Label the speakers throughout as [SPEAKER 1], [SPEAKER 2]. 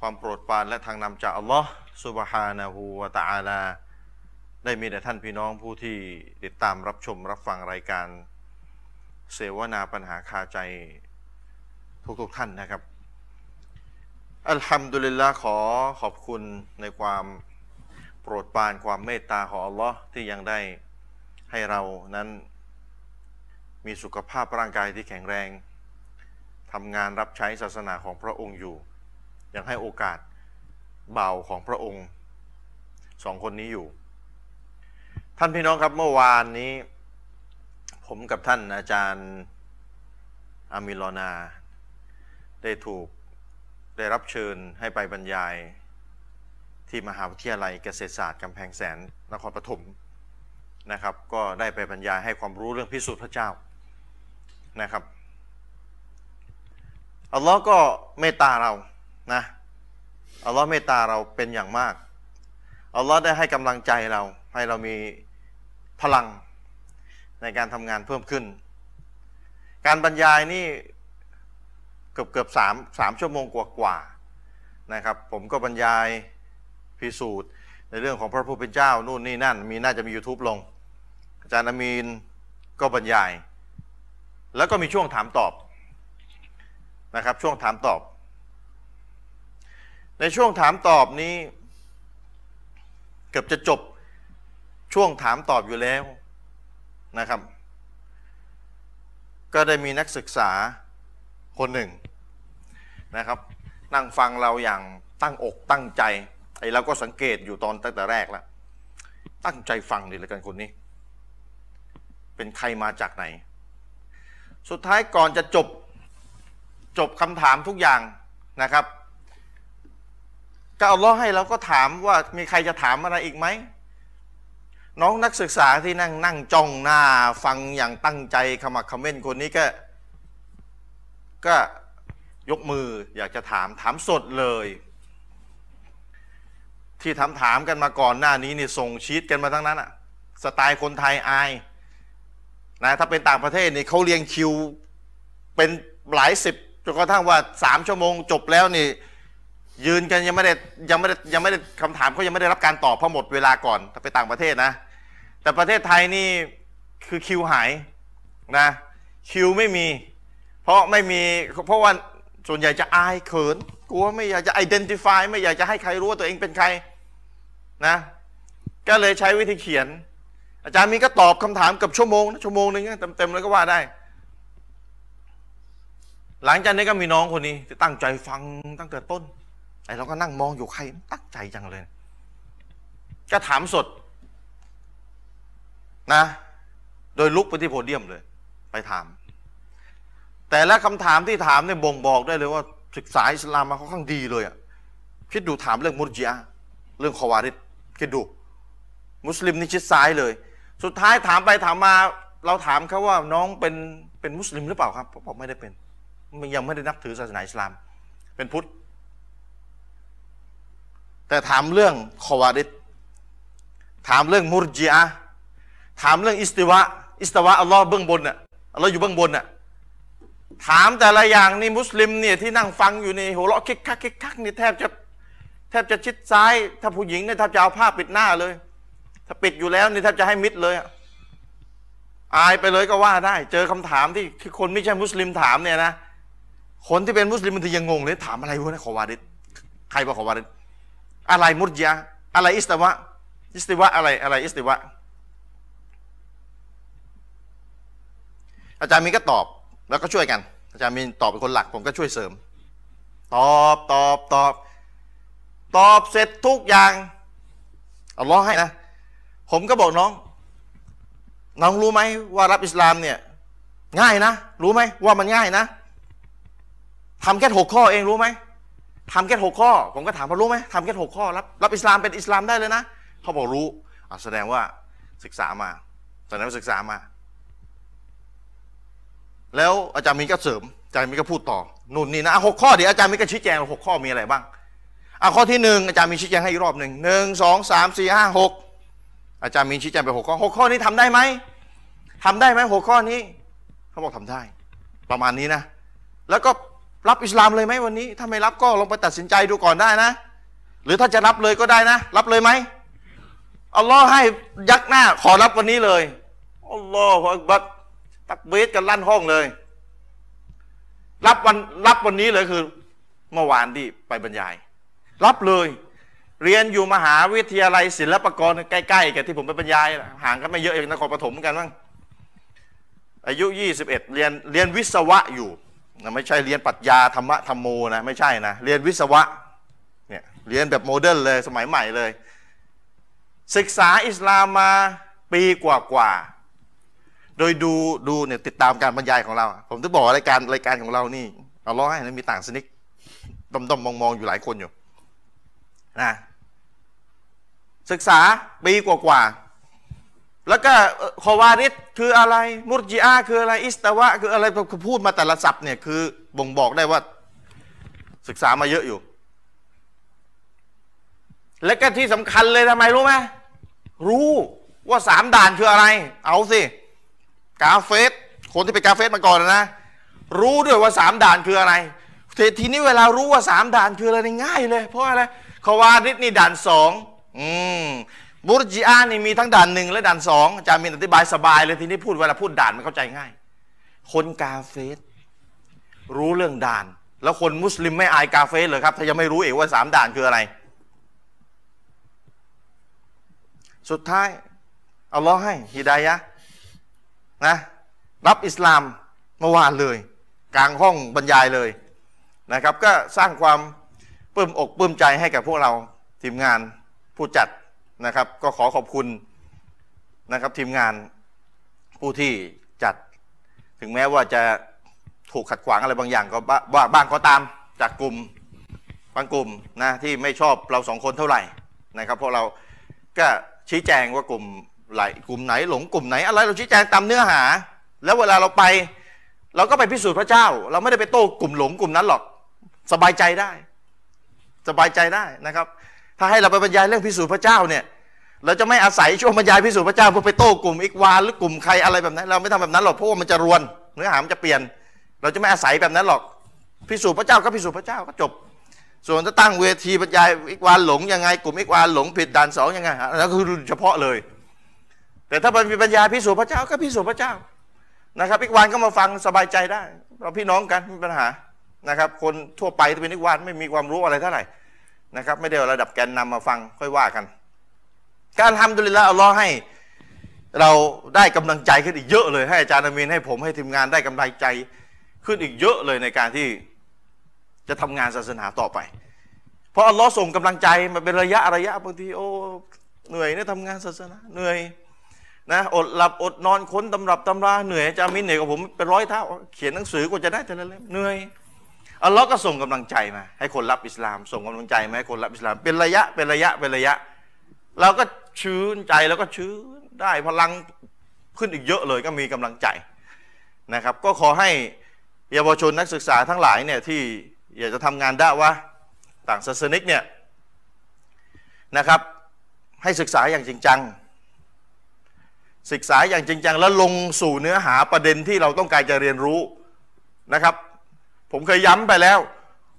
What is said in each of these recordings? [SPEAKER 1] ความโปรดปรานและทางนำจากอัลลอฮ์สุบฮานาหูวะตะอาลา ได้มีแด่ท่านพี่น้องผู้ที่ติดตามรับชมรับฟังรายการ เสวนาปัญหาคาใจทุกๆท่านนะครับ อัลฮัมดุลิลละขอขอบคุณในความโปรดปรานความเมตตาของอัลลอฮ์ที่ยังได้ให้เรานั้นมีสุขภาพร่างกายที่แข็งแรงทำงานรับใช้ศาสนาของพระองค์อยู่ ยังให้โอกาสเบาวของพระองค์สองคนนี้อยู่ ท่านพี่น้องครับเมื่อวานนี้ ผมกับท่านอาจารย์อามิลอนา ได้ถูกได้รับเชิญให้ไปบรรยาย ที่มหาวิทยาลัยเกษตรศาสตร์กำแพงแสนนครปฐมนะครับ ก็ได้ไปบรรยายให้ความรู้เรื่องพิสูจน์พระเจ้านะครับ อัลลอฮ์ก็เมตตาเรา นะ อัลลอฮ์เมตตาเราเป็นอย่างมาก อัลลอฮ์ได้ให้กำลังใจเรา ให้เรามีพลังในการทำงานเพิ่มขึ้น การบรรยายนี่เกือบเกือบสามสามชั่วโมงกว่ากว่าๆนะครับ ผมก็บรรยายพิสูจน์ ในเรื่องของพระผู้เป็นเจ้า นู่นนี่นั่น มีน่าจะมี YouTube ลง อาจารย์อามีนก็บรรยาย แล้วก็มีช่วงถามตอบ นะครับช่วงถามตอบ ในช่วงถามตอบนี้ เกือบจะจบช่วงถามตอบอยู่แล้วนะครับ ก็ได้มีนักศึกษาคนหนึ่งนะครับ นั่งฟังเราอย่างตั้งอกตั้งใจไอ้เราก็สังเกตอยู่ตอนตั้งแต่แรกแล้วตั้งใจฟังดีเหลยกันคนนี้ เป็นใครมาจากไหน สุดท้ายก่อนจะจบ จบคำถามทุกอย่างนะครับ ก็เอาล้อฮ์ให้เราก็ถามว่ามีใครจะถามอะไรอีกไหม น้องนักศึกษาที่นั่งนั่งจ้องหน้าฟังอย่างตั้งใจขมักเขม้นคนนี้ก็ ก็ยกมืออยากจะถามถามสดเลย ที่ถามถามกันมาก่อนหน้านี้นี่ส่งชีตกันมาทั้งนั้นอะสไตล์คนไทยอายนะถ้าเป็นต่างประเทศนี่เขาเรียงคิว เป็นหลายสิบจนกระทั่งว่าสามชั่วโมงจบแล้วนี่ ยืนกันยังไม่ได้ยังไม่ได้ยังไม่ได้คำถามเขายังไม่ได้รับการตอบเพราะหมดเวลาก่อนถ้าไปต่างประเทศนะ แต่ประเทศไทยนี่คือคิวหายนะคิวไม่มี เพราะไม่มีเพราะว่าส่วนใหญ่จะอายเขินกลัวไม่อยากจะ identify ไม่อยากจะให้ใครรู้ว่าตัวเองเป็นใครนะ ก็เลยใช้วิธีเขียน อาจารย์มีก็ตอบคำถามเกับชั่วโมงนะชั่วโมงหนึงนะเต็มๆเลยก็ว่าได้ หลังจากนี้ก็มีน้องคนนี้ที่ตั้งใจฟังตั้งแต่ต้น ไอ้เราก็นั่งมองอยู่ใครมันตั้งใจจังเลย ก็ถามสดนะ โดยลุกไปที่โพเดียมเลย ไปถาม แต่ละคำถามที่ถามเนี่ยบ่งบอกได้เลยว่าศึกษาอิสลามมาค่อนข้างดีเลยอะคิดดูถามเรื่องมุรจิอะห์เรื่องคอวาริดคิดดู มุสลิมนี่ชิดซ้ายเลย สุดท้ายถามไปถามมา เราถามเขาว่าน้องเป็นเป็นมุสลิมหรือเปล่าครับเขาบอกไม่ได้เป็น มันยังไม่ได้นับถือศาสนาอิสลาม เป็นพุทธ แต่ถามเรื่องคอวาริดถามเรื่องมุรจิอะห์ถามเรื่องอิสติวะ อิสตาวะอัลลอฮ์เบื้องบนน่ะอัลลอฮ์อยู่เบื้องบนน่ะ ถามแต่ละอย่างนี่มุสลิมเนี่ยที่นั่งฟังอยู่ในหัวเราะคิกคักคิกคักนี่แทบจะแทบจะชิดซ้าย ถ้าผู้หญิงเนี่ยแทบจะเอาผ้าปิดหน้าเลย ถ้าปิดอยู่แล้วนี่แทบจะให้มิดเลยอะอายไปเลยก็ว่าได้ เจอคำถามที่ที่คนไม่ใช่มุสลิมถามเนี่ยนะ คนที่เป็นมุสลิมบางทียังงงเลยถามอะไรวะเนะขอวาดิดใครบอกขอวาดิดอะไรมุรยะห์อะไรอิสตาวะอิสติวะอะไรอะไรอิสติวะ อาจารย์มินก็ตอบแล้วก็ช่วยกัน อาจารย์มินตอบเป็นคนหลักผมก็ช่วยเสริม ตอบตอบตอบ ตอบเสร็จทุกอย่างเอาล้อฮ์ให้นะ ผมก็บอกน้อง น้องรู้ไหมว่ารับอิสลามเนี่ย ง่ายนะ รู้ไหมว่ามันง่ายนะ ทำแค่หกข้อเองรู้ไหม ทำแค่หกข้อ ผมก็ถามว่ารู้ไหมทำแค่หกข้อรับรับอิสลามเป็นอิสลามได้เลยนะเขาบอกรู้อ่ะแสดงว่าศึกษามาแสดงว่าศึกษามา แล้วอาจารย์มีนก็เสริมอาจารย์มีนก็พูดต่อนู่นนี่นะอ่ะหกข้อเดี๋ยวอาจารย์มีนก็ชี้แจงหกข้อมีอะไรบ้างอ่ะข้อที่หนึ่งอาจารย์มีนชี้แจงให้อีกรอบหนึ่งหนึ่งสองสามสี่ห้าหกอาจารย์มีนชี้แจงไปหกข้อหกข้อนี้ทำได้ไหมทำได้ไหมหกข้อนี้เขาบอกทำได้ ประมาณนี้นะ แล้วก็รับอิสลามเลยไหมวันนี้ถ้าไม่รับก็ลองไปตัดสินใจดูก่อนได้นะ หรือถ้าจะรับเลยก็ได้นะ รับเลยไหมอัลลอฮ์ให้ยักหน้าขอรับวันนี้เลยอัลลอฮฺบัดตักเบสกันลั่นห้องเลย รับวันรับวันนี้เลยคือ เมื่อวานที่ไปบรรยาย รับเลย เรียนอยู่มหาวิทยาลัยศิลปากรใกล้ๆกับที่ผมไปบรรยายน่ะห่างกันไม่เยอะเองนครปฐมเหมือนกันมั้ง อายุ 21 เรียนเรียนวิศวะอยู่นะไม่ใช่เรียนปรัชญาธรรมะธรรมโมนะไม่ใช่นะ เรียนวิศวะเนี่ยเรียนแบบโมเดิร์นเลยสมัยใหม่เลย ศึกษาอิสลามมาปีกว่ากว่าๆโดยดูดูเนี่ยติดตามการบรรยายของเรา ผมจะบอกรายการรายการของเรานี่เอาล้อให้นะมีต่างสนิกด้อมๆมองๆอยู่หลายคนอยู่นะศึกษาปีกว่ากว่าๆ แล้วก็เอ่อคอวาริดคืออะไร มุรจิอาคืออะไร อิสตาวะคืออะไรคือพูดมาแต่ละศัพท์เนี่ยคือบ่งบอกได้ว่าศึกษามาเยอะอยู่ และก็ที่สำคัญเลยทำไมรู้ไหมรู้ว่าสามด่านคืออะไร เอาสิ กาเฟสคนที่เป็นกาเฟสมาก่อนนะ รู้ด้วยว่าสามด่านคืออะไรททีนี้เวลารู้ว่าสามด่านคืออะไรนี่ง่ายเลย เพราะอะไรคาวาริดนี่ด่านสองอืมบุรจิอานี่มีทั้งด่านหนึ่งและด่านสองอาจารย์มีนอธิบายสบายเลยทีนี้พูดเวลาพูดด่านมันเข้าใจง่าย คนกาเฟสรู้เรื่องด่าน แล้วคนมุสลิมไม่อายกาเฟสเหรอครับ ถ้ายังไม่รู้เองว่าสามด่านคืออะไร สุดท้ายเอาล้อให้ฮิดายะห์ นะรับอิสลามเมื่อวานเลย กลางห้องบรรยายเลยนะครับ ก็สร้างความปลื้มอกปลื้มใจให้กับพวกเราทีมงานผู้จัดนะครับ ก็ขอขอบคุณนะครับทีมงานผู้ที่จัด ถึงแม้ว่าจะถูกขัดขวางอะไรบางอย่างก็บ้าบ้าบ้างก็ตามจากกลุ่มบางกลุ่มนะที่ไม่ชอบเราสองคนเท่าไหร่นะครับเพราะเรา ก็ชี้แจงว่ากลุ่มไหลกลุ่มไหนหลงกลุ่มไหน อะไรเราชี้แจงตามเนื้อหา แล้วเวลาเราไป เราก็ไปพิสูจน์พระเจ้า เราไม่ได้ไปโต้กลุ่มหลงกลุ่มนั้นหรอก สบายใจได้ สบายใจได้นะครับ ถ้าให้เราไปบรรยายเรื่องพิสูจน์พระเจ้าเนี่ย เราจะไม่อาศัยช่วงบรรยายพิสูจน์พระเจ้าเพื่อไปโต้กลุ่มอีกวานหรือกลุ่มใครอะไรแบบนั้น เราไม่ทำแบบนั้นหรอกเพราะว่ามันจะรวน เนื้อหามันจะเปลี่ยน เราจะไม่อาศัยแบบนั้นหรอกพิสูจน์พระเจ้าก็พิสูจน์พระเจ้าก็จบ ส่วนจะตั้งเวทีบรรยายอีกวานหลงยังไงกลุ่มอีกวานหลงผิดด่านสองยังไงฮะนั่นคือเฉพาะเลย แต่ถ้ามันมีปัญญาพิสูจน์พระเจ้าก็พิสูจน์พระเจ้านะครับอีกวานก็มาฟังสบายใจได้ เราพี่น้องกันไม่มีปัญหานะครับ คนทั่วไปที่เป็นอีกวานไม่มีความรู้อะไรเท่าไหร่นะครับ ไม่ได้เอาระดับแกนนำมาฟังค่อยว่ากัน การทำดุลิลละอัลลอฮ์ให้ เราได้กำลังใจขึ้นอีกเยอะเลย ให้อาจารย์อามีนให้ผมให้ทีมงานได้กำลังใจขึ้นอีกเยอะเลยในการที่ จะทำงานศาสนาต่อไป เพราะอัลลอฮ์ส่งกำลังใจมาเป็นระยะระยะบางทีโอ้เหนื่อยเนี่ยทำงานศาสนาเหนื่อยนะอดหลับอดนอนค้นตำรับตำราเหนื่อยอาจารย์มินเหนื่อยกว่าผมเป็นร้อยเท่าเขียนหนังสือกว่าจะได้แต่ละเล่มเหนื่อยอัลลอฮ์ก็ส่งกำลังใจมา ให้คนรับอิสลาม ส่งกำลังใจมาให้คนรับอิสลาม เป็นระยะเป็นระยะเป็นระยะ เราก็ชื่นใจแล้วก็ชื่นได้พลังขึ้นอีกเยอะเลยก็มีกำลังใจนะครับ ก็ขอให้ เยาวชนนักศึกษาทั้งหลายเนี่ยที่อยากจะทำงานด้าวะห์ต่างศาสนิกเนี่ยนะครับ ให้ศึกษาอย่างจริงจัง ศึกษาอย่างจริงจัง แล้วลงสู่เนื้อหาประเด็นที่เราต้องการจะเรียนรู้นะครับ ผมเคยย้ำไปแล้ว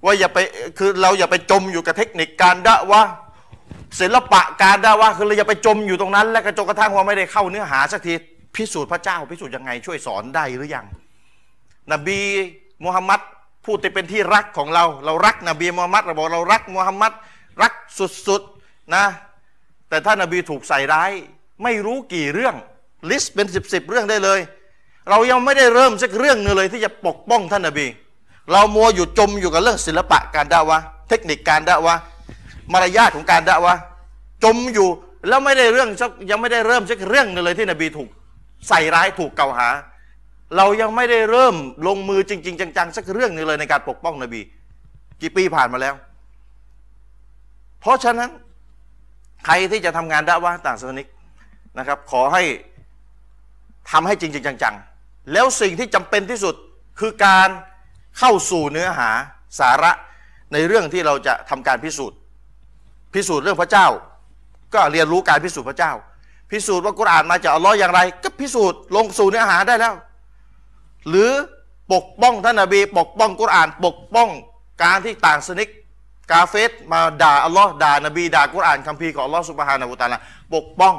[SPEAKER 1] ว่าอย่าไปคือเราอย่าไปจมอยู่กับเทคนิคการด่าวะห์ศิลปะการด่าวะห์คือเราอย่าไปจมอยู่ตรงนั้น และกระจนกระทั่งว่าไม่ได้เข้าเนื้อหาสักทีพิสูจน์พระเจ้า พิสูจน์ยังไงช่วยสอนได้หรือยัง นบีมูฮัมมัดผู้ที่เป็นที่รักของเรา เรารักนบีมูฮัมมัดเราบอกเรารักมูฮัมมัดรักสุดๆนะ แต่ถ้านบีถูกใส่ร้าย ไม่รู้กี่เรื่องลิสต์เป็นสิบสิบเรื่องได้เลย เรายังไม่ได้เริ่มสักเรื่องหนึงเลยที่จะปกป้องท่านนบี เรามัวอยู่จมอยู่กับเรื่องศิลปะการด่าวะห์เทคนิคการด่าวะห์มารยาทของการด่าวะห์จมอยู่แล้วไม่ได้เรื่องสักยังไม่ได้เริ่มสักเรื่องหนึงเลยที่นบีถูกใส่ร้ายถูกกล่าวหา เรายังไม่ได้เริ่มลงมือจริง ๆ จังๆ สักเรื่องหนึงเลยในการปกป้องนบี กี่ปีผ่านมาแล้ว เพราะฉะนั้นใครที่จะทำงานด่าว่าต่างศาสนิกนะครับ ขอให้ทำให้จริง ๆ จัง ๆ แล้วสิ่งที่จำเป็นที่สุดคือการเข้าสู่เนื้อหาสาระในเรื่องที่เราจะทำการพิสูจน์ พิสูจน์เรื่องพระเจ้า ก็เรียนรู้การพิสูจน์พระเจ้า พิสูจน์ว่ากุรอานมาจากอัลเลอฮ์อย่างไร ก็พิสูจน์ลงสู่เนื้อหาได้แล้ว หรือปกป้องท่านนบีปกป้องกุรอาน ปกป้องการที่ต่างสนิกกาเฟสมาด่าอัลลอฮ์ด่านบีด่ากุรอานคัมภีร์ของอัลลอฮ์สุบฮานาอูตะอาลาปกป้อง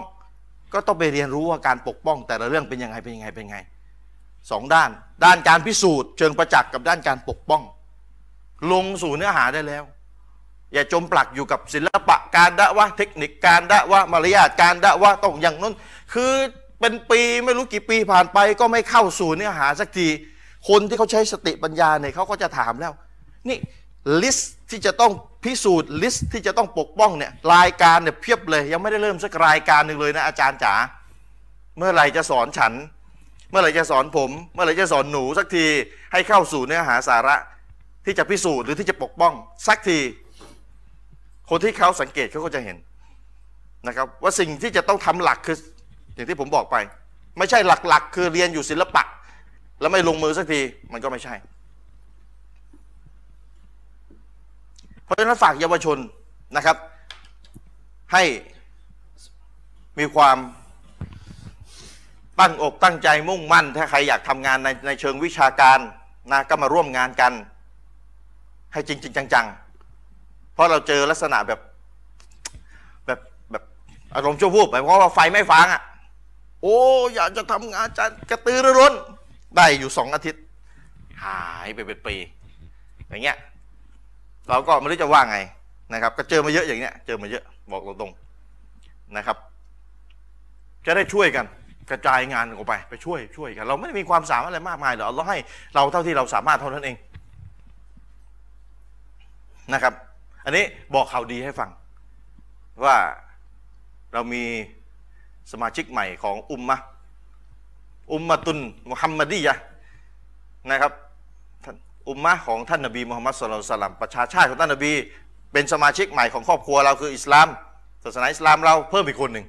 [SPEAKER 1] ก็ต้องไปเรียนรู้ว่าการปกป้อง แต่ละเรื่องเป็นยังไงเป็นยังไงเป็นยังไงสองด้าน ด้านการพิสูจน์เชิงประจักษ์กับด้านการปกป้อง ลงสู่เนื้อหาได้แล้ว อย่าจมปลักอยู่กับศิลปะการดะว่าเทคนิคการดะว่ามารยาทการดะว่าต้องอย่างนั้นคือเป็นปีไม่รู้กี่ปีผ่านไปก็ไม่เข้าสู่เนื้อหาสักที คนที่เขาใช้สติปัญญาเนี่ยเขาก็จะถามแล้ว นี่ลิสต์ที่จะต้องพิสูจน์ลิสต์ที่จะต้องปกป้องเนี่ยรายการเนี่ยเพียบเลย ยังไม่ได้เริ่มสักรายการหนึ่งเลยนะอาจารย์จ๋าเมื่อไหร่จะสอนฉัน เมื่อไหร่จะสอนผม เมื่อไหร่จะสอนหนูสักทีให้เข้าสู่เนื้อหาสาระ ที่จะพิสูจน์หรือที่จะปกป้องสักที คนที่เขาสังเกตเขาก็จะเห็นนะครับ ว่าสิ่งที่จะต้องทำหลักคือ อย่างที่ผมบอกไป ไม่ใช่หลักๆ คือเรียนอยู่ศิลปะ แล้วไม่ลงมือสักทีมันก็ไม่ใช่ เพราะฉะนั้นฝากเยาวชนนะครับ ให้มีความตั้งอกตั้งใจมุ่งมั่น ถ้าใครอยากทำงานในในเชิงวิชาการนะก็มาร่วมงานกัน ให้จริง ๆ จัง ๆ เพราะเราเจอลักษณะแบบแบบแบบอารมณ์ชั่ววูบหมายความว่าไฟไม่ฟังอ่ะ โอ้อยากจะทำงานอาจารย์กระตือรือร้น ได้อยู่สองอาทิตย์ หายไปเป็นปี อย่างเงี้ย เราก็ไม่รู้จะว่าไงนะครับ ก็เจอมาเยอะอย่างเนี้ย เจอมาเยอะบอกตรงๆนะครับ จะได้ช่วยกันกระจายงานออกไปไปช่วยช่วยกัน เราไม่ได้มีความสามารถอะไรมากมายหรอกเราให้เราเท่าที่เราสามารถเท่านั้นเอง นะครับ อันนี้บอกข่าวดีให้ฟัง ว่าเรามีสมาชิกใหม่ของอุมมะห์อุมมะตุนมุฮัมมัดียะห์นะครับท่านอุมมะห์ของท่านนบีมุฮัมมัดสุลลัลสลัมประชาชาติของท่านนบี เป็นสมาชิกใหม่ของครอบครัวเราคืออิสลาม ศาสนาอิสลามเราเพิ่มอีกคนหนึ่ง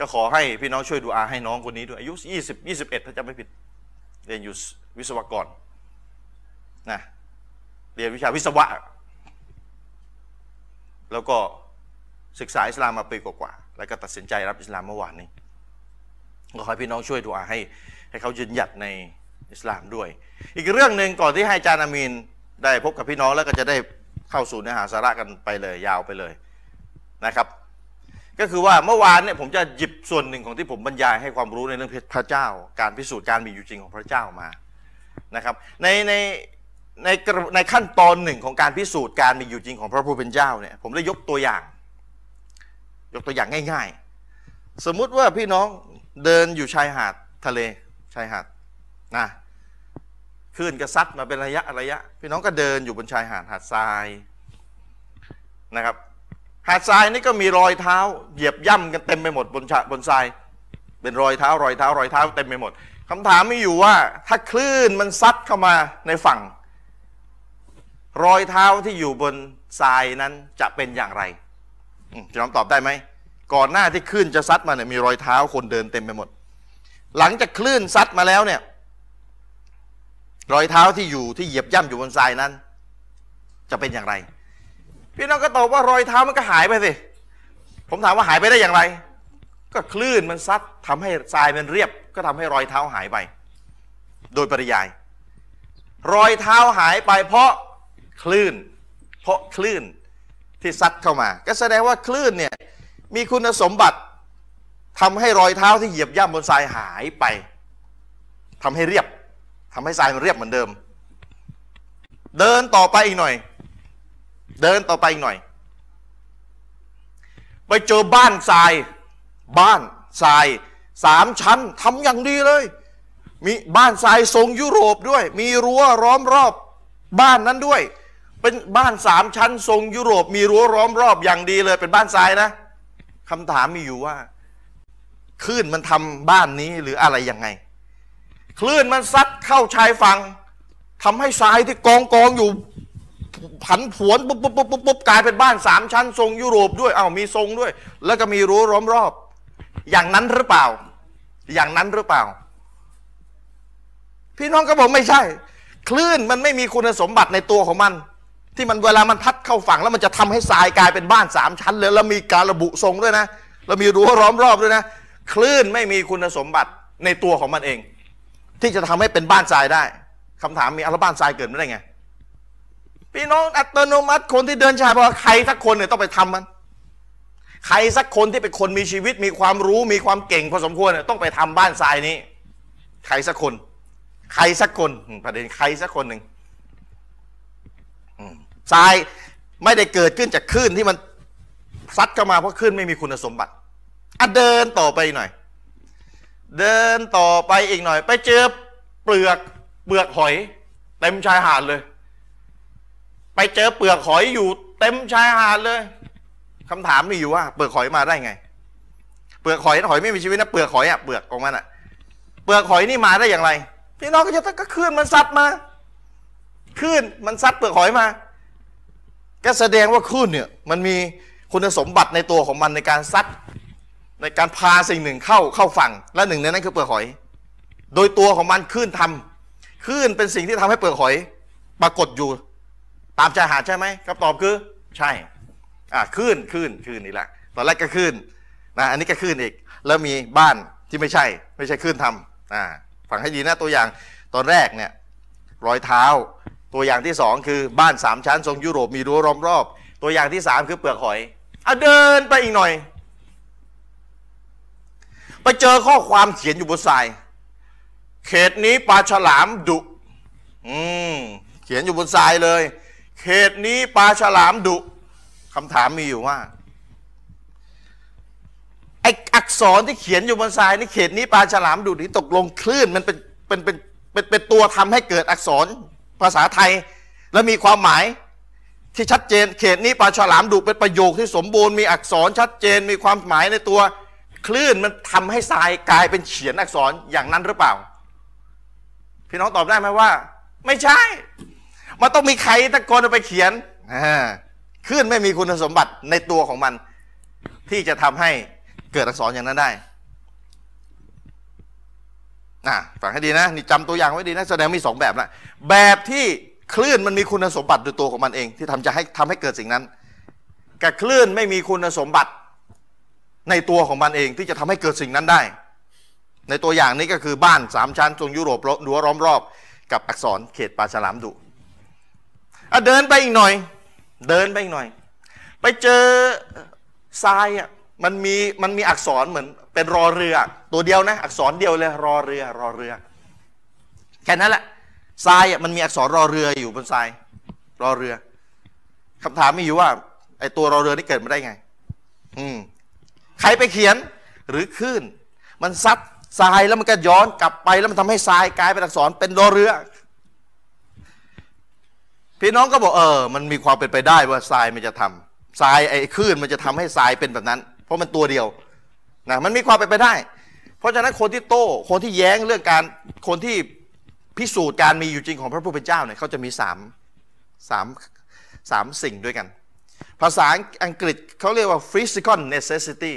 [SPEAKER 1] ก็ขอให้พี่น้องช่วยดูอาให้น้องคนนี้ด้วยอายุ 20 21 ถ้าจำไม่ผิด เรียนอยู่วิศวกรนะเรียนวิชาวิศวะ แล้วก็ศึกษาอิสลามมาปีกว่าๆ แล้วก็ตัดสินใจรับอิสลามเมื่อวานนี้ ก็ขอให้พี่น้องช่วยดูอาให้ ให้เขายืนหยัดในอิสลามด้วย อีกเรื่องหนึ่งก่อนที่ให้อาจารย์อามีนได้พบกับพี่น้องแล้วก็จะได้เข้าสู่เนื้อหาสาระกันไปเลยยาวไปเลยนะครับ ก็คือว่าเมื่อวานเนี่ยผมจะหยิบส่วนหนึ่งของที่ผมบรรยายให้ความรู้ในเรื่องพระเจ้า การพิสูจน์การมีอยู่จริงของพระเจ้ามานะครับ ในใน ในกระในขั้นตอนหนึ่งของการพิสูจน์การมีอยู่จริงของพระผู้เป็นเจ้าเนี่ยผมได้ยกตัวอย่าง ยกตัวอย่างง่าย ๆ สมมุติว่าพี่น้องเดินอยู่ชายหาดทะเลชายหาดนะคลื่นก็ซัดมาเป็นระยะระยะ พี่น้องก็เดินอยู่บนชายหาดหาดทรายนะครับ หาดทรายนี่ก็มีรอยเท้า เหยียบย่ำกันเต็มไปหมดบนชะบนทราย เป็นรอยเท้ารอยเท้ารอยเท้าเต็มไปหมดคำถามไม่อยู่ว่าถ้าคลื่นมันซัดเข้ามาในฝั่ง รอยเท้าที่อยู่บนทรายนั้นจะเป็นอย่างไรอืมพี่น้องตอบได้ไหม ก่อนหน้าที่คลื่นจะซัดมาเนี่ยมีรอยเท้าคนเดินเต็มไปหมด หลังจากคลื่นซัดมาแล้วเนี่ย รอยเท้าที่อยู่ที่เหยียบย่ำอยู่บนทรายนั้น จะเป็นอย่างไร พี่น้องก็ตอบว่ารอยเท้ามันก็หายไปสิ ผมถามว่าหายไปได้อย่างไร ก็คลื่นมันซัดทำให้ทรายมันเรียบ ก็ทำให้รอยเท้าหายไป โดยปริยาย รอยเท้าหายไปเพราะ คลื่น เพราะคลื่นที่ซัดเข้ามา ก็แสดงว่าคลื่นเนี่ยมีคุณสมบัติทำให้รอยเท้าที่เหยียบย่ำบนทรายหายไปทำให้เรียบทำให้ทรายมันเรียบเหมือนเดิม เดินต่อไปอีกหน่อย เดินต่อไปอีกหน่อย ไปเจอบ้านทราย บ้านทรายสามชั้นทำอย่างดีเลย มีบ้านทรายทรงยุโรปด้วย มีรั้วล้อมรอบ บ้านนั้นด้วย เป็นบ้านสามชั้นทรงยุโรป มีรั้วล้อมรอบอย่างดีเลย เป็นบ้านทรายนะคำถามมีอยู่ว่าคลื่นมันทำบ้านนี้หรืออะไรยังไงคลื่นมันซัดเข้าชายฝั่งทำให้ทรายที่กองกองอยู่ ผันผวนปุ๊บปุ๊บปุ๊บปุ๊บปุ๊บกลายเป็นบ้านสามชั้นทรงยุโรปด้วย เอ้ามีทรงด้วย แล้วก็มีรั้วล้อมรอบ อย่างนั้นหรือเปล่า อย่างนั้นหรือเปล่า พี่น้องก็บอกไม่ใช่ คลื่นมันไม่มีคุณสมบัติในตัวของมัน ที่มันเวลามันพัดเข้าฝั่งแล้วมันจะทำให้ทรายกลายเป็นบ้านสามชั้นเลยแล้วมีการระบุทรงด้วยนะแล้วมีรั้วล้อมรอบด้วยนะ คลื่นไม่มีคุณสมบัติในตัวของมันเอง ที่จะทำให้เป็นบ้านทรายได้คำถามมีเอาแล้วบ้านทรายเกิดไม่ได้ไง พี่น้องอัตโนมัติคนที่เดินชายบอกว่าใครสักคนเนี่ยต้องไปทำมัน ใครสักคนที่เป็นคนมีชีวิตมีความรู้มีความเก่งพอสมควรเนี่ยต้องไปทำบ้านทรายนี้ ใครสักคน ใครสักคนอืมประเด็นใครสักคนหนึ่งอืมทรายไม่ได้เกิดขึ้นจากคลื่นที่มันซัดเข้ามาเพราะคลื่นไม่มีคุณสมบัติอ่ะเดินต่อไปหน่อย เดินต่อไปอีกหน่อย ไปเจอเปลือกเปลือกหอยเต็มชายหาดเลย ไปเจอเปลือกหอยอยู่ เต็มชายหาดเลยคำถามมีอยู่ว่า เปลือกหอยมาได้ไง เปลือกหอยหอยไม่มีชีวิตนะเปลือกหอยอะเปลือกของมันอะเปลือกหอยนี่มาได้อย่างไร พี่น้องก็จะต้องก็คลื่นมันซัดมาคลื่นมันซัดเปลือกหอยมา ก็แสดงว่าคลื่นเนี่ย มันมีคุณสมบัติในตัวของมันในการซัด ในการพาสิ่งหนึ่งเข้าเข้าฝั่ง และหนึ่งในนั้นคือเปลือกหอย โดยตัวของมันคลื่นทำคลื่นเป็นสิ่งที่ทำให้เปลือกหอย ปรากฏอยู่ ตามชายหาดใช่ไหมคำตอบคือ ใช่ อ่าคลื่นคลื่นคลื่นนี่แหละตอนแรกก็คลื่นนะอันนี้ก็คลื่นอีก แล้วมีบ้านที่ไม่ใช่ ไม่ใช่คลื่นทำอ่าฟังให้ดีนะตัวอย่างตอนแรกเนี่ย รอยเท้า ตัวอย่างที่สองคือบ้านสามชั้นทรงยุโรปมีรั้วล้อมรอบ ตัวอย่างที่สามคือเปลือกหอยอ่ะเดินไปอีกหน่อย ไปเจอข้อความเขียนอยู่บนทราย เขตนี้ปลาฉลามดุ อืม เขียนอยู่บนทรายเลย เขตนี้ปลาฉลามดุคำถามมีอยู่ว่า ไออักษรที่เขียนอยู่บนทรายนี่เขตนี้ปลาฉลามดุนี่ตกลงคลื่นมันเป็นเป็นเป็นเป็นเป็นตัวทำให้เกิดอักษรภาษาไทย และมีความหมาย ที่ชัดเจนเขตนี้ปลาฉลามดุเป็นประโยคที่สมบูรณ์มีอักษรชัดเจนมีความหมายในตัว คลื่นมันทำให้ทรายกลายเป็นเขียนอักษรอย่างนั้นหรือเปล่า พี่น้องตอบได้ไหมว่า ไม่ใช่ มันต้องมีใครตะโกนเอาไปเขียนอ่าคลื่นไม่มีคุณสมบัติในตัวของมัน ที่จะทำให้เกิดอักษรอย่างนั้นได้อ่ะฟังให้ดีนะนี่จำตัวอย่างไว้ดีนะแสดงมีสองแบบนะแบบที่คลื่นมันมีคุณสมบัติโดยตัวของมันเอง ที่ทำจะให้ทำให้เกิดสิ่งนั้นกับคลื่นไม่มีคุณสมบัติ ในตัวของมันเองที่จะทำให้เกิดสิ่งนั้นได้ ในตัวอย่างนี้ก็คือบ้านสามชั้นทรงยุโรปรั้วล้อมรอบกับอักษรเขตปลาฉลามดุอ่ะเดินไปอีกหน่อย เดินไปอีกหน่อย ไปเจอทรายอ่ะมันมีมันมีอักษรเหมือนเป็นรอเรือ ตัวเดียวนะ อักษรเดียวเลยรอเรือรอเรือ แค่นั้นแหละทรายอ่ะมันมีอักษรรอเรืออยู่บนทราย รอเรือคำถามมีอยู่ว่าไอตัวรอเรือนี่เกิดมาได้ไง อืม ใครไปเขียนหรือคลื่น มันซัดทรายแล้วมันก็ย้อนกลับไปแล้วมันทำให้ทรายกลายเป็นอักษรเป็นรอเรือ พี่น้องก็บอกเออ มันมีความเป็นไปได้ว่าทรายมันจะทำทรายไอ้คลื่นมันจะทำให้ทรายเป็นแบบนั้น เพราะมันตัวเดียวนะมันมีความเป็นไปได้ เพราะฉะนั้นคนที่โต้คนที่แย้งเรื่องการคนที่พิสูจน์การมีอยู่จริงของพระผู้เป็นเจ้าเนี่ยเขาจะมีสามสามสามสิ่งด้วยกัน ภาษาอังกฤษเขาเรียกว่า physical necessity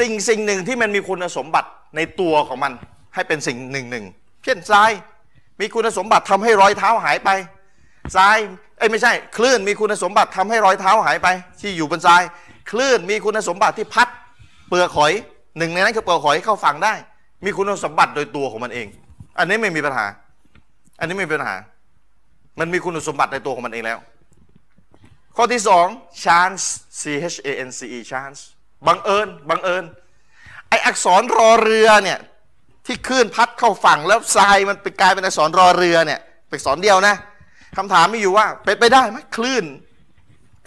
[SPEAKER 1] สิ่งสิ่งหนึ่งที่มันมีคุณสมบัติในตัวของมัน ให้เป็นสิ่งหนึ่งหนึ่งเช่นทรายมีคุณสมบัติทำให้รอยเท้าหายไปทรายเอ้ยไม่ใช่ คลื่นมีคุณสมบัติทำให้รอยเท้าหายไป ที่อยู่บนทราย คลื่นมีคุณสมบัติที่พัดเปลือกหอยหนึ่งในนั้นคือเปลือกหอยเข้าฝั่งได้ มีคุณสมบัติโดยตัวของมันเอง อันนี้ไม่มีปัญหา อันนี้ไม่มีปัญหา มันมีคุณสมบัติในตัวของมันเองแล้ว ข้อที่สอง chance c h a n c e chance บังเอิญบังเอิญไออักษรรอเรือเนี่ย ที่คลื่นพัดเข้าฝั่งแล้วทรายมันไปกลายเป็นอักษรรอเรือเนี่ยเป็นอักษรเดียวนะคำถามมีอยู่ว่าเป็นไปได้ไหมคลื่น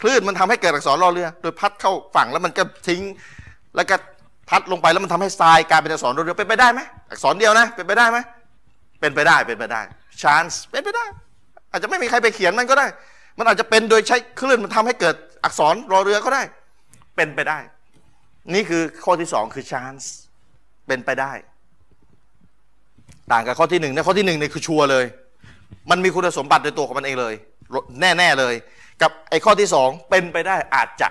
[SPEAKER 1] คลื่นมันทำให้เกิดอักษรรอเรือ โดยพัดเข้าฝั่งแล้วมันก็ทิ้ง แล้วก็พัดลงไปแล้วมันทำให้ทรายกลายเป็นอักษรรอเรือเป็นไปได้ไหมอักษรเดียวนะเป็นไปได้ไหมเป็นไปได้เป็นไปได้ chance เป็นไปได้ อาจจะไม่มีใครไปเขียนมันก็ได้ มันอาจจะเป็นโดยใช้คลื่นมันทำให้เกิดอักษรรอเรือก็ได้ เป็นไปได้ นี่คือข้อที่สองคือ chance เป็นไปได้ ต่างกับข้อที่หนึ่งนะข้อที่หนึ่งเนี่ยคือชัวร์เลย มันมีคุณสมบัติโดยตัวของมันเองเลย แน่ๆเลย กับไอ้ข้อที่ 2 เป็นไปได้อาจจะ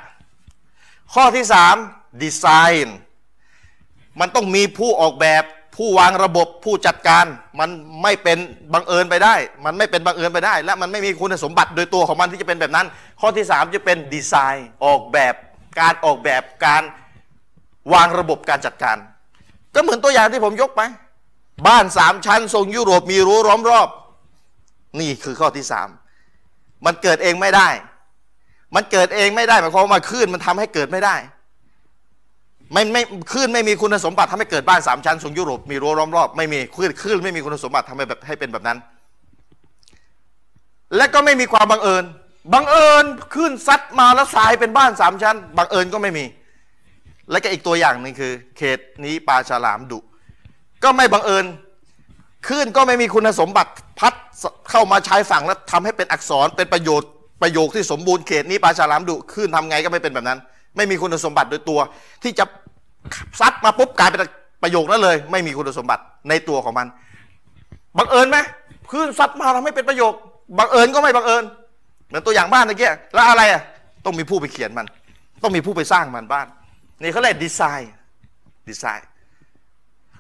[SPEAKER 1] ข้อที่ 3 ดีไซน์ มันต้องมีผู้ออกแบบผู้วางระบบผู้จัดการ มันไม่เป็นบังเอิญไปได้ มันไม่เป็นบังเอิญไปได้ และมันไม่มีคุณสมบัติโดยตัวของมันที่จะเป็นแบบนั้น ข้อที่ 3 จะเป็นดีไซน์ออกแบบการออกแบบการวางระบบการจัดการ ก็เหมือนตัวอย่างที่ผมยกไป บ้านสามชั้นทรงยุโรปมีรั้วล้อมรอบ นี่คือข้อที่สามมันเกิดเองไม่ได้ มันเกิดเองไม่ได้หมายความว่าคลื่นมันทำให้เกิดไม่ได้ ไม่ไม่คลื่นไม่มีคุณสมบัติทำให้เกิดบ้านสามชั้นทรงยุโรปมีรั้วล้อมรอบไม่มีคลื่นคลื่นไม่มีคุณสมบัติทำให้แบบให้เป็นแบบนั้น และก็ไม่มีความบังเอิญ บังเอิญคลื่นซัดมาแล้วทรายเป็นบ้านสามชั้น บังเอิญก็ไม่มี และก็อีกตัวอย่างหนึ่งคือ เขตนี้ปลาฉลามดุ ก็ไม่บังเอิญคลื่นก็ไม่มีคุณสมบัติพัดเข้ามาชายฝั่งแล้วทำให้เป็นอักษรเป็นประโยชน์ประโยคที่สมบูรณ์เขตนี้ปลาฉลามดุคลื่นทำไงก็ไม่เป็นแบบนั้น ไม่มีคุณสมบัติโดยตัว ที่จะซัดมาปุ๊บกลายเป็นประโยคนั้นเลย ไม่มีคุณสมบัติในตัวของมัน บังเอิญไหมคลื่นซัดมาทำให้เป็นประโยคบังเอิญก็ไม่บังเอิญเหมือนตัวอย่างบ้านเมื่อกี้แล้วอะไรอ่ะต้องมีผู้ไปเขียนมัน ต้องมีผู้ไปสร้างมันบ้าน นี่เขาเรียกดีไซน์ดีไซน์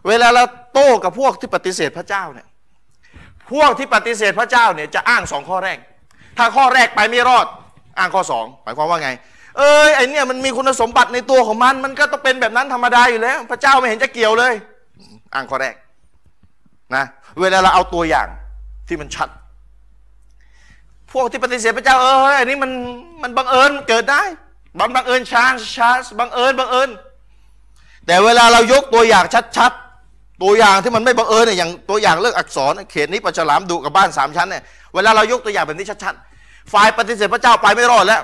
[SPEAKER 1] เวลาเราโต้กับพวกที่ปฏิเสธพระเจ้าเนี่ย พวกที่ปฏิเสธพระเจ้าเนี่ยจะอ้างสองข้อแรก ถ้าข้อแรกไปไม่รอด อ้างข้อสองหมายความว่าไง เอ้ยไอเนี่ยมันมีคุณสมบัติในตัวของมัน มันก็ต้องเป็นแบบนั้นธรรมดาอยู่แล้ว พระเจ้าไม่เห็นจะเกี่ยวเลย อ้างข้อแรกนะ เวลาเราเอาตัวอย่างที่มันชัด พวกที่ปฏิเสธพระเจ้าเอ้ยอันนี้มันมันบังเอิญเกิดได้ บังบังเอิญชานชาบังเอิญบังเอิญ แต่เวลาเรายกตัวอย่างชัดๆ ตัวอย่างที่มันไม่บังเอิญเนี่ยอย่างตัวอย่างเรื่องอักษรเขตนี้ปลาฉลามดุกับบ้านสามชั้นเนี่ยเวลาเรายกตัวอย่างแบบนี้ชัดๆฝ่ายปฏิเสธพระเจ้าไปไม่รอดแล้ว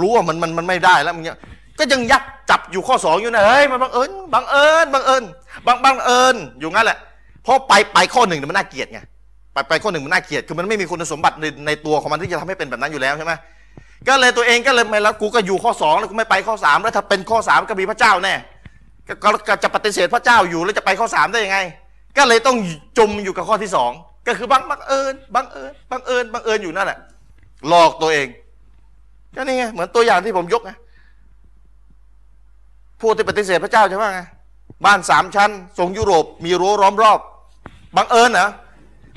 [SPEAKER 1] รู้ว่ามันมันมันไม่ได้แล้วมันเนี่ยก็ยังยัดจับอยู่ข้อสองอยู่นะเฮ้ยมันบังเอิญบังเอิญบังเอิญบังบังเอิญอยู่งั้นแหละเพราะไปไปข้อหนึ่งเนี่ยมันน่าเกลียดไงไปไปข้อหนึ่งมันน่าเกลียดคือมันไม่มีคุณสมบัติในในตัวของมันที่จะทำให้เป็นแบบนั้นอยู่แล้วใช่ไหม ก็เลยตัวเองก็เลยไม่แล้วกูก็อยู่ข้อสองแล้วกูไม่ไปข้อสามแล้วถ้าเป็นข้อสามก็มีพระเจ้าแน่กก็ก็จะปฏิเสธพระเจ้าอยู่แล้วจะไปข้อสามได้ยังไง ก็เลยต้องจมอยู่กับข้อที่สองก็คือบังบังเอิญบังเอิญบังเอิญบังเอิญอยู่นั่นแหละหลอกตัวเองก็นี่ไงเหมือนตัวอย่างที่ผมยกไงผู้ที่ปฏิเสธพระเจ้าใช่ไหมไงบ้านสามชั้นทรงยุโรปมีรั้วล้อมรอบบังเอิญเหรอ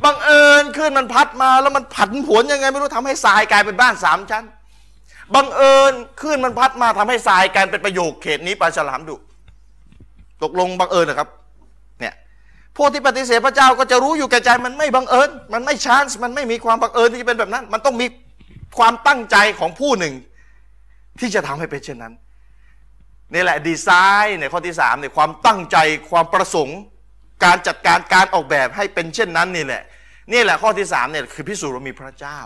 [SPEAKER 1] บังเอิญขึ้นมันพัดมาแล้วมันผันผวนยังไง ไม่รู้ทำให้ทรายกลายเป็นบ้านสามชั้น บังเอิญคลื่นมันพัดมาทำให้ทรายกลายเป็นประโยคเขตนี้ปลาฉลามดุ ตกลงบังเอิญเหรอครับเนี่ยพวกที่ปฏิเสธพระเจ้าก็จะรู้อยู่แก่ใจมันไม่บังเอิญมันไม่ชานส์มันไม่มีความบังเอิญที่จะเป็นแบบนั้น มันต้องมีความตั้งใจของผู้หนึ่ง ที่จะทำให้เป็นเช่นนั้นนี่แหละดีไซน์ในยข้อที่3เนี่ยความตั้งใจความประสงค์ การจัดการการออกแบบให้เป็นเช่นนั้นนี่แหละนี่แหละข้อที่สามเนี่ยคือพิสูจน์ว่ามีพระเจ้า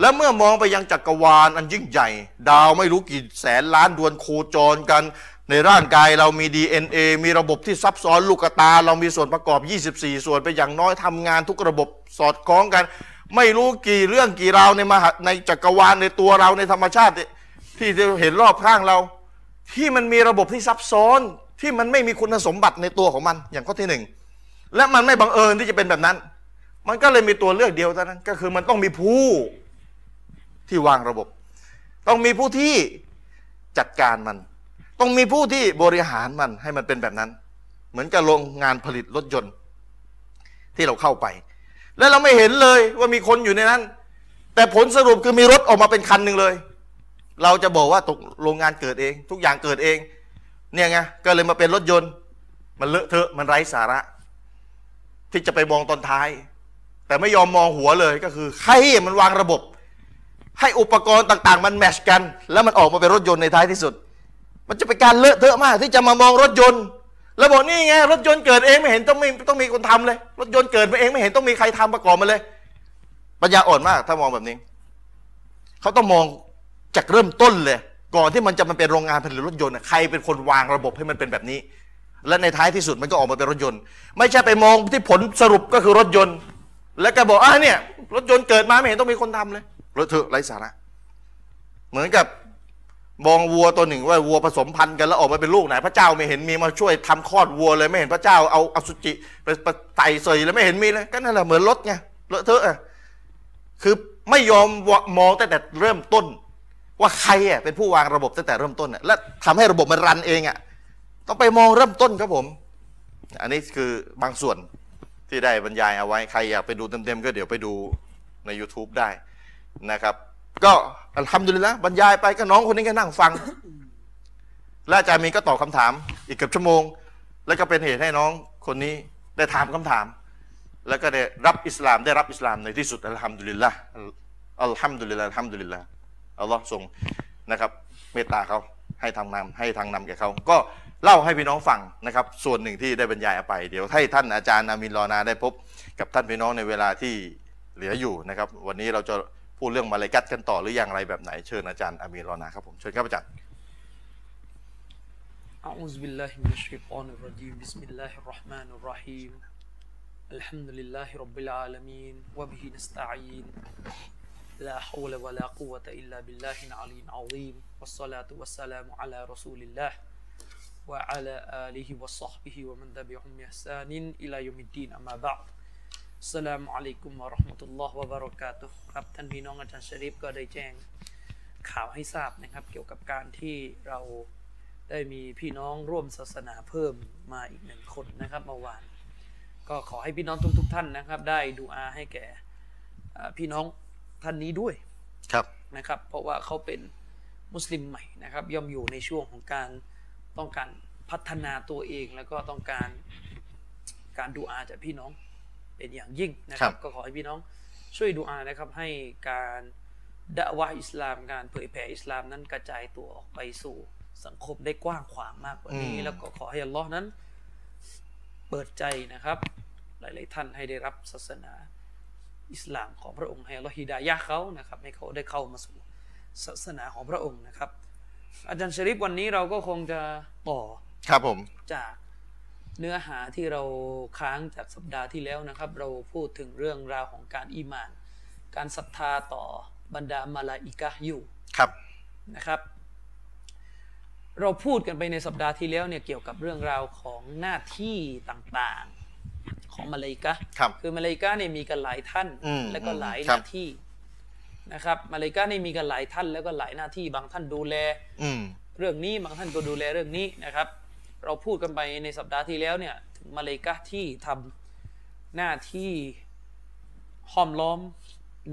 [SPEAKER 1] และเมื่อมองไปยังจักรวาลอันยิ่งใหญ่ ดาวไม่รู้กี่แสนล้านดวงโคจรกัน ในร่างกายเรามี DNA มีระบบที่ซับซ้อนลูกตา เรามีส่วนประกอบ 24 ส่วนไปนอย่างน้อยทำงานทุกระบบสอดคล้องกัน ไม่รู้กี่เรื่องกี่ราวในมหาในจักรวาลในตัวเราในธรรมชาติ ที่ที่เห็นรอบข้างเรา ที่มันมีระบบที่ซับซ้อนที่มันไม่มีคุณสมบัติในตัวของมันอย่างข้อที่หนึ่งและมันไม่บังเอิญที่จะเป็นแบบนั้น มันก็เลยมีตัวเลือกเดียวเท่านั้นก็คือมันต้องมีผู้ ที่วางระบบ ต้องมีผู้ที่จัดการมัน ต้องมีผู้ที่บริหารมันให้มันเป็นแบบนั้น เหมือนกับโรงงานผลิตรถยนต์ ที่เราเข้าไป แล้วเราไม่เห็นเลยว่ามีคนอยู่ในนั้น แต่ผลสรุปคือมีรถออกมาเป็นคันหนึ่งเลย เราจะบอกว่าตกโรงงานเกิดเอง ทุกอย่างเกิดเอง เนี่ยไงก็เลยมาเป็นรถยนต์ มันเลอะเทอะมันไร้สาระ ที่จะไปมองตอนท้าย แต่ไม่ยอมมองหัวเลยก็คือใครมันวางระบบ ให้อุปกรณ์ต่างๆ มันแมชกัน แล้วมันออกมาเป็นรถยนต์ในท้ายที่สุด มันจะเป็นการเลอะเทอะมากที่จะมามองรถยนต์ แล้วบอกนี่ไงรถยนต์เกิดเองไม่เห็นต้องมีต้องมีคนทำเลย รถยนต์เกิดมาเองไม่เห็นต้องมีใครทำประกอบมาเลย ปัญญาอ่อนมากถ้ามองแบบนี้ เขาต้องมองจากเริ่มต้นเลย ก่อนที่มันจะมันเป็นโรงงานผลิตรถยนต์น่ะใครเป็นคนวางระบบให้มันเป็นแบบนี้ และในท้ายที่สุดมันก็ออกมาเป็นรถยนต์ ไม่ใช่ไปมองที่ผลสรุปก็คือรถยนต์ แล้วก็บอกอ่ะเนี่ย รถยนต์เกิดมาไม่เห็นต้องมีคนทำเลยรถเถอะไร้สาระเหมือนกับมองวัวตัวหนึ่งว่าวัวผสมพันธุ์กันแล้วออกมาเป็นลูกไหน พระเจ้าไม่เห็นมีมาช่วยทำคลอดวัวเลยไม่เห็นพระเจ้าเอาอสุจิไปไปไต่เสยแล้วไม่เห็นมีเลยก็นั่นแหละเหมือนรถไงรถเถอะอะ คือ ไม่ยอมวะมองตั้งแต่เริ่มต้น ว่าใครอ่ะเป็นผู้วางระบบตั้งแต่เริ่มต้นอ่ะและทำให้ระบบมันรันเองอ่ะต้องไปมองเริ่มต้นครับผม อันนี้คือบางส่วนที่ได้บรรยายเอาไว้ใครอยากไปดูเต็มๆก็เดี๋ยวไปดูใน YouTube ได้นะครับ ก็ทำดูเลยละบรรยายไปก็น้องคนนี้ก็นั่งฟัง และอาจารย์มีนก็ตอบคำถาม อีกเกือบชั่วโมง แล้วก็เป็นเหตุให้น้องคนนี้ได้ถามคำถาม แล้วก็ได้รับอิสลามได้รับอิสลามในที่สุดอัลฮัมดุลิลละอัลฮัมดุลิลละอัลฮัมดุลิลละอัลลอฮ์ทรงนะครับเมตตาเขาให้ทางนำให้ทางนำแก่เขาก็เล่าให้พี่น้องฟังนะครับ ส่วนหนึ่งที่ได้บรรยายเอาไป เดี๋ยวให้ท่านอาจารย์อามินรอนาได้พบ กับท่านพี่น้องในเวลาที่เหลืออยู่นะครับ วันนี้เราจะพูดเรื่องมาเลากัตกันต่อหรืออย่างไรแบบไหนเชิญอาจารย์อามินรอนาครับผมเชิญครับอาจารย์
[SPEAKER 2] أعوذ بالله من الشيطان الرجيم بسم الله الرحمن الرحيم الحمد لله رب العالمين وبه نستعين لا حول ولا قوة إلا بالله العلي العظيم والصلاة والسلام على رسول الله وعلى آله وصحبه ومن تبعهم بإحسان إلى يوم الدين أما بعد สลามอะลัยกุมวะเราะห์มะตุลลอฮ์วะบะเราะกาตุฮ์ครับท่านพี่น้องอาจารย์ชะริฟก็ได้แจ้งข่าวให้ทราบนะครับ เกี่ยวกับการที่เราได้มีพี่น้องร่วมศาสนาเพิ่มมาอีกหนึ่งคนนะครับเมื่อวาน ก็ขอให้พี่น้องทุกๆท่านนะครับ ได้ดูอาให้แก่อ่าพี่น้องท่านนี้ด้วย
[SPEAKER 1] ครับ
[SPEAKER 2] นะครับเพราะว่าเขาเป็นมุสลิมใหม่นะครับย่อมอยู่ในช่วงของการต้องการพัฒนาตัวเองแล้วก็ต้องการการดูอาจากพี่น้องเป็นอย่างยิ่งนะค
[SPEAKER 1] ค
[SPEAKER 2] รั
[SPEAKER 1] รับ บ
[SPEAKER 2] ก็ขอให้พี่น้องช่วยดูอานะครับให้การดะวะห์อิสลามการเผยแผ่อิสลามนั้นกระจายตัวออกไปสู่สังคมได้กว้างขวางมากกว่านี้ แล้วก็ขอให้อัลลอฮ์นั้น เปิดใจนะครับ หลาย ๆ ท่านให้ได้รับศาสนา อิสลามของพระองค์ให้อัลลอฮิดายะห์เขานะครับให้เขาได้เข้ามาสู่ศาสนาของพระองค์นะครับ อาจารย์ชริฟวันนี้เราก็คงจะต่อ
[SPEAKER 1] ครับผม
[SPEAKER 2] จากเนื้อหาที่เราค้างจากสัปดาห์ที่แล้วนะครับ เราพูดถึงเรื่องราวของการอีหมาน การศรัทธาต่อบรรดามาลาอิกะห์อยู่
[SPEAKER 1] ครับ
[SPEAKER 2] นะครับ เราพูดกันไปในสัปดาห์ที่แล้วเนี่ยเกี่ยวกับเรื่องราวของหน้าที่ต่างๆของมาเลายกะห์
[SPEAKER 1] ครับ
[SPEAKER 2] คือมาเลายกะห์เนี่ยมีกันหลายท่าน
[SPEAKER 1] อืม
[SPEAKER 2] แล้วก็หลาย
[SPEAKER 1] อืมค
[SPEAKER 2] ห
[SPEAKER 1] รับ
[SPEAKER 2] น้าที่นะครับ มาเลายกะห์เนี่ยมีกันหลายท่านแล้วก็หลายหน้าที่ บางท่านดูแล
[SPEAKER 1] อืม
[SPEAKER 2] เรื่องนี้บางท่านก็ดูแลเรื่องนี้นะครับ เราพูดกันไปในสัปดาห์ที่แล้วเนี่ยถึงมาเลกะห์ที่ทำหน้าที่ห้อมล้อม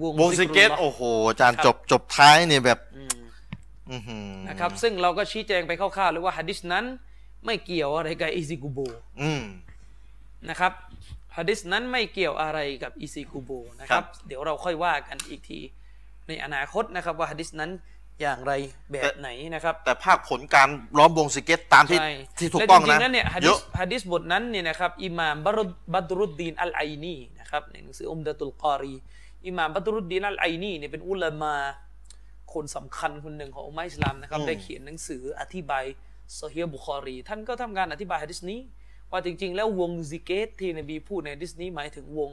[SPEAKER 2] วง
[SPEAKER 1] วงซิกเกต
[SPEAKER 2] ซิรุลลอฮ์
[SPEAKER 1] โอ้โหอาจารย์
[SPEAKER 2] ครับ
[SPEAKER 1] จบจบท้ายเนี่ยแบบ
[SPEAKER 2] อืม
[SPEAKER 1] อื้อหือ
[SPEAKER 2] นะครับซึ่งเราก็ชี้แจงไปคร่าวๆเลยว่าฮะดิษนั้นไม่เกี่ยวอะไรกับอิซิกุโบ
[SPEAKER 1] อืม
[SPEAKER 2] นะครับฮะดิษนั้นไม่เกี่ยวอะไรกับอิซิกุโบนะค
[SPEAKER 1] ครั
[SPEAKER 2] รับ
[SPEAKER 1] บ
[SPEAKER 2] เดี๋ยวเราค่อยว่ากันอีกทีในอนาคตนะครับว่าฮะดิษนั้นอย่างไรแบบไหนนะครับ
[SPEAKER 1] แต่ภาพผลการล้อมวงซิกเกตตามที่
[SPEAKER 2] ใช่
[SPEAKER 1] ที่ถูกต้อง
[SPEAKER 2] แลจริ
[SPEAKER 1] นะ
[SPEAKER 2] งๆนั้นเนี่ยฮะ
[SPEAKER 1] เย
[SPEAKER 2] ดิษ
[SPEAKER 1] อะ
[SPEAKER 2] ฮะดิษบทนั้นเนี่ยนะครับอิหม่ามบรุดบัตรุดดีนอัลไอนีนะครับในหนังสืออุมดะตุลกอรีอิหม่ามบัตรุดดีนอัลไอนีเนี่ยเป็นอุลามาคนสำคัญคนหนึ่งของอุมมะอิสลามนะครับ
[SPEAKER 1] อืม
[SPEAKER 2] ได้เขียนหนังสืออธิบายซอฮีฮ์บุคอรี ท่านก็ทำการอธิบายฮะดิษนี้ ว่าจริง ๆ แล้ววงซิกเกตที่นบีพูดในฮะดิษนี้หมายถึงวง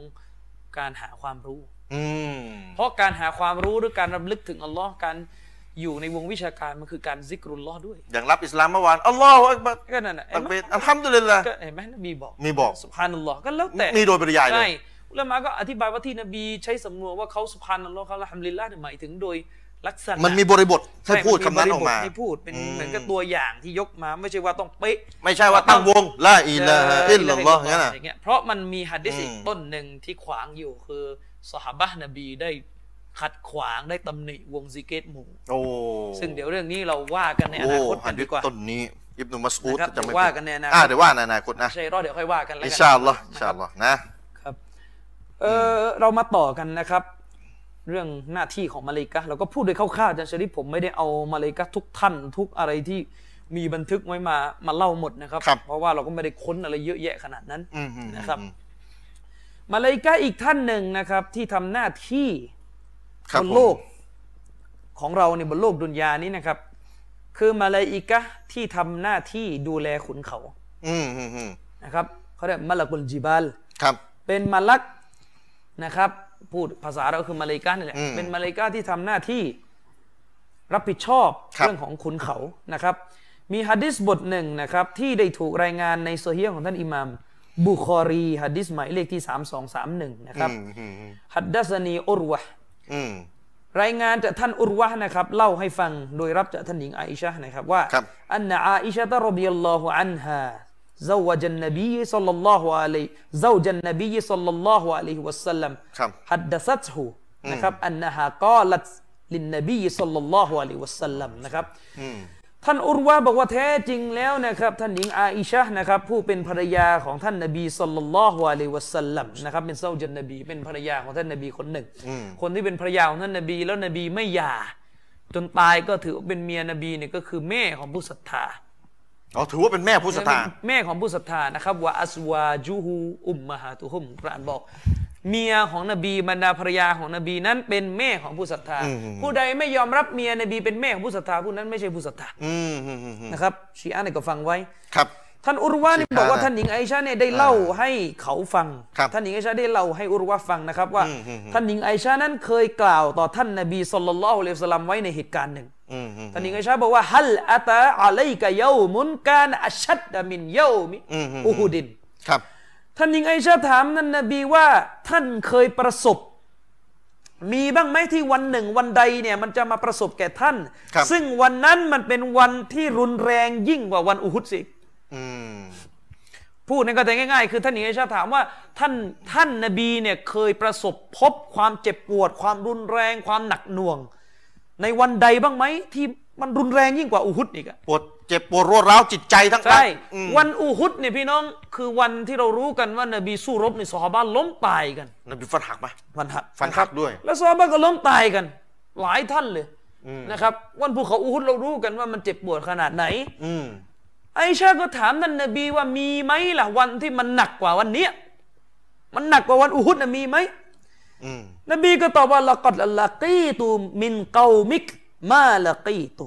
[SPEAKER 2] การหาความรู้
[SPEAKER 1] อืม
[SPEAKER 2] เพราะการหาความรู้หรือการรำลึกถึงอัลลอฮ์การอยู่ในวงวิชาการมันคือการซิกรุลลอฮ์ด้วย
[SPEAKER 1] อย่างรับอิสลามเมื่อวานอัลลอฮฺอักบัร
[SPEAKER 2] ก็นั่นแหละ
[SPEAKER 1] ตักเบรอัลฮัมดุลิลละ
[SPEAKER 2] ก็เห็นไหมนบีบอก
[SPEAKER 1] มีบอก
[SPEAKER 2] สุภานัลลอฮ์ก็แล้วแต่
[SPEAKER 1] มีโดยปริยายเล
[SPEAKER 2] ใช่
[SPEAKER 1] ย
[SPEAKER 2] อุลามะก็อธิบายว่าที่นบีใช้สำนวนว่าเขาสุภานัลลอฮ์เขาละฮัมดุลิลละเนี่ยหมายถึงโดยลักษณะ
[SPEAKER 1] มันมีบริบทให้
[SPEAKER 2] ช่
[SPEAKER 1] พูดคำนั้น
[SPEAKER 2] บริ
[SPEAKER 1] ออก
[SPEAKER 2] บท
[SPEAKER 1] มา
[SPEAKER 2] ให้พูดเป็น
[SPEAKER 1] อืม
[SPEAKER 2] เหมือนกับตัวอย่างที่ยกมาไม่ใช่ว่าต้องเป๊ะ
[SPEAKER 1] ไม่ใช่ว่าตั้งวงลาอิลาฮะอิลลัลลอฮ์อย่างนั้น
[SPEAKER 2] อ
[SPEAKER 1] น่ะ
[SPEAKER 2] ไรเงี้ยเพราะมันมีหัดดิษอีก
[SPEAKER 1] อืม
[SPEAKER 2] ต้นหนึ่งที่ขวางอยู่คือสหาบะห์นบีได้ขัดขวางได้ตำหนิวงซิกเกตหมู่
[SPEAKER 1] โอ้
[SPEAKER 2] ซึ่งเดี๋ยวเรื่องนี้เราว่ากันในอ
[SPEAKER 1] โอ้
[SPEAKER 2] นาคต
[SPEAKER 1] หั
[SPEAKER 2] กัน
[SPEAKER 1] ดิ
[SPEAKER 2] นดี
[SPEAKER 1] ษ
[SPEAKER 2] กว่า
[SPEAKER 1] ต้นนี้ อิบนุมัสอูด
[SPEAKER 2] นะครับ
[SPEAKER 1] จะไม่
[SPEAKER 2] เดี๋ยวว่ากันในอนาคต
[SPEAKER 1] อ่เดี๋ยวว่าในอนาคตนะ
[SPEAKER 2] ใช่รอดเดี๋ยวค่อยว่ากันแล้ว
[SPEAKER 1] อิ
[SPEAKER 2] กัน
[SPEAKER 1] ชาอัลลอฮ์อิชาอัลลอฮ์นะ
[SPEAKER 2] ครับเออเรามาต่อกันนะครับ เรื่องหน้าที่ของมาเลกะห์เราก็พูดโดยคร่าวๆอาจารย์ชริปผมไม่ได้เอามาเลกะห์ทุกท่านทุกอะไรที่มีบันทึกไว้มามาเล่าหมดนะครับ
[SPEAKER 1] ครับ
[SPEAKER 2] เพราะว่าเราก็ไม่ได้ค้นอะไรเยอะแยะขนาดนั้น
[SPEAKER 1] อืมๆๆ
[SPEAKER 2] นะครับ มาเลกะห์อีกท่านหนึ่งนะครับ ที่ทำหน้าที่
[SPEAKER 1] ครับ
[SPEAKER 2] บ
[SPEAKER 1] ผ
[SPEAKER 2] น
[SPEAKER 1] ม
[SPEAKER 2] โลกของเราในยบนโลกดุนยานี้นะครับ คือมาเลกะห์ที่ทำหน้าที่ดูแลขุนเขา
[SPEAKER 1] อืมอืมอืม
[SPEAKER 2] นะครับเขาเรียกมาลากุลจิบาล
[SPEAKER 1] ครับ
[SPEAKER 2] เป็นมาลักนะครับ พูดภาษาเราคือมาเลกานี่แหละ
[SPEAKER 1] อืม
[SPEAKER 2] เป็นมาเลกาที่ทำหน้าที่รับผิดชอบ
[SPEAKER 1] ครับ
[SPEAKER 2] เรื่องของขุนเขานะครับ มีฮะดิษบทหนึ่งนะครับ ที่ได้ถูกรายงานในโซเฮียของท่านอิหมามบุคอรีฮะดิษหมายเลขที่ 3231 นะครับ
[SPEAKER 1] อืมอืมอืม
[SPEAKER 2] ฮัดดัสนีอุรวะห์
[SPEAKER 1] อืม
[SPEAKER 2] รายงานจากท่านอุรวะห์นะครับ เล่าให้ฟังโดยรับจากท่านหญิงอาอิชะห์นะครับว่า
[SPEAKER 1] ครับ
[SPEAKER 2] อันนะอาอิชะตะรดิยัลลอฮุอันฮา زوج النبي صلى الله عليه زوج النبي صلى الله عليه وسلم
[SPEAKER 1] ครับ
[SPEAKER 2] حدثته นะครับอันนะฮาก็ลัตลินนบีสัลลัลลอฮุอะลัยฮิวะสัลลัมนะครับท่านอุรวะบอกว่าแท้จริงแล้วนะครับท่านหญิงอาอิชะห์นะครับผู้เป็นภรรยาของท่านนบีสัลลัลลอฮุอะลัยฮิวะสัลลัมนะครับเป็นเซาจันนบีเป็นภรรยาของท่านนบีคนหนึ่ง คนที่เป็นภรรยาของท่านนบีแล้วนบีไม่หย่า จนตายก็ถือว่าเป็นเมียนบีเนี่ยก็คือแม่ของผู้ศรัทธา
[SPEAKER 1] อ๋อถือว่าเป็นแม่ผู้ศรัทธา
[SPEAKER 2] แม่ของผู้ศรัทธานะครับว่าอัสวาจูฮูอุมมาฮาตุฮุมกรานบอก เมียของนบีบรรดาภรรยาของนบีนั้นเป็นแม่ของผู้ศรัทธา
[SPEAKER 1] อืม
[SPEAKER 2] ผู้ใดไม่ยอมรับเมียนบีเป็นแม่ของผู้ศรัทธาผู้นั้นไม่ใช่ผู้ศรัทธา
[SPEAKER 1] อืมอืมอืมอืม
[SPEAKER 2] นะครับชีอะห์เนี่ยก็ฟังไว้
[SPEAKER 1] ครับ
[SPEAKER 2] ท่านอุรวะนี่บอกว่า
[SPEAKER 1] อ่า
[SPEAKER 2] ท่านหญิงไอชาเนี่ยได้เล่าให้เขาฟัง
[SPEAKER 1] ครับ
[SPEAKER 2] ท่านหญิงไอชาได้เล่าให้อุรวะฟังนะครับว่า
[SPEAKER 1] อืมอืมอืม
[SPEAKER 2] ท่านหญิงไอชานั้นเคยกล่าวต่อท่านนบีสุลต่านละฮ์อะลัยฮิวะสลลัมไว้ในเหตุการณ์หนึ่ง
[SPEAKER 1] อืมอืม
[SPEAKER 2] ท่านหญิงไอชาบอกว่าฮัลอาตาอะลัยกะเยามุนการอัชชัดดะมินเยามิอุฮุดิน
[SPEAKER 1] ครับ
[SPEAKER 2] ท่านหญิงไอชาถามนั่นนบีว่าท่านเคยประสบ มีบ้างไหมที่วันหนึ่งวันใดเนี่ยมันจะมาประสบแก่ท่าน
[SPEAKER 1] ครับ
[SPEAKER 2] ซึ่งวันนั้นมันเป็นวันที่รุนแรงยิ่งกว่าวันอุฮุดสิ
[SPEAKER 1] อืม
[SPEAKER 2] พูดในก็แต่ง่ายๆ คือท่านหญิงไอชาถามว่าท่านท่านนบีเนี่ยเคยประสบพบความเจ็บปวด ความรุนแรง ความหนักหน่วง ในวันใดบ้างไหมที่มันรุนแรงยิ่งกว่าอุฮุดอีกอะ
[SPEAKER 1] ปวดเจ็บปวดรวดร้าวจิตใจทั้ง
[SPEAKER 2] ใช่
[SPEAKER 1] อืม
[SPEAKER 2] วันอูฮุดเนี่ยพี่น้องคือวันที่เรารู้กันว่านบีสู้รบในซอฮาบ้านล้มตายกัน
[SPEAKER 1] นบีฟันหักไหม
[SPEAKER 2] วันหัก
[SPEAKER 1] ฟันหักด้วย
[SPEAKER 2] แล้วซอฮาบ้านก็ล้มตายกัน หลายท่านเลยนะครับ วันภูเขาอูฮุดเรารู้กันว่ามันเจ็บปวดขนาดไหน
[SPEAKER 1] อืม
[SPEAKER 2] ไอชาก็ถามท่านนบีว่ามีไหมล่ะวันที่มันหนักกว่าวันเนี้ยมันหนักกว่าวันอูฮุดนะมีไหม
[SPEAKER 1] อืม
[SPEAKER 2] นบีก็ตอบว่าละกัดละลากีตูมินเกามิกมาละกีตู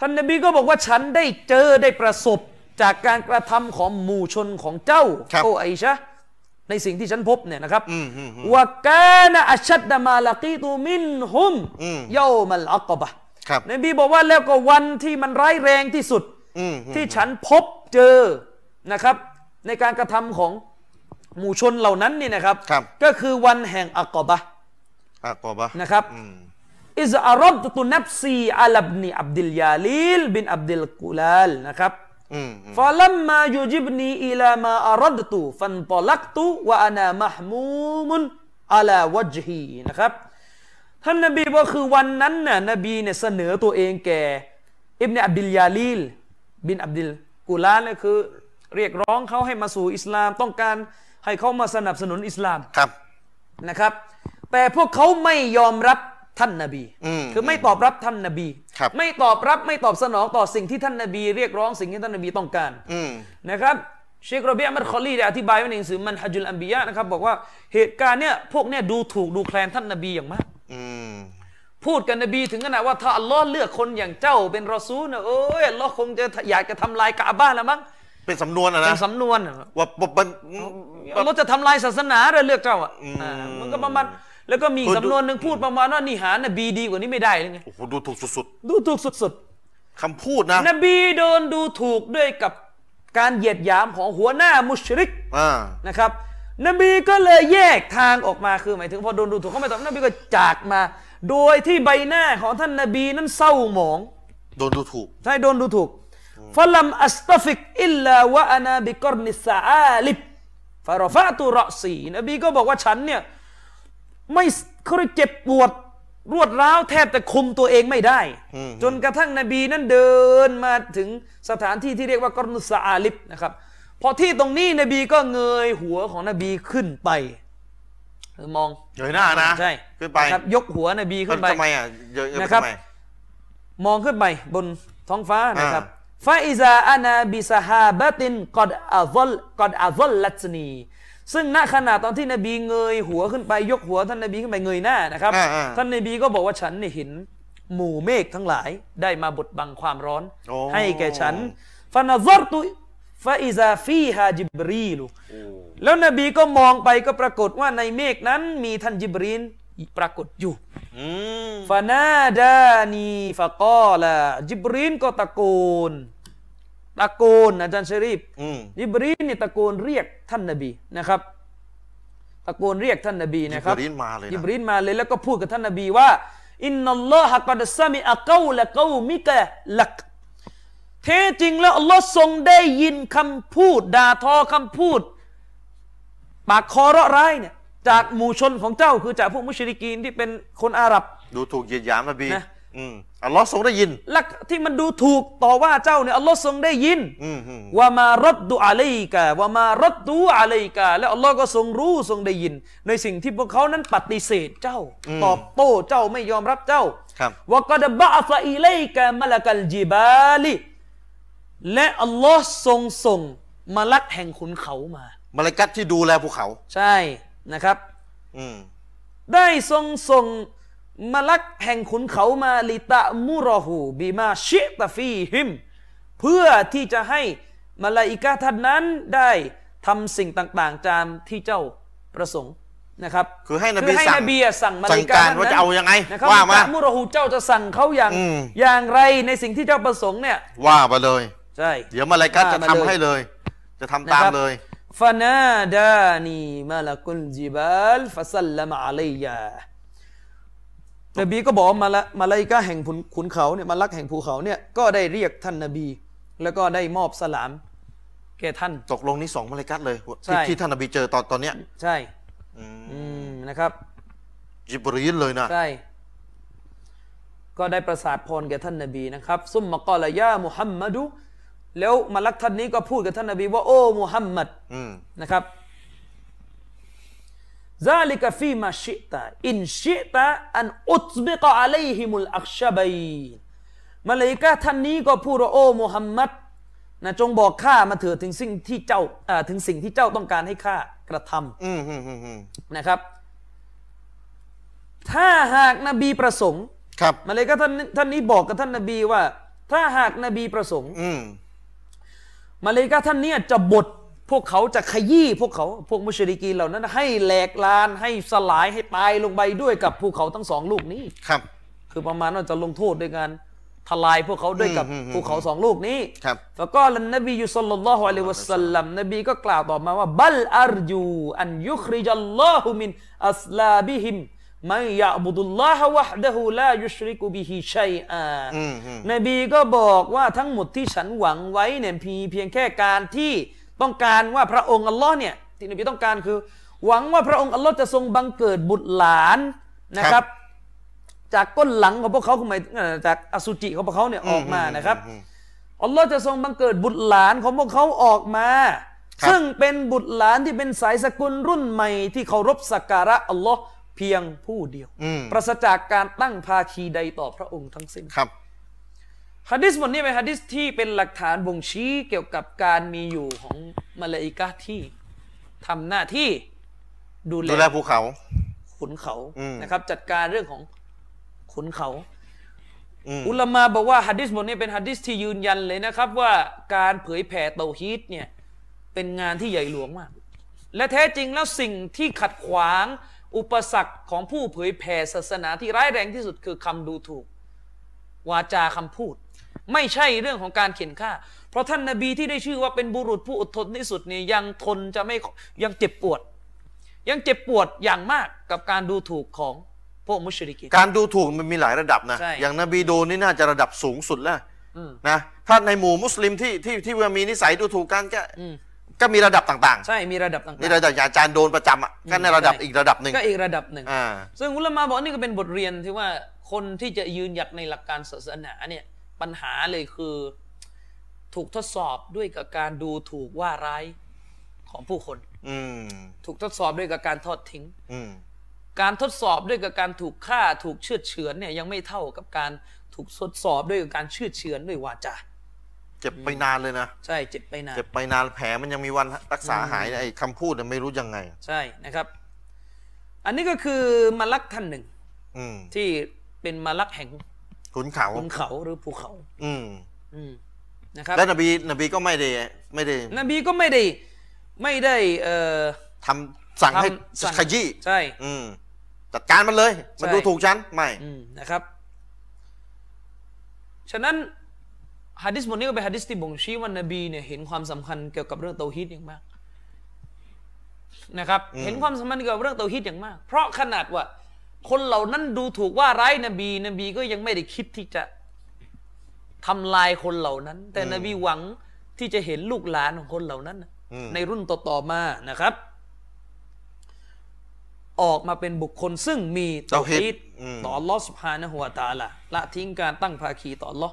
[SPEAKER 2] ท่านนบีก็บอกว่าฉันได้เจอได้ประสบจากการกระทำของหมู่ชนของเจ้าโอ้ไอชะในสิ่งที่ฉันพบเนี่ยนะครับ
[SPEAKER 1] อืมอืม
[SPEAKER 2] ว่ากานะอัชชัดดะมาลากีตูมินฮุม
[SPEAKER 1] อืม
[SPEAKER 2] เยามัลอักบะ
[SPEAKER 1] ครับ
[SPEAKER 2] นบีบอกว่าแล้วก็วันที่มันร้ายแรงที่สุด
[SPEAKER 1] อืมอืม
[SPEAKER 2] ที่ฉันพบเจอนะครับ ในการกระทำของหมู่ชนเหล่านั้นนี่นะครับ
[SPEAKER 1] ครับ
[SPEAKER 2] ก็คือวันแห่งอักบะ
[SPEAKER 1] อ่ะกอบะ
[SPEAKER 2] นะครับ
[SPEAKER 1] อืม
[SPEAKER 2] อิซอารอบตุนับซีอาลับนีอับดิลยาลีลบินอับดิลกุลาลนะครับ
[SPEAKER 1] อืมอืม
[SPEAKER 2] فلما يجبني إلى ما أردت فانطلقت وأنا محموم على وجهي นะครับ ท่านนบีบอกคือวันนั้นน่ะนบีเนี่ยเสนอตัวเองแก่อิบเนอับดิลยาลีล บินอับดิลกุลาลคือ เรียกร้องเขาให้มาสู่อิสลาม ต้องการให้เขามาสนับสนุนอิสลาม
[SPEAKER 1] ครับ
[SPEAKER 2] นะครับ แต่พวกเขาไม่ยอมรับท่านนาบี
[SPEAKER 1] อืม
[SPEAKER 2] คือไม่ตอบรับท่านนาบี
[SPEAKER 1] ครับ
[SPEAKER 2] ไม่ตอบรับไม่ตอบสนองต่อสิ่งที่ท่านนาบี เรียกร้องสิ่งที่ท่านนาบีต้องการ
[SPEAKER 1] อืม
[SPEAKER 2] นะครับ เชคโรเบียมัดคอลลีได้อธิบายไว้ในหนังสือมันฮัจุลอัมบียะนะครับ บอกว่าเหตุการณ์เนี่ยพวกเนี่ยดูถูกดูแคลนท่านนาบีอย่างมาก
[SPEAKER 1] อืม
[SPEAKER 2] พูดกับนบีถึงขนาดว่าถ้าอัลลอฮ์เลือกคนอย่างเจ้าเป็นรอซูลนะโอ้ยอัลลอฮ์คงจะอยากจะทำลายกาบ้านละมั้ง
[SPEAKER 1] เป็นสำนวนอะ
[SPEAKER 2] เป็
[SPEAKER 1] นะ
[SPEAKER 2] นสำนวนอะ
[SPEAKER 1] ว่าบัน
[SPEAKER 2] อัลลอฮ์จะทำลายศาสนาเลยเลือกเจ้าอ่ะ
[SPEAKER 1] อืม
[SPEAKER 2] อ่ามันก็ประมาณแล้วก็มี
[SPEAKER 1] เออดู
[SPEAKER 2] สำนวนหนึ่งพูดประมาณว่านี่หานบีดีกว่านี้ไม่ได้เลยไง
[SPEAKER 1] โอ้โหดูถูกสุด
[SPEAKER 2] ดูถูกสุด
[SPEAKER 1] ๆคำพูดนะ
[SPEAKER 2] ๆ นบีโดนดูถูกด้วยกับการเหยียดหยามของหัวหน้ามุชริก
[SPEAKER 1] อ่า
[SPEAKER 2] นะครับ นบีก็เลยแยกทางออกมาคือหมายถึงพอโดนดูถูกเขาไม่ตอบนบีก็จากมา โดยที่ใบหน้าของท่านนบีนั้นเศร้าหมอง
[SPEAKER 1] โดนดูถูก
[SPEAKER 2] ใช่โดนดูถูกฟัลัมอัสตฟิกอิลลาวะอานาบิกอรนิสซาอาลิบฟารอฟะตุรอซีนบีก็บอกว่าฉันเนี่ย ไม่เขาเรียกเจ็บปวด รวดร้าวแทบจะคุมตัวเองไม่ได้
[SPEAKER 1] อืม
[SPEAKER 2] จนกระทั่งนบีนั้นเดินมาถึงสถานที่ที่เรียกว่ากอรนุสซาอาลิบนะครับ พอที่ตรงนี้นบีก็เงยหัวของนบีขึ้นไปเออมอง
[SPEAKER 1] เงยหน้านะ
[SPEAKER 2] ใช่
[SPEAKER 1] ขึ้นไป
[SPEAKER 2] ะครับยกหัวนบีขึ้นไป
[SPEAKER 1] ทำไมอ่ะเยอะๆไป
[SPEAKER 2] นะครับ
[SPEAKER 1] ทำไม
[SPEAKER 2] มองขึ้นไปบนท้องฟ้านะครับ
[SPEAKER 1] อ่
[SPEAKER 2] ฟาอิซาอานาบิสฮาบะตินกอดอาซอลกอดอาซอลลัตนี ซึ่งณขณะตอนที่นบีเงยหัวขึ้นไปยกหัวท่านนบีขึ้นไปเงยหน้านะครับ
[SPEAKER 1] อ่าอ่า
[SPEAKER 2] ท่านนบีก็บอกว่าฉันเนี่ยเห็นหมู่เมฆทั้งหลายได้มาบดบังความร้อน
[SPEAKER 1] โอ้
[SPEAKER 2] ให้แก่ฉันฟานาซอรตุฟาอิซาฟีฮาจิบรีลู
[SPEAKER 1] โอ้
[SPEAKER 2] แล้วนบีก็มองไปก็ปรากฏว่าในเมฆนั้นมีท่านจิบรีนปรากฏอยู่
[SPEAKER 1] อืม
[SPEAKER 2] ฟานาดานีฟะกอลาจิบรีนก็ตะโกนตะโกนอาจารย์ชะรีฟ
[SPEAKER 1] อืม
[SPEAKER 2] จิบรีนเนี่ยตะโกนเรียกท่านนบีนะครับ ตะโกนเรียกท่านนบีนะครั
[SPEAKER 1] จิ
[SPEAKER 2] บ
[SPEAKER 1] บรีนมาเลยนะ
[SPEAKER 2] จิบรีนมาเลยแล้วก็พูดกับท่านนบีว่า อินนัลลอฮะกัดสมิอะกาวละกาวมิกะลัก แท้จริงแล้วอัลลอฮ์ทรงได้ยินคำพูด ด่าทอคำพูด ปากคอเราะร้ายเนี่ย จากหมู่ชนของเจ้าคือจากพวกมุชริกีนที่เป็นคนอาหรับ
[SPEAKER 1] ดูถูกเหยียดหยามนบี
[SPEAKER 2] นะ
[SPEAKER 1] อืมอัลลอฮ์ทรงได้ยิน
[SPEAKER 2] และที่มันดูถูกต่อว่าเจ้าเนี่ยอัลลอฮ์ทรงได้ยิน
[SPEAKER 1] อืมอืม
[SPEAKER 2] ว่ามารดดูอะลัยกะว่ามารดดูอะลัยกะแล้วอัลลอฮ์ก็ทรงรู้ทรงได้ยิน ในสิ่งที่พวกเขานั้นปฏิเสธเจ้า ตอบโต้เจ้าไม่ยอมรับเจ้า
[SPEAKER 1] ครับ
[SPEAKER 2] ว่าก็ดบะอัฟอิลัยกะมะละกัลจิบาลิและอัลลอฮ์ทรงส่งมาลักแห่งขุนเขามา
[SPEAKER 1] มลาอิกัตที่ดูแลภูเขา
[SPEAKER 2] ใช่นะครับ
[SPEAKER 1] อืม
[SPEAKER 2] ได้ทรงส่งมาลักแห่งขุนเขามาลิตะมุรอหูบีมาชิตะฟีหิม เพื่อที่จะให้มาลาอิกาท่านนั้นได้ทำสิ่งต่างๆตามที่เจ้าประสงค์นะครับ
[SPEAKER 1] คือให้น
[SPEAKER 2] คื
[SPEAKER 1] บี
[SPEAKER 2] อให้
[SPEAKER 1] สั่ง
[SPEAKER 2] นบีอะสั่งมาลาอิกา
[SPEAKER 1] สั่งการ
[SPEAKER 2] ท่นนั้น
[SPEAKER 1] ว่าจะเอายังไง
[SPEAKER 2] นะครับ
[SPEAKER 1] ว่ามา
[SPEAKER 2] ลิตะมุรอหูเจ้าจะสั่งเขาอย่าง
[SPEAKER 1] อืม
[SPEAKER 2] อย่างไรในสิ่งที่เจ้าประสงค์เนี่ย
[SPEAKER 1] ว่าไปเลย
[SPEAKER 2] ใช่
[SPEAKER 1] เดี๋ยวมลาอิกัต
[SPEAKER 2] ว่า
[SPEAKER 1] จะ
[SPEAKER 2] มา
[SPEAKER 1] ทำ
[SPEAKER 2] เลย
[SPEAKER 1] ให้เลย จะทำ
[SPEAKER 2] นะ
[SPEAKER 1] ตาม
[SPEAKER 2] ครับ
[SPEAKER 1] เลย
[SPEAKER 2] ฟานาดานีมาลากุลจิบัลฟาซัลลัมอะลัยยานบีก็บอกว่ามาละมาลาอิกาแห่งขุนขุนเขาเนี่ยมาลักแห่งภูเขาเนี่ยก็ได้เรียกท่านนบี แล้วก็ได้มอบสลาม แก่ท่าน
[SPEAKER 1] ตกลงนี้สองมลาอิกัตเลย
[SPEAKER 2] ใช่
[SPEAKER 1] ที่ที่ท่านนบีเจอตอนตอนเนี้ย
[SPEAKER 2] ใช่
[SPEAKER 1] อืม
[SPEAKER 2] อืมนะครับ
[SPEAKER 1] จิบรีลเลยนะ
[SPEAKER 2] ใช่ ก็ได้ประสาทพรแก่ท่านนบีนะครับซุมมะกอลายามุฮัมมัดุแล้วมาลักท่านนี้ก็พูดกับท่านนบีว่าโอ้มุฮัมมัด
[SPEAKER 1] อืม
[SPEAKER 2] นะครับซาลิกฟีมาชิตะอินชิตะอันอุตบิกะอะลัยฮิมุลอักชะบัยมาเลายกาท่านนี้ก็พูดว่าโอ้มุฮัมมัดนะจงบอกข้ามาเถิดถึงสิ่งที่เจ้าอ่าถึงสิ่งที่เจ้าต้องการให้ข้ากระทำ
[SPEAKER 1] อืมอืมอืมอืม
[SPEAKER 2] นะครับ ถ้าหากนบีประสงค์
[SPEAKER 1] ครับ
[SPEAKER 2] มาเลายกาท่านท่านนี้บอกกับท่านนบีว่า ถ้าหากนบีประสงค์
[SPEAKER 1] อืม
[SPEAKER 2] มาเลายกาท่านเนี่ยจะบดพวกเขาจะขยี้พวกเขาพวกมุชริกีนเหล่านั้น ให้แหลกลานให้สลายให้ตายลงไปด้วยกับภูเขาทั้งสองลูกนี้
[SPEAKER 1] ครับ
[SPEAKER 2] คือประมาณว่าจะลงโทษด้วยการทลายพวกเขาด้วยกับ
[SPEAKER 1] อืมอืม
[SPEAKER 2] ภูเขาสองลูกนี้
[SPEAKER 1] ครับ
[SPEAKER 2] ฟะกอลันนบียุสลลัลลอฮุอะลัยฮิวะสัลลัมนบีก็กล่าวต่อมาว่าบัลอารยูอันยุคริจัลลอฮุมินอัสลาบิฮิมมันยะบุดุลลอฮะวะฮ์ดะฮูลายุชริกุบิฮิชัยอา
[SPEAKER 1] อืมอืม
[SPEAKER 2] นบีก็บอกว่าทั้งหมดที่ฉันหวังไว้เนี่ยพีเพียงแค่การที่ต้องการว่าพระองค์อัลลอฮ์เนี่ยที่นบีต้องการคือ หวังว่าพระองค์อัลลอฮ์จะทรงบังเกิดบุตรหลานนะครับ จากก้นหลังของพวกเขาคือหมายเอ่อจากอสุจิของพวกเขาเนี่ยออกมานะครับ
[SPEAKER 1] อืม
[SPEAKER 2] อัลลอฮ์จะทรงบังเกิดบุตรหลานของพวกเขาออกมา
[SPEAKER 1] ครับ
[SPEAKER 2] ซึ่งเป็นบุตรหลานที่เป็นสายสกุลรุ่นใหม่ที่เคารพสักการะอัลลอฮ์เพียงผู้เดียว
[SPEAKER 1] อืม
[SPEAKER 2] ปราศจากการตั้งภาคีใดต่อพระองค์ทั้งสิ้น
[SPEAKER 1] ครับ
[SPEAKER 2] ฮะดิษบทนี้เป็นฮะดิษที่เป็นหลักฐานบ่งชี้เกี่ยวกับการมีอยู่ของมาลาอิกะฮ์ที่ทำหน้าที่ดู
[SPEAKER 1] ดูแล
[SPEAKER 2] แล
[SPEAKER 1] ภูเขา
[SPEAKER 2] ขุนเขา
[SPEAKER 1] อืม
[SPEAKER 2] นะครับ จัดการเรื่องของขุนเขา
[SPEAKER 1] อืม
[SPEAKER 2] อุลามาบอกว่าฮะดิษบทนี้เป็นฮะดิษที่ยืนยันเลยนะครับ ว่าการเผยแผ่เตาฮีดเนี่ยเป็นงานที่ใหญ่หลวงมาก และแท้จริงแล้วสิ่งที่ขัดขวางอุปสรรคของผู้เผยแผ่ศาสนาที่ร้ายแรงที่สุดคือคำดูถูก วาจาคำพูด ไม่ใช่เรื่องของการเขียนฆ่า เพราะท่านนาบีที่ได้ชื่อว่าเป็นบุรุษผู้อดทนที่สุดเนี่ยยังทนจะไม่ยังเจ็บปวด ยังเจ็บปวดอย่างมากกับการดูถูกของพวกมุชริกีน
[SPEAKER 1] การดูถูกมันมีหลายระดับนะ
[SPEAKER 2] ใช่
[SPEAKER 1] อย่างนบีโดนนี่น่าจะระดับสูงสุดแล้ว
[SPEAKER 2] อืม
[SPEAKER 1] นะถ้าในหมู่มุสลิมที่ที่ที่มีนิสัยดูถูกกันก็
[SPEAKER 2] อืม
[SPEAKER 1] ก็มีระดับต่าง
[SPEAKER 2] ใช่มีระดับต่าง
[SPEAKER 1] ๆ
[SPEAKER 2] ๆ
[SPEAKER 1] นี่ระดับอย่างอาจารย์โดนประจำอ่ะก็ในระดับ
[SPEAKER 2] ใช่
[SPEAKER 1] อีกระดับหนึ่ง
[SPEAKER 2] ก็อีกระดับหนึ่ง
[SPEAKER 1] อ่า
[SPEAKER 2] ซึ่งอุลามาบอกนี่ก็เป็นบทเรียนที่ว่าคนที่จะยืนหยัดในหลักการศาสนาเนี่ยปัญหาเลยคือ ถูกทดสอบด้วยกับการดูถูกว่าร้ายของผู้คน
[SPEAKER 1] อืม
[SPEAKER 2] ถูกทดสอบด้วยกับการทอดทิ้ง
[SPEAKER 1] อืม
[SPEAKER 2] การทดสอบด้วยกับการถูกฆ่าถูกเชือดเฉือนเนี่ยยังไม่เท่ากับการถูกทดสอบด้วยกับการเชือดเฉือนด้วยวาจา
[SPEAKER 1] เจ็บไปนานเลยนะ
[SPEAKER 2] ใช่เจ็บไปนาน
[SPEAKER 1] เจ็บไปนานแผลมันยังมีวันรักษาหายนะไอ้คำพูดน่ะไม่รู้ยังไง
[SPEAKER 2] ใช่นะครับ อันนี้ก็คือมาลักท่านหนึ่ง
[SPEAKER 1] อืม
[SPEAKER 2] ที่เป็นมาลักแห่ง
[SPEAKER 1] ขุนเขา
[SPEAKER 2] บนเขาหรือภูเขา
[SPEAKER 1] อืม
[SPEAKER 2] อืมนะครับ
[SPEAKER 1] แล้วนบีนบีก็ไม่ได้ไม่ได้
[SPEAKER 2] นบีก็ไม่ได้ไม่ได้เอ่อ
[SPEAKER 1] ทำสั่งให้
[SPEAKER 2] ทำสั่ง
[SPEAKER 1] ขยี้
[SPEAKER 2] ใช่
[SPEAKER 1] อืมจัดการมันเลย มันดูถูกฉันไม่
[SPEAKER 2] อืมนะครับ ฉะนั้นฮะดิษบทนี้ก็เป็นฮะดิษที่บ่งชี้ว่านบีเนี่ยเห็นความสำคัญเกี่ยวกับเรื่องเตาฮีดอย่างมากนะครับ เห็นความสำคัญเกี่ยวกับเรื่องเตาฮีดอย่างมาก เพราะขนาดว่า คนเหล่านั้นดูถูกว่าร้ายนบี นบีก็ยังไม่ได้คิดที่จะทำลายคนเหล่านั้น แต่นบีหวังที่จะเห็นลูกหลานของคนเหล่านั้นน่ะ
[SPEAKER 1] อืม
[SPEAKER 2] ในรุ่นต่อๆมานะครับ ออกมาเป็นบุคคลซึ่งมี
[SPEAKER 1] เตาฮีด
[SPEAKER 2] ฮีด
[SPEAKER 1] อืม
[SPEAKER 2] ต่อ Allah Subhanahu wa Taala ละทิ้งการตั้งภาคีต่อ Allah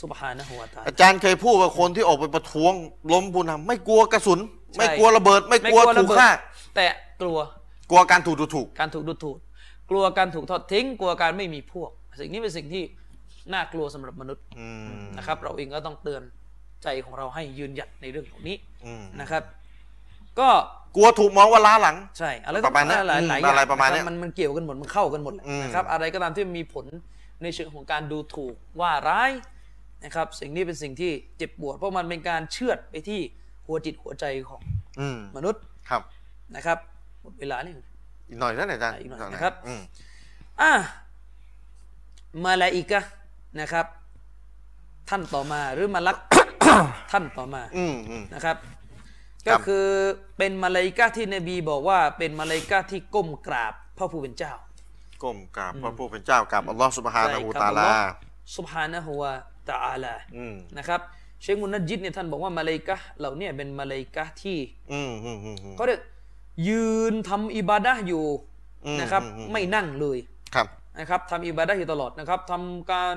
[SPEAKER 2] Subhanahu wa Taala
[SPEAKER 1] อาจารย์เคยพูดว่าคนที่ออกไปประท้วง ล้มผู้นำไม่กลัวกระสุน ไม่กลัวระเบิด ไม่กลัวถูกฆ่า
[SPEAKER 2] แต่กลัว
[SPEAKER 1] กลัวการถูกดูถูก
[SPEAKER 2] การถูกดูถูก กลัวการถูกทอดทิ้ง กลัวการไม่มีพวก สิ่งนี้เป็นสิ่งที่น่ากลัวสำหรับมนุษย์
[SPEAKER 1] อืม
[SPEAKER 2] นะครับ เราเองก็ต้องเตือนใจของเราให้ยืนหยัดในเรื่องเหล่านี้
[SPEAKER 1] อืม
[SPEAKER 2] นะครับ ก็
[SPEAKER 1] กลัวถูกมองว่าล้าหลัง
[SPEAKER 2] ใช่อะไร
[SPEAKER 1] ประมาณนั้น
[SPEAKER 2] หลายหลายๆอย่า
[SPEAKER 1] อะไร
[SPEAKER 2] ง
[SPEAKER 1] ประมาณเนี้ย
[SPEAKER 2] นมันเกี่ยวกันหมดมันเข้ากันหมดแหละ
[SPEAKER 1] อืม
[SPEAKER 2] นะครับ อะไรก็ตามที่มีผลในเชิงของการดูถูกว่าร้ายนะครับ สิ่งนี้เป็นสิ่งที่เจ็บปวดเพราะมันเป็นการเชือดไปที่หัวจิตหัวใจของ
[SPEAKER 1] อืม
[SPEAKER 2] มนุษย์
[SPEAKER 1] ครับ
[SPEAKER 2] นะครับหมดเวลานี่
[SPEAKER 1] อีกหน่อยนั่นแหละอาจารย์
[SPEAKER 2] อีกหน่อย
[SPEAKER 1] ก
[SPEAKER 2] นะครับ
[SPEAKER 1] อืม
[SPEAKER 2] อ่ะมาลาอิกะห์นะครับ ท่านต่อมาหรือมาลั ก ท่านต่อมา
[SPEAKER 1] อืมอืม
[SPEAKER 2] นะครับ
[SPEAKER 1] ครั
[SPEAKER 2] ก็
[SPEAKER 1] บ
[SPEAKER 2] คือเป็นมาลาอิกะห์ที่นบีบอกว่าเป็นมาลาอิกะห์ที่ก้มกราบพระผู้เป็นเจ้า
[SPEAKER 1] ก้มกราบพระผู้เป็นเจ้ากราบอัลลอฮฺสุบฮานะฮูวะตะอาลา
[SPEAKER 2] สุบฮานะฮุวาตะอาลา
[SPEAKER 1] อืม
[SPEAKER 2] นะครับ เชคมุนนัจญิดเนี่ยท่านบอกว่ามาลาอิกะห์เหล่าเนี้เป็นมาลาอิกะห์ที่
[SPEAKER 1] อืมอืมอืมอืม
[SPEAKER 2] เขาเรียกยืนทำอิบาดะห์อยู่
[SPEAKER 1] อืม
[SPEAKER 2] นะครับ
[SPEAKER 1] อืมอืม
[SPEAKER 2] ไม่นั่งเลย
[SPEAKER 1] ครับ
[SPEAKER 2] นะครับทำอิบาดะห์อยู่ตลอดนะครับทำการ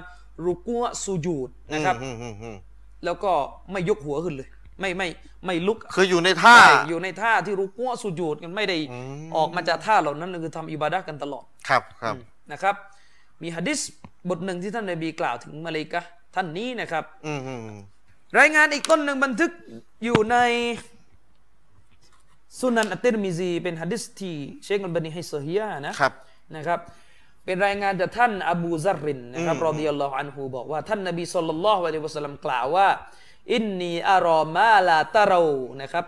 [SPEAKER 2] รุกัวสุญูดนะครับ
[SPEAKER 1] อืมอืมอืม
[SPEAKER 2] แล้วก็ไม่ยกหัวขึ้นเลย ไม่ไม่ไม่ลุก
[SPEAKER 1] คืออยู่ในท่า
[SPEAKER 2] ใช่อยู่ในท่าที่รุกัวสุญูดกันไม่ได้
[SPEAKER 1] อืม
[SPEAKER 2] ออกมาจากท่าเหล่านั้นคือทำอิบาดะห์กันตลอด
[SPEAKER 1] ครับครับ
[SPEAKER 2] นะครับ มีฮะดิษบทหนึ่งที่ท่านนบีกล่าวถึงมาเลกะห์ท่านนี้นะครับ
[SPEAKER 1] อืมอืมอืม
[SPEAKER 2] รายงานอีกต้นหนึ่งบันทึกอยู่ในสุนันอัตเตอร์มิซีเป็นฮะดิษที่เชคอัลบานีให้เซอฮียะห์นะ
[SPEAKER 1] ครับ
[SPEAKER 2] นะครับ เป็นรายงานจากท่านอบูซัรรินนะครับรอดิยัลลอฮุอันฮูบอกว่าท่านนบีสุลต่านละฮ์อะลัยฮิวะสัลลัมกล่าวว่า อินนีอารอมาลาตะเรานะครับ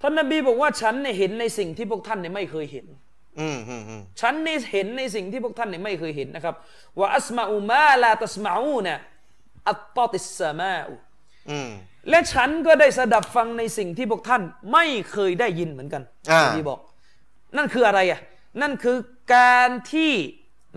[SPEAKER 2] ท่านนบีบอกว่าฉันเนี่ยเห็นในสิ่งที่พวกท่านเนี่ยไม่เคยเห็น
[SPEAKER 1] อืมอืมอืม
[SPEAKER 2] ฉันเนี่ยเห็นในสิ่งที่พวกท่านเนี่ยไม่เคยเห็นนะครับว่าอัสมาอูมาลาตัสมาอูนะอัตตอติสสามาอู
[SPEAKER 1] อืม
[SPEAKER 2] และฉันก็ได้สดับฟังในสิ่งที่พวกท่านไม่เคยได้ยินเหมือนกัน
[SPEAKER 1] อ่า
[SPEAKER 2] นบีบอก นั่นคืออะไรอ่ะนั่นคือการที่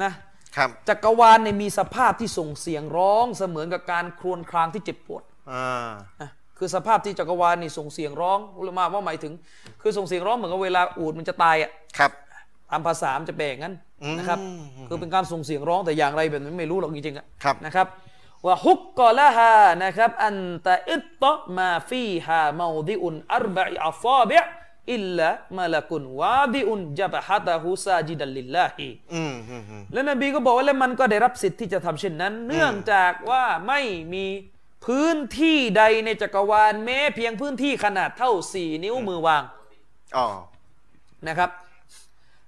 [SPEAKER 2] นะ
[SPEAKER 1] ครับ
[SPEAKER 2] จักรวาลเนี่ยมีสภาพที่ส่งเสียงร้องเสมือนกับการครวญครางที่เจ็บปวด
[SPEAKER 1] อ่า
[SPEAKER 2] อ่ะคือสภาพที่จักรวาลนี่ส่งเสียงร้องอุลามาว่าหมายถึง คือส่งเสียงร้องเหมือนกับเวลาอูดมันจะตายอ่ะ
[SPEAKER 1] ครับ
[SPEAKER 2] ตามภาษามันจะแปลงงั้น
[SPEAKER 1] อืม
[SPEAKER 2] นะครับ คือเป็นการส่งเสียงร้องแต่อย่างไรแบบนี้ไม่รู้หรอกจริงๆอ่ะ
[SPEAKER 1] ครับ
[SPEAKER 2] นะครับว่าฮุกกอละฮานะครับ อันตะอิตตะมาฟีฮาเมาดิอุนอัรบะอิอัฟาบิะอิลละมาลกุนวาดิอุนจับฮะตะฮูซาจิดัลลิลลาฮี
[SPEAKER 1] อืมอืมอืม
[SPEAKER 2] และนบีก็บอกว่าแล้วมันก็ได้รับสิทธิ์ที่จะทำเช่นนั้น เนื่องจากว่าไม่มีพื้นที่ใดในจักรวาลแม้เพียงพื้นที่ขนาดเท่า 4 นิ้วมือวาง
[SPEAKER 1] อ๋อ
[SPEAKER 2] นะครับ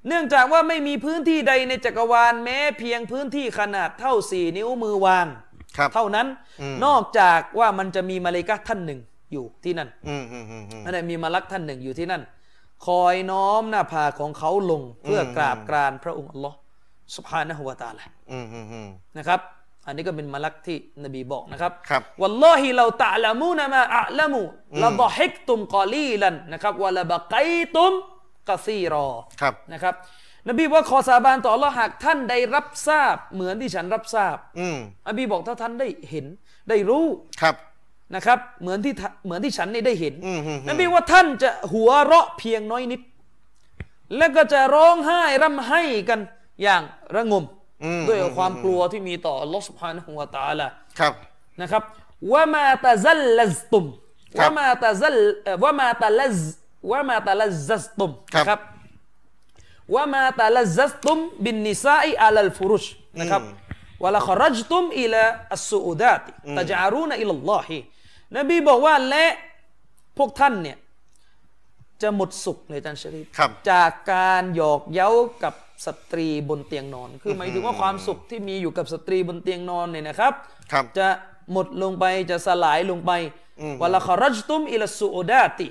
[SPEAKER 2] เนื่องจากว่าไม่มีพื้นที่ใดในจักรวาลแม้เพียงพื้นที่ขนาดเท่า 4 นิ้วมือวาง
[SPEAKER 1] ครับ
[SPEAKER 2] เท่านั้น
[SPEAKER 1] อืม
[SPEAKER 2] นอกจากว่ามันจะมีมาเลกะห์ท่านหนึ่งอยู่ที่นั่น
[SPEAKER 1] อืมอืมอืมอืม
[SPEAKER 2] นั่นแหละมีมาลักท่านหนึ่งอยู่ที่นั่น คอยน้อมหน้าผากของเขาลงเพื่ออ
[SPEAKER 1] ม
[SPEAKER 2] กราบกรานพระองค์อัลลอฮ์สุภานะฮุวาตาลา
[SPEAKER 1] อืมอืมอืม
[SPEAKER 2] นะครับ อันนี้ก็เป็นมาลักที่นบีบอกนะครับ
[SPEAKER 1] ครับ
[SPEAKER 2] วัลลอฮิเราตะละมูนะมาอะละมูละดอฮิกตุมกอลีลันนะครับวะละบะไกตุมกะซีรอ
[SPEAKER 1] ครับ
[SPEAKER 2] นะครับ นบีว่าขอสาบานต่ออัลลอฮ์หากท่านได้รับทราบเหมือนที่ฉันรับทราบ
[SPEAKER 1] อืม
[SPEAKER 2] นบีบอกถ้าท่านได้เห็นได้รู้
[SPEAKER 1] ครับ
[SPEAKER 2] นะครับ เหมือนที่ท่าเหมือนที่ฉันนี่ได้เห็น
[SPEAKER 1] อืมอืมอืม
[SPEAKER 2] นบีว่าท่านจะหัวเราะเพียงน้อยนิด และก็จะร้องไห้ร่ำไห้กันอย่างระงม
[SPEAKER 1] อืม
[SPEAKER 2] ด้วยความกลัวที่มีต่ออัลลอฮ์ سبحانه และ تعالى
[SPEAKER 1] ครับ
[SPEAKER 2] นะครับว่ามาตะซัลลัซตุม
[SPEAKER 1] ครั
[SPEAKER 2] ว่า
[SPEAKER 1] บ
[SPEAKER 2] มาตะซัลเอ่อว่ามาตะลัซว่ามาตะลัซซัสตุม
[SPEAKER 1] ครับ
[SPEAKER 2] นะครับว่ามาตะลัซซัสตุมบินนิซาอิอัลลฟุรุชนะครับ
[SPEAKER 1] อืม
[SPEAKER 2] วะละขรัจตุมอิลาอัสสุอุดาติตะจารูนอิลลลอฮินบีบอกว่าและพวกท่านเนี่ย จะหมดสุขเลยอาจันชริฟ
[SPEAKER 1] ครับ
[SPEAKER 2] จากการหยอกเย้ากับสตรีบนเตียงนอน คือหมายถึงว่าความสุขที่มีอยู่กับสตรีบนเตียงนอนเนี่ยนะครับ
[SPEAKER 1] ครับ
[SPEAKER 2] จะหมดลงไปจะสลายลงไป
[SPEAKER 1] อืม
[SPEAKER 2] วะละขรัจตุมอิลสสุอุดาติ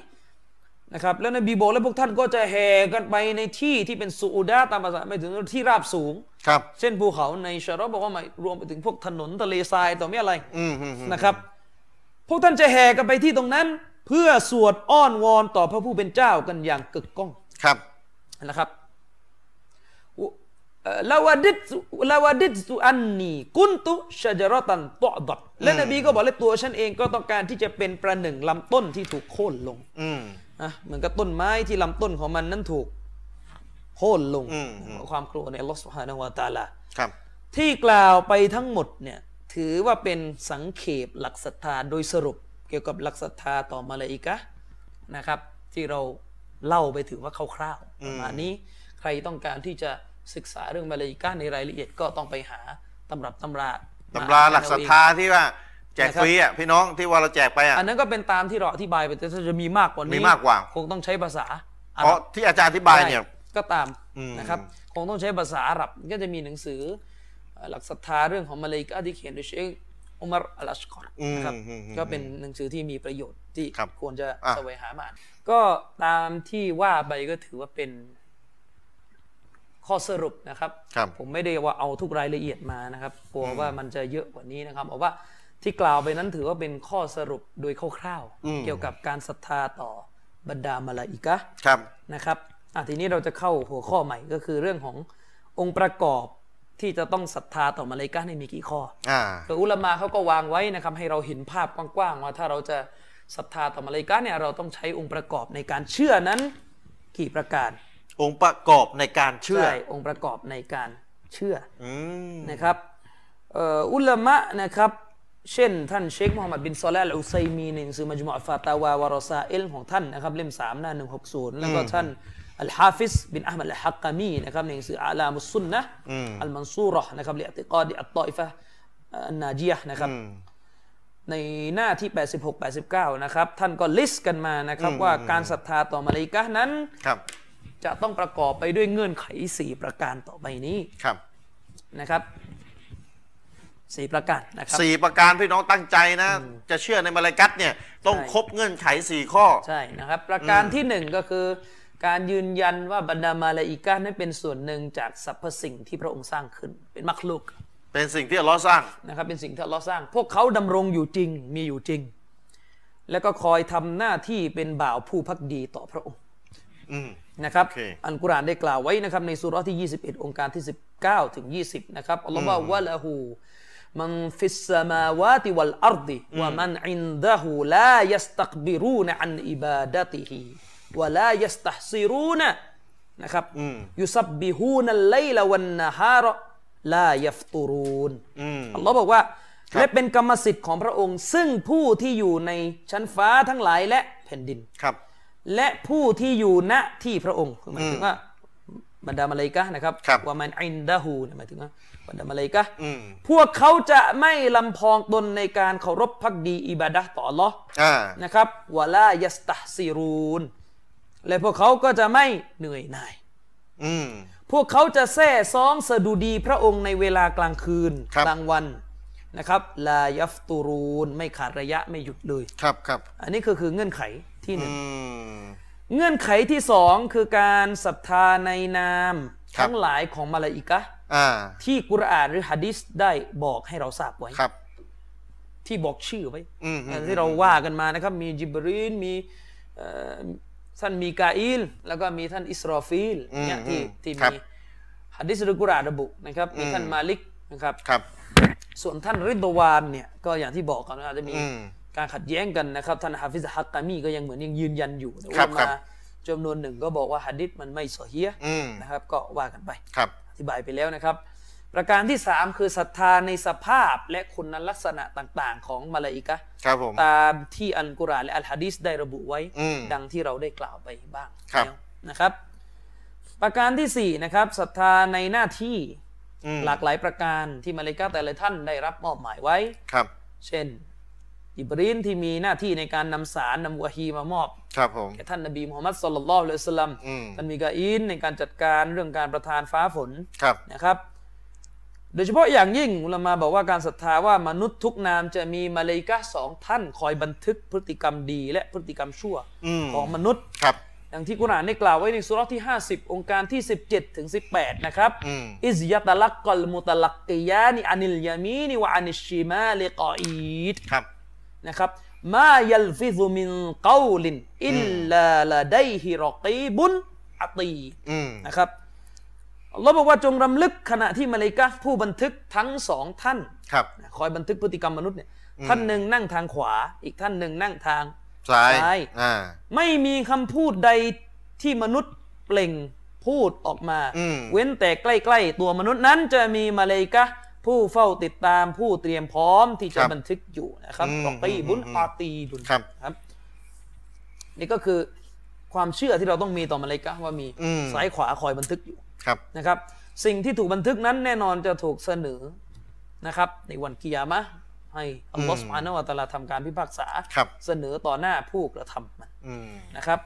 [SPEAKER 2] นะครับแล้วนบีบอกแล้วพวกท่านก็จะแห่กันไปในที่ที่เป็นสุอุดาตามภาษาหมายถึงที่ราบสูง
[SPEAKER 1] ครับ
[SPEAKER 2] เช่นภูเขาในชะรอบอกว่าหมายรวมไปถึงพวกถนนทะเลทรายต่อมีอะไร
[SPEAKER 1] อืมอืมอืม
[SPEAKER 2] นะครับ พวกท่านจะแห่กันไปที่ตรงนั้น เพื่อสวดอ้อนวอนต่อพระผู้เป็นเจ้ากันอย่างกึกก้อง
[SPEAKER 1] ครับ
[SPEAKER 2] นะครับอุ เอ่อลาวาดิตลาวาดิตอันนีกุนตุชะจารอตันตอดดและนบีก็บอกเลยตัวฉันเองก็ต้องการที่จะเป็นประหนึ่งลำต้นที่ถูกโค่นลง
[SPEAKER 1] อืม
[SPEAKER 2] นะเหมือนกับต้นไม้ที่ลำต้นของมันนั้นถูกโค่นลง
[SPEAKER 1] อืมอืม
[SPEAKER 2] ความกลัวในอัลลอฮฺสุฮานะฮูวะตะอาลา
[SPEAKER 1] ครับ
[SPEAKER 2] ที่กล่าวไปทั้งหมดเนี่ยถือว่าเป็นสังเขปหลักศรัทธาโดยสรุปเกี่ยวกับหลักศรัทธาต่อมาลาอิกะห์นะครับ ที่เราเล่าไปถือว่าคร่าวๆประมาณนี้ใครต้องการที่จะศึกษาเรื่องมาลาอิกะห์ในรายละเอียดก็ต้องไปหาตำรับตำรา
[SPEAKER 1] ตำราหลักศรัทธา
[SPEAKER 2] เอ
[SPEAKER 1] ที่ว่าแจกฟรีอ่ะพี่น้องที่ว่าเราแจกไปอ่ะ
[SPEAKER 2] งอันนั้นก็เป็นตามที่เราอธิบายไปแต่ถ้าจะมีมากกว่านี้
[SPEAKER 1] มีมากกว่า
[SPEAKER 2] คงต้องใช้ภาษาอา
[SPEAKER 1] เพ
[SPEAKER 2] หรั
[SPEAKER 1] ราะ
[SPEAKER 2] บ
[SPEAKER 1] ที่อาจารย์อธิบายเนี่ย
[SPEAKER 2] ใช่ก็ตาม
[SPEAKER 1] อืม
[SPEAKER 2] นะครับคงต้องใช้ภาษาอาหรับก็จะมีหนังสือเอ่อหลักศรัทธาเรื่องของมาเลกาที่เขียนโดยเชคอุมารอัลอัชกอร
[SPEAKER 1] อืม
[SPEAKER 2] นะครับ
[SPEAKER 1] อืมอืม
[SPEAKER 2] ก็เป็นหนังสือที่มีประโยชน์ที่
[SPEAKER 1] ครับ
[SPEAKER 2] ควรจะ
[SPEAKER 1] อ่ะ
[SPEAKER 2] แสวงหามาอ่านก็ตามที่ว่าไปก็ถือว่าเป็นข้อสรุปนะครับ
[SPEAKER 1] ครับ
[SPEAKER 2] ผมไม่ได้ว่าเอาทุกรายละเอียดมานะครับกลัวว่ามันจะเยอะกว่านี้นะครับเอาว่าที่กล่าวไปนั้นถือว่าเป็นข้อสรุปโดยคร่าว
[SPEAKER 1] อืม
[SPEAKER 2] ๆเกี่ยวกับการศรัทธาต่อบรรดามาลาอิกะห์
[SPEAKER 1] ครับ
[SPEAKER 2] นะครับอ่ะทีนี้เราจะเข้าหัวข้อใหม่ก็คือเรื่องขององค์ประกอบที่จะต้องศรัทธาต่อมาเลกาเนี่ยมีกี่ข้อ
[SPEAKER 1] อ่า
[SPEAKER 2] คืออุลามาเขาก็วางไว้นะครับให้เราเห็นภาพกว้างๆว่าถ้าเราจะศรัทธาต่อมาเลกาเนี่ยเราต้องใช้องค์ประกอบในการเชื่อนั้นกี่ประการ
[SPEAKER 1] องค์ประกอบในการเชื่อ
[SPEAKER 2] ใช่องค์ประกอบในการเชื่อ
[SPEAKER 1] อืม
[SPEAKER 2] นะครับเอ่ออุลามะนะครับเช่นท่านเชคมูฮัมหมัดบินซอลาห์อัลอุซัยมีในหนังสือมัจมุอะฟาตาวาวารอซาเอลของท่านนะครับเล่มสามหน้า160 แล้วก็ท่านอัลฮาฟิซบินอัลมัดอัลฮักกามีนะครับในหนังสืออาลามุสซุนนะห์
[SPEAKER 1] อืม
[SPEAKER 2] อัลมันซูเราะห์นะครับเรียกติกอดีอัตตออิฟะห์อันนาจียะห์นะครับ
[SPEAKER 1] อืม
[SPEAKER 2] ในหน้าที่ 86 89 นะครับ ท่านก็ลิสต์กันมานะครับ ว่าการศรัทธาต่อมาลาอิกะห์นั้น
[SPEAKER 1] ครับ
[SPEAKER 2] จะต้องประกอบไปด้วยเงื่อนไข 4 ประการต่อไปนี้
[SPEAKER 1] ครับ
[SPEAKER 2] นะครับ 4 ประการนะครับ
[SPEAKER 1] สี่ประการพี่น้องตั้งใจนะ จะเชื่อในมาลากัตเนี่ย ต้อง
[SPEAKER 2] ใช่
[SPEAKER 1] ครบเงื่อนไขสี่ข้อ
[SPEAKER 2] ใช่นะครับ ประการที่ 1 ก็คือ การยืนยันว่าบรรดามาลาอิกะห์นั้นเป็นส่วนหนึ่งจากสรรพสิ่งที่พระองค์สร้างขึ้น เป็นมักลุก
[SPEAKER 1] เป็นสิ่งที่อัลเลอฮ์สร้าง
[SPEAKER 2] นะครับเป็นสิ่งที่อัลเลอฮ์สร้าง พวกเขาดำรงอยู่จริงมีอยู่จริง แล้วก็คอยทำหน้าที่เป็นบ่าวผู้พักดีต่อพระองค์
[SPEAKER 1] อืม
[SPEAKER 2] นะครับ
[SPEAKER 1] โอเค
[SPEAKER 2] อันกุรอานได้กล่าวไว้นะครับในสุเราะห์ที่ 21 องค์การที่ 19 ถึง 20 นะครับอัลลอฮ์ว่าวะละหูมันฟิสสมาวาติวัลอัรดิวะมันอินดะฮูลายัสตักบิรูนอันอิบาดะติฮิวะลายัสตัฮซิรูนนะครับยุซับบิฮูนัลไลละวันนะฮาระลายัฟตุรูน
[SPEAKER 1] อืม
[SPEAKER 2] อัลลอฮ์บอกว่า
[SPEAKER 1] ครับ
[SPEAKER 2] และเป็นกรรมสิทธิ์ของพระองค์ ซึ่งผู้ที่อยู่ในชั้นฟ้าทั้งหลายและแผ่นดิน
[SPEAKER 1] ครับ
[SPEAKER 2] และผู้ที่อยู่ณที่พระองค์คือหมายถึงว่าบรรดามาเลายกะห์นะครับ
[SPEAKER 1] ครับ
[SPEAKER 2] ว่ามันอินดะฮูเนี่ยหมายถึงว่าบรรดามาเลายกะห์
[SPEAKER 1] อืม
[SPEAKER 2] พวกเขาจะไม่ลำพองตนในการเคารพพักดีอิบาดะห์ต่ออัลลอฮ์
[SPEAKER 1] อ่า
[SPEAKER 2] นะครับวะลายัสตัฮซิรูนและพวกเขาก็จะไม่เหนื่อยหน่าย
[SPEAKER 1] อืม
[SPEAKER 2] พวกเขาจะแซ่ซ้องสะดุดีพระองค์ในเวลากลางคืน
[SPEAKER 1] ครับ
[SPEAKER 2] กลางวันนะครับลายัฟตูรูนไม่ขาดระยะไม่หยุดเลย
[SPEAKER 1] ครับครับ
[SPEAKER 2] อันนี้คือคือเงื่อนไขที่หนึ่ง
[SPEAKER 1] อืม
[SPEAKER 2] เงื่อนไขที่สองคือการศรัทธาในนาม
[SPEAKER 1] ครับ
[SPEAKER 2] ทั้งหลายของมาลาอิกะห์
[SPEAKER 1] อ่า
[SPEAKER 2] ที่กุรอานหรือฮะดิษได้บอกให้เราทราบไว้
[SPEAKER 1] ครับ
[SPEAKER 2] ที่บอกชื่อไว้
[SPEAKER 1] อืมอืม
[SPEAKER 2] อ่าที่เราว่ากันมานะครับ มีจิบรีนมีเอ่อท่านมีกาอิลแล้วก็มีท่านอิสรอฟีลเนี่ยที่
[SPEAKER 1] อืม
[SPEAKER 2] ที่
[SPEAKER 1] ครั
[SPEAKER 2] มี
[SPEAKER 1] บ
[SPEAKER 2] ฮัดดิสหรือกุรอานระบุนะครับ มีท่านมาลิกนะครับ
[SPEAKER 1] ครับ
[SPEAKER 2] ส่วนท่านริดวานเนี่ยก็อย่างที่บอกกันว่าอาจจะมี
[SPEAKER 1] อืม
[SPEAKER 2] การขัดแย้งกันนะครับ ท่านฮาฟิซฮักกามีก็ยังเหมือนยังยืนยันอยู่แต่
[SPEAKER 1] ครั
[SPEAKER 2] ว่า
[SPEAKER 1] บครับ
[SPEAKER 2] มาจำนวนหนึ่งก็บอกว่าฮัดดิสมันไม่สอเฮียะห์
[SPEAKER 1] อืม
[SPEAKER 2] นะครับ ก็ว่ากันไป
[SPEAKER 1] ครับ
[SPEAKER 2] อธิบายไปแล้วนะครับ ประการที่ 3 คือศรัทธาในสภาพและคุณลักษณะต่างๆ ของมาลาอิกะห์
[SPEAKER 1] ครับผม
[SPEAKER 2] ตามที่อัลกุรอานและอัลฮะดีษได้ระบุไว้
[SPEAKER 1] อืม
[SPEAKER 2] ดังที่เราได้กล่าวไปบ้าง
[SPEAKER 1] ครับ
[SPEAKER 2] แล้วนะครับ ประการทีสี่4นะครับศรัทธาในหน้าที่
[SPEAKER 1] อืม
[SPEAKER 2] หลากหลายประการที่มาลาอิกะห์แต่ละท่านได้รับมอบหมายไว้
[SPEAKER 1] ครับ
[SPEAKER 2] เช่นอิบรีนที่มีหน้าที่ในการนำสารนำวะฮีมามอบ
[SPEAKER 1] ครับผม
[SPEAKER 2] แก่ท่านนบีมูฮัมมัดสุลลัลลอฮุอะลัยฮิวะสัลลัม
[SPEAKER 1] อืม
[SPEAKER 2] ท่านมีกาอินในการจัดการเรื่องการประทานฟ้าฝน
[SPEAKER 1] ครับ
[SPEAKER 2] นะครับ โดยเฉพาะอย่างยิ่งอุลามาบอกว่าการศรัทธาว่ามนุษย์ทุกนามจะมีมาเลกะห์สองท่านคอยบันทึกพฤติกรรมดีและพฤติกรรมชั่ว
[SPEAKER 1] อืม
[SPEAKER 2] ของมนุษย์
[SPEAKER 1] ครับ
[SPEAKER 2] อย่างที่กุรอานได้กล่าวไว้ในสุเราะห์ที่ 50 องค์การที่ 17 ถึง 18 นะครับ
[SPEAKER 1] อืม
[SPEAKER 2] อิซยะตะลักกอลมุตะลักกิยานิอานิลยามีนิวะอานิชชิมาลิกออีด
[SPEAKER 1] ครับ
[SPEAKER 2] นะครับมายัลฟิซุมินกาลินอิลลาลาไดฮิรอกีบุนอาตีด
[SPEAKER 1] อืม
[SPEAKER 2] นะครับ อัลลอฮ์บอกว่าจงรำลึกขณะที่มาเลาอิกะฮ์ผู้บันทึกทั้งสองท่าน
[SPEAKER 1] ครับ
[SPEAKER 2] คอยบันทึกพฤติกรรมมนุษย์เนี่ย
[SPEAKER 1] อืม
[SPEAKER 2] ท่านหนึ่งนั่งทางขวา อีกท่านหนึ่งนั่งทาง
[SPEAKER 1] ซ้าย
[SPEAKER 2] ซ้าย
[SPEAKER 1] อ่า
[SPEAKER 2] ไม่มีคำพูดใดที่มนุษย์เปล่งพูดออกมา
[SPEAKER 1] อืม
[SPEAKER 2] เว้นแต่ใกล้ๆ ตัวมนุษย์นั้นจะมีมาเลาอิกะฮ์ผู้เฝ้าติดตามผู้เตรียมพร้อมที่จะบันทึกอยู่นะครับรอกีบุนอาตีดุน
[SPEAKER 1] ครับ
[SPEAKER 2] ครับนี่ก็คือความเชื่อที่เราต้องมีต่อมาเลาอิกะฮ์ว่ามี
[SPEAKER 1] อืม
[SPEAKER 2] ซ้ายขวาคอยบันทึกอยู่
[SPEAKER 1] ครับ
[SPEAKER 2] นะครับ สิ่งที่ถูกบันทึกนั้นแน่นอนจะถูกเสนอนะครับ ในวันกิยามะห์ให้อัลลอฮ์
[SPEAKER 1] อืม
[SPEAKER 2] สุบฮานะฮูวะตะอาลาทำการพิพากษา
[SPEAKER 1] ครับ
[SPEAKER 2] เสนอต่อหน้าผู้กระทำมัน
[SPEAKER 1] อืม
[SPEAKER 2] นะครับ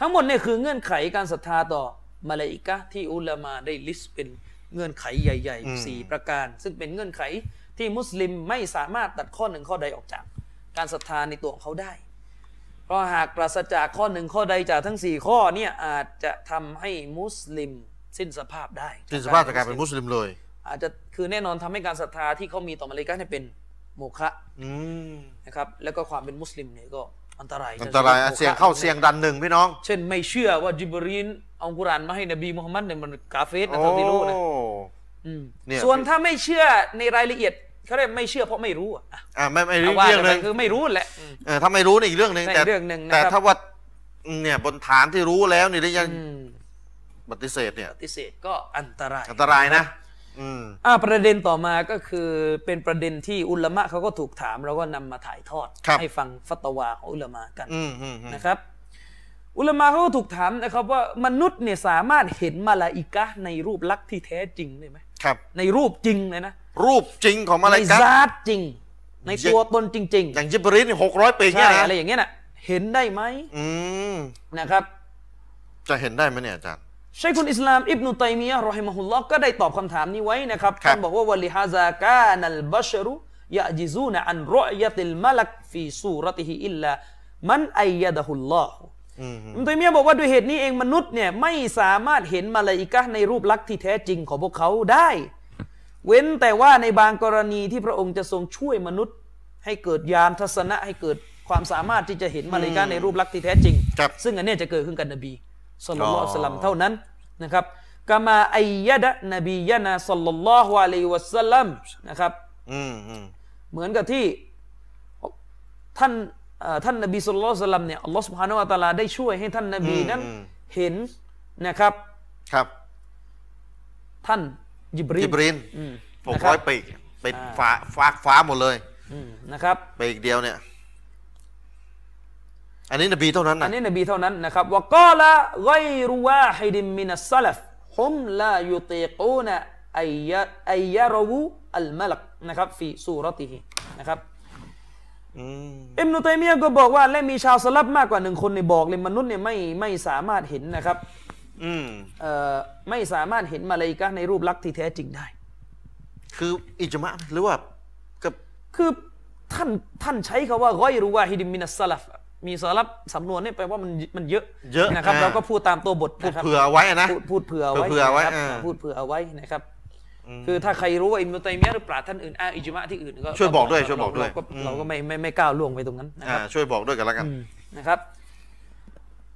[SPEAKER 2] ทั้งหมดเนี่ยคือเงื่อนไขการศรัทธาต่อมาเลาอิกะฮ์ที่อุลามาได้ลิสต์เป็นเงื่อนไขใหญ่
[SPEAKER 1] อืม
[SPEAKER 2] ๆสี่ประการ ซึ่งเป็นเงื่อนไขที่มุสลิมไม่สามารถตัดข้อหนึ่งข้อใดออกจาก การศรัทธาในตัวของเขาได้ เพราะหากปราศจากข้อหนึ่งข้อใดจากทั้ง 4 ข้อเนี่ยอาจจะทำให้มุสลิมสิ้นสภาพได้
[SPEAKER 1] ที่สภาพจากการเป็นมุสลิมเลย
[SPEAKER 2] อาจจะคือแน่นอนทำให้การศรัทธาที่เขามีต่อมาเลาอิกะฮ์เนี่ยเป็นโมฆะ
[SPEAKER 1] อืม
[SPEAKER 2] นะครับ แล้วก็ความเป็นมุสลิมเนี่ยก็อันตราย
[SPEAKER 1] อันตรายอ่ะ
[SPEAKER 2] โมฆะ
[SPEAKER 1] เสียงเข้าเสียงดันหนึ่งพี่น้อง
[SPEAKER 2] เช่นไม่เชื่อว่าจิบรีนเอากุรอานมาให้นบีมุฮัมมัดเนี่ยมันกาเฟสนะเท่าที่รู้นะ
[SPEAKER 1] โอ้
[SPEAKER 2] อืม
[SPEAKER 1] เนี่ย
[SPEAKER 2] ส่วนถ้าไม่เชื่อในรายละเอียดเขาเรียกไม่เชื่อเพราะไม่รู้อะอ่ะ
[SPEAKER 1] อ่าไม่ไม่เรื่อง
[SPEAKER 2] เอาว่า
[SPEAKER 1] เรื่อ
[SPEAKER 2] กั
[SPEAKER 1] งห
[SPEAKER 2] นไป
[SPEAKER 1] นึ่ง
[SPEAKER 2] คือไม่รู้แหละอืม
[SPEAKER 1] เออถ้าไม่รู้นี่อีกเรื่องหนึ่ง
[SPEAKER 2] ใช่
[SPEAKER 1] แต่
[SPEAKER 2] เรื่องหนึ่งนะครับ
[SPEAKER 1] แต่ถ้าว่าเนี่ยบนฐานที่รู้แล้วนี่แล้วยัง
[SPEAKER 2] อืม
[SPEAKER 1] ปฏิเสธเนี่ย
[SPEAKER 2] ปฏิเสธก็อันตราย
[SPEAKER 1] อันตรายนะ อืม
[SPEAKER 2] อ่าประเด็นต่อมาก็คือเป็นประเด็นที่อุลามะเขาก็ถูกถามเราก็นำมาถ่ายทอด
[SPEAKER 1] ครับ
[SPEAKER 2] ให้ฟังฟัตวาของอุลามะกัน
[SPEAKER 1] อืมอืมอืม
[SPEAKER 2] นะครับ อุลามะเขาก็ถูกถามนะครับว่ามนุษย์เนี่ยสามารถเห็นมาลาอิกะฮ์ในรูปลักษณ์ที่แท้จริงได้ไหม
[SPEAKER 1] ครับ
[SPEAKER 2] ในรูปจริงเลยนะ
[SPEAKER 1] รูปจริงของมา
[SPEAKER 2] ใน
[SPEAKER 1] ลายกา
[SPEAKER 2] ซาตจริง ในตัวตนจริง
[SPEAKER 1] อย่างยิบริสหกร้อยปี
[SPEAKER 2] ๆ
[SPEAKER 1] เนี่
[SPEAKER 2] ใช่
[SPEAKER 1] ย
[SPEAKER 2] อะไร
[SPEAKER 1] นะ
[SPEAKER 2] อย่างเงี้ยนะเห็นได้ไหม
[SPEAKER 1] อืม
[SPEAKER 2] นะครับ
[SPEAKER 1] จะเห็นได้ไหมเนี่ยอาจารย์
[SPEAKER 2] ชคุลอิสลามอิบนุตัยมียะห์รอฮิมะฮุลลอฮ์ก็ได้ตอบคำถามนี้ไว้นะครับ
[SPEAKER 1] ครับ
[SPEAKER 2] ท่านบอกว่าวะลิฮาซากานัลบัชรุยะจิซูนอันรอยะติลมะลักฟีซูรติฮิอิลลามันอัยยะดะฮุลลอฮ์
[SPEAKER 1] อืม
[SPEAKER 2] อิบนุตัยมียะห์บอกว่าด้วยเหตุนี้เองมนุษย์เนี่ยไม่สามารถเห็นมาลาอิกะฮ์ในรูปลักษณ์ที่แท้จริงของพวกเขาได้ เว้นแต่ว่าในบางกรณีที่พระองค์จะทรงช่วยมนุษย์ ให้เกิดยานทัศนะให้เกิดความสามารถที่จะเห็นมาลาอิกะฮ์ในรูปลักษณ์ที่แท้จริง
[SPEAKER 1] ครับ
[SPEAKER 2] ซึ่งอันเนี้ยจะเกิดขึ้นกับนบีศ็อลลัลลอฮุอะลัยฮิวะซัลลัมเท่านั้นนะครับกามาอัยยะดะนบียะนาศ็อลลัลลอฮุอะลัยฮิวะซัลลัมนะครับ
[SPEAKER 1] อืมอืม
[SPEAKER 2] เหมือนกับที่ท่านเอ่อท่านนบีศ็อลลัลลอฮุอะลัยฮิวะซัลลัมเนี่ยอัลลอฮ์ซุบฮานะฮูวะตะอาลาได้ช่วยให้ท่านนบี
[SPEAKER 1] อืม
[SPEAKER 2] นั้น
[SPEAKER 1] อืม
[SPEAKER 2] เห็นนะครับ
[SPEAKER 1] ครับ
[SPEAKER 2] ท่านยิบรี
[SPEAKER 1] ยิบริน
[SPEAKER 2] อืม
[SPEAKER 1] หก
[SPEAKER 2] นะค
[SPEAKER 1] ร้
[SPEAKER 2] รั
[SPEAKER 1] อบ ยปีกเป็น
[SPEAKER 2] อ่า
[SPEAKER 1] ฟ้าฟ้าฟ้าหมดเลย
[SPEAKER 2] อืมนะครับ
[SPEAKER 1] ปีกเดียวเนี่ย อันนี้นบีเท่านั้น
[SPEAKER 2] อั
[SPEAKER 1] นะ
[SPEAKER 2] นนี้นบีเท่านั้นนะครับว่ากอละไกรุวาฮิดิมมินัสซาลฟฮุมลายุติกูนอัยยะอัยยะรวูอัลมะลักนะครับฟีสูรติฮินะครับ
[SPEAKER 1] อืม
[SPEAKER 2] อิมนุตัยมียะห์ก็บอกว่าและมีชาวสลับมากกว่าหนึ่งคนในยบอกเลยมนุษย์เนี่ยไม่ไม่สามารถเห็นนะครับ
[SPEAKER 1] อืม
[SPEAKER 2] เอ่อไม่สามารถเห็นมาลาอิกะฮ์ในรูปลักษณ์ที่แท้จริงได้
[SPEAKER 1] คืออิจมะไหมหรือว่ากับ
[SPEAKER 2] คือท่านท่านใช้คาว่าไกรุวาฮิดิมมินัสซาลฟมีสลับสำนวนเนี่ยแปลว่ามันมันเยอะ
[SPEAKER 1] เยอะ
[SPEAKER 2] นะครับ
[SPEAKER 1] อ่า
[SPEAKER 2] เราก็พูดตามตัวบท
[SPEAKER 1] พูด
[SPEAKER 2] นะครับ
[SPEAKER 1] เผื่อไว้อะนะ
[SPEAKER 2] พูดพูดเผื่อไว้
[SPEAKER 1] เผื่อไว้
[SPEAKER 2] นะครับ
[SPEAKER 1] อ่า
[SPEAKER 2] พูดเผื่อเอาไว้นะครับ
[SPEAKER 1] อืม
[SPEAKER 2] คือถ้าใครรู้ว่าอิมนุตัยมียะห์หรือปราชญ์ท่านอื่นอ้างอิจมาที่อื่นก็
[SPEAKER 1] ช่วยบอกด้วย
[SPEAKER 2] เร
[SPEAKER 1] ช่วยบอกด้วย
[SPEAKER 2] เราก็
[SPEAKER 1] อืม
[SPEAKER 2] เราก็ไม่ไม่ไม่ก้าวล่วงไปตรงนั้นนะค
[SPEAKER 1] อ่า
[SPEAKER 2] รับ
[SPEAKER 1] ช่วยบอกด้วยกันแล้วกัน
[SPEAKER 2] อืมนะครับ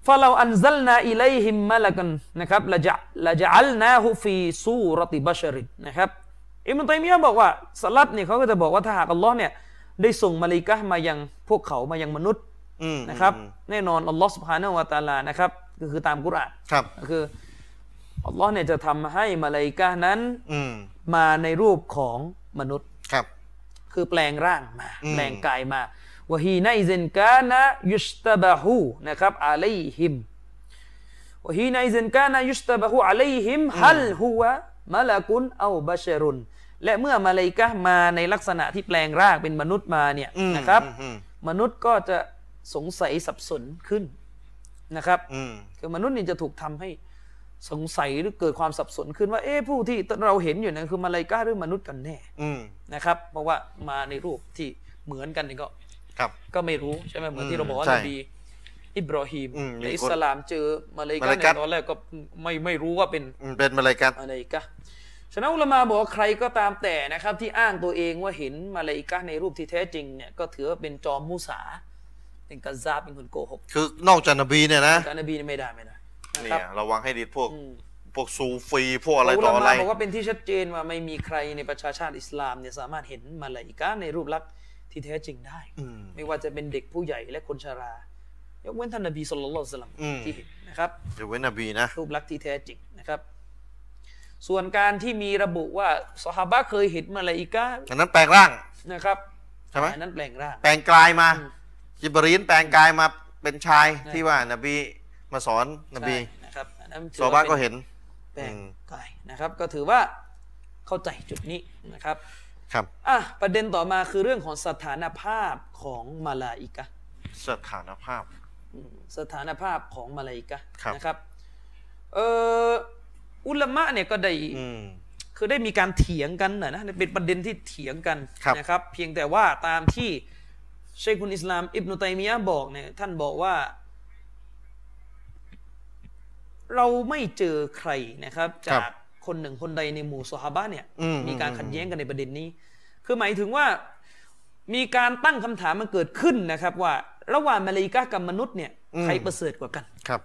[SPEAKER 2] ฟะเราอันซัลนาอิไลฮิมมาละกันนะครับละจะละจะอัลนาฮูฟีซูรติบัชรินนะครับอิมนุตัยมียะห์บอกว่าสลับเนี่ยเขาก็จะบอกว่าถ้าหากอัลลอฮ์เนี่ยได้ส่งมาลิกะฮ์มายังพวกเขามายังมนุษย์
[SPEAKER 1] อืม
[SPEAKER 2] นะครับ
[SPEAKER 1] อืม
[SPEAKER 2] แน่นอนอัลลอฮ์ سبحانه และ تعالى นะครับก็คือตามกุรอาน
[SPEAKER 1] ครับ
[SPEAKER 2] ก็คืออัลลอฮ์เนี่ยจะทำให้มาลาอิกะฮ์นั้น
[SPEAKER 1] อืม
[SPEAKER 2] มาในรูปของมนุษย์
[SPEAKER 1] ครับ
[SPEAKER 2] คือแปลงร่างมา
[SPEAKER 1] อืม
[SPEAKER 2] แปลงกายมาวะฮีไนเซนกานะยุชตะบะฮูนะครับอะลัยฮิมวะฮีไนเซนกานะยุชตะบะฮูอะลัยฮิมฮัลฮุวะมะลากุนเอาบัชรุนและเมื่อมาลาอิกะฮ์มาในลักษณะที่แปลงร่างเป็นมนุษย์มาเนี่ย
[SPEAKER 1] อืม
[SPEAKER 2] นะครับ
[SPEAKER 1] อืม
[SPEAKER 2] มนุษย์ก็จะสงสัยสับสนขึ้นนะครับ
[SPEAKER 1] อืม
[SPEAKER 2] คือมนุษย์นี่จะถูกทำให้สงสัยหรือเกิดความสับสนขึ้นว่าเอ๊ะผู้ที่เราเห็นอยู่นั้นคือมาลาอิกาหรือมนุษย์กันแน่
[SPEAKER 1] อืม
[SPEAKER 2] นะครับ เพราะว่ามาในรูปที่เหมือนกันนี่ก็
[SPEAKER 1] ครับ
[SPEAKER 2] ก็ไม่รู้ใช่ไหมเหมือน
[SPEAKER 1] อืม
[SPEAKER 2] ที่เราบอกว่า
[SPEAKER 1] ใช่
[SPEAKER 2] นบีอิบราฮิม
[SPEAKER 1] อืมมี
[SPEAKER 2] ในอิ
[SPEAKER 1] คน
[SPEAKER 2] สลามเจอมาลาอิกา
[SPEAKER 1] มาลาอิกะ
[SPEAKER 2] เนี่ยตอนแรกก็ไม่ไม่รู้ว่าเป็น
[SPEAKER 1] อืมเป็นอะไรกัน
[SPEAKER 2] มาลาอิกาฉะนั้นอุลามาบอกว่าใครก็ตามแต่นะครับที่อ้างตัวเองว่าเห็นมาลาอิกาในรูปที่แท้จริงเนี่ยก็ถือว่าเป็นจอมมุสาเป็นกาซาบเป็นคนโกหก
[SPEAKER 1] คือนอกจากนบีเนี่ยนะ
[SPEAKER 2] การนบีนี่ไม่ได้ไม่ได้นะ
[SPEAKER 1] เนี่
[SPEAKER 2] ครับ
[SPEAKER 1] ยระวังให้ดีพวก
[SPEAKER 2] อืม
[SPEAKER 1] พวกซูฟีพวกอะไรต่ออะไร
[SPEAKER 2] บอกว่าเป็นที่ชัดเจนว่าไม่มีใครในประชาชาติอิสลามเนี่ยสามารถเห็นมาลาอิกะห์ในรูปลักษณ์ที่แท้จริงได้
[SPEAKER 1] อืม
[SPEAKER 2] ไม่ว่าจะเป็นเด็กผู้ใหญ่และคนชรายกเว้นท่านนบีสุลต่านละสลัม
[SPEAKER 1] อืม
[SPEAKER 2] ที่เห็นนะครับ
[SPEAKER 1] เดี๋ยวเว้นนบีนะ
[SPEAKER 2] รูปลักษณ์ที่แท้จริงนะครับ ส่วนการที่มีระบุว่าสหาบะเคยเห็นมาลาอิกะห์
[SPEAKER 1] อันนั้นแปลงร่าง
[SPEAKER 2] นะครับ
[SPEAKER 1] ใช่ไหม
[SPEAKER 2] อันนั้นแปลงร่าง
[SPEAKER 1] แปลงกลายมา
[SPEAKER 2] อืม
[SPEAKER 1] จิบรีนแปลงกลายมาเป็นชาย
[SPEAKER 2] ใช่
[SPEAKER 1] ที่ว่านบีมาสอนนบี
[SPEAKER 2] ใช่นะครับอันนั้นถื
[SPEAKER 1] ซอบ้า
[SPEAKER 2] ว่
[SPEAKER 1] ก็เห็น
[SPEAKER 2] แปลง
[SPEAKER 1] อืม
[SPEAKER 2] กายนะครับ ก็ถือว่าเข้าใจจุดนี้นะครับ
[SPEAKER 1] ครับ
[SPEAKER 2] อ่ะประเด็นต่อมาคือเรื่องของสถานภาพของมาลาอิกะห์
[SPEAKER 1] สถานภาพ
[SPEAKER 2] อืมสถานภาพของมาลาอิกะห์
[SPEAKER 1] ครับ
[SPEAKER 2] นะครับเอออุลามะเนี่ยก็ได้
[SPEAKER 1] อืม
[SPEAKER 2] คือได้มีการเถียงกันนะนะเป็นประเด็นที่เถียงกัน
[SPEAKER 1] ครับ
[SPEAKER 2] นะครับ เพียงแต่ว่าตามที่เชคุนอิสลาม อิบนุตัยมียะห์บอกเนี่ยท่านบอกว่า เราไม่เจอใครนะครับ จากคนหนึ่งคนใดในหมู่ซอฮาบะเนี่ย
[SPEAKER 1] อื
[SPEAKER 2] มีการขัดแย้งกันในประเด็นนี้ คือหมายถึงว่ามีการตั้งคำถามมันเกิดขึ้นนะครับ ว่า ระหว่างมาลาอิกะห์กับมนุษย์เนี่ยใครประเสริฐกว่ากัน
[SPEAKER 1] ครับ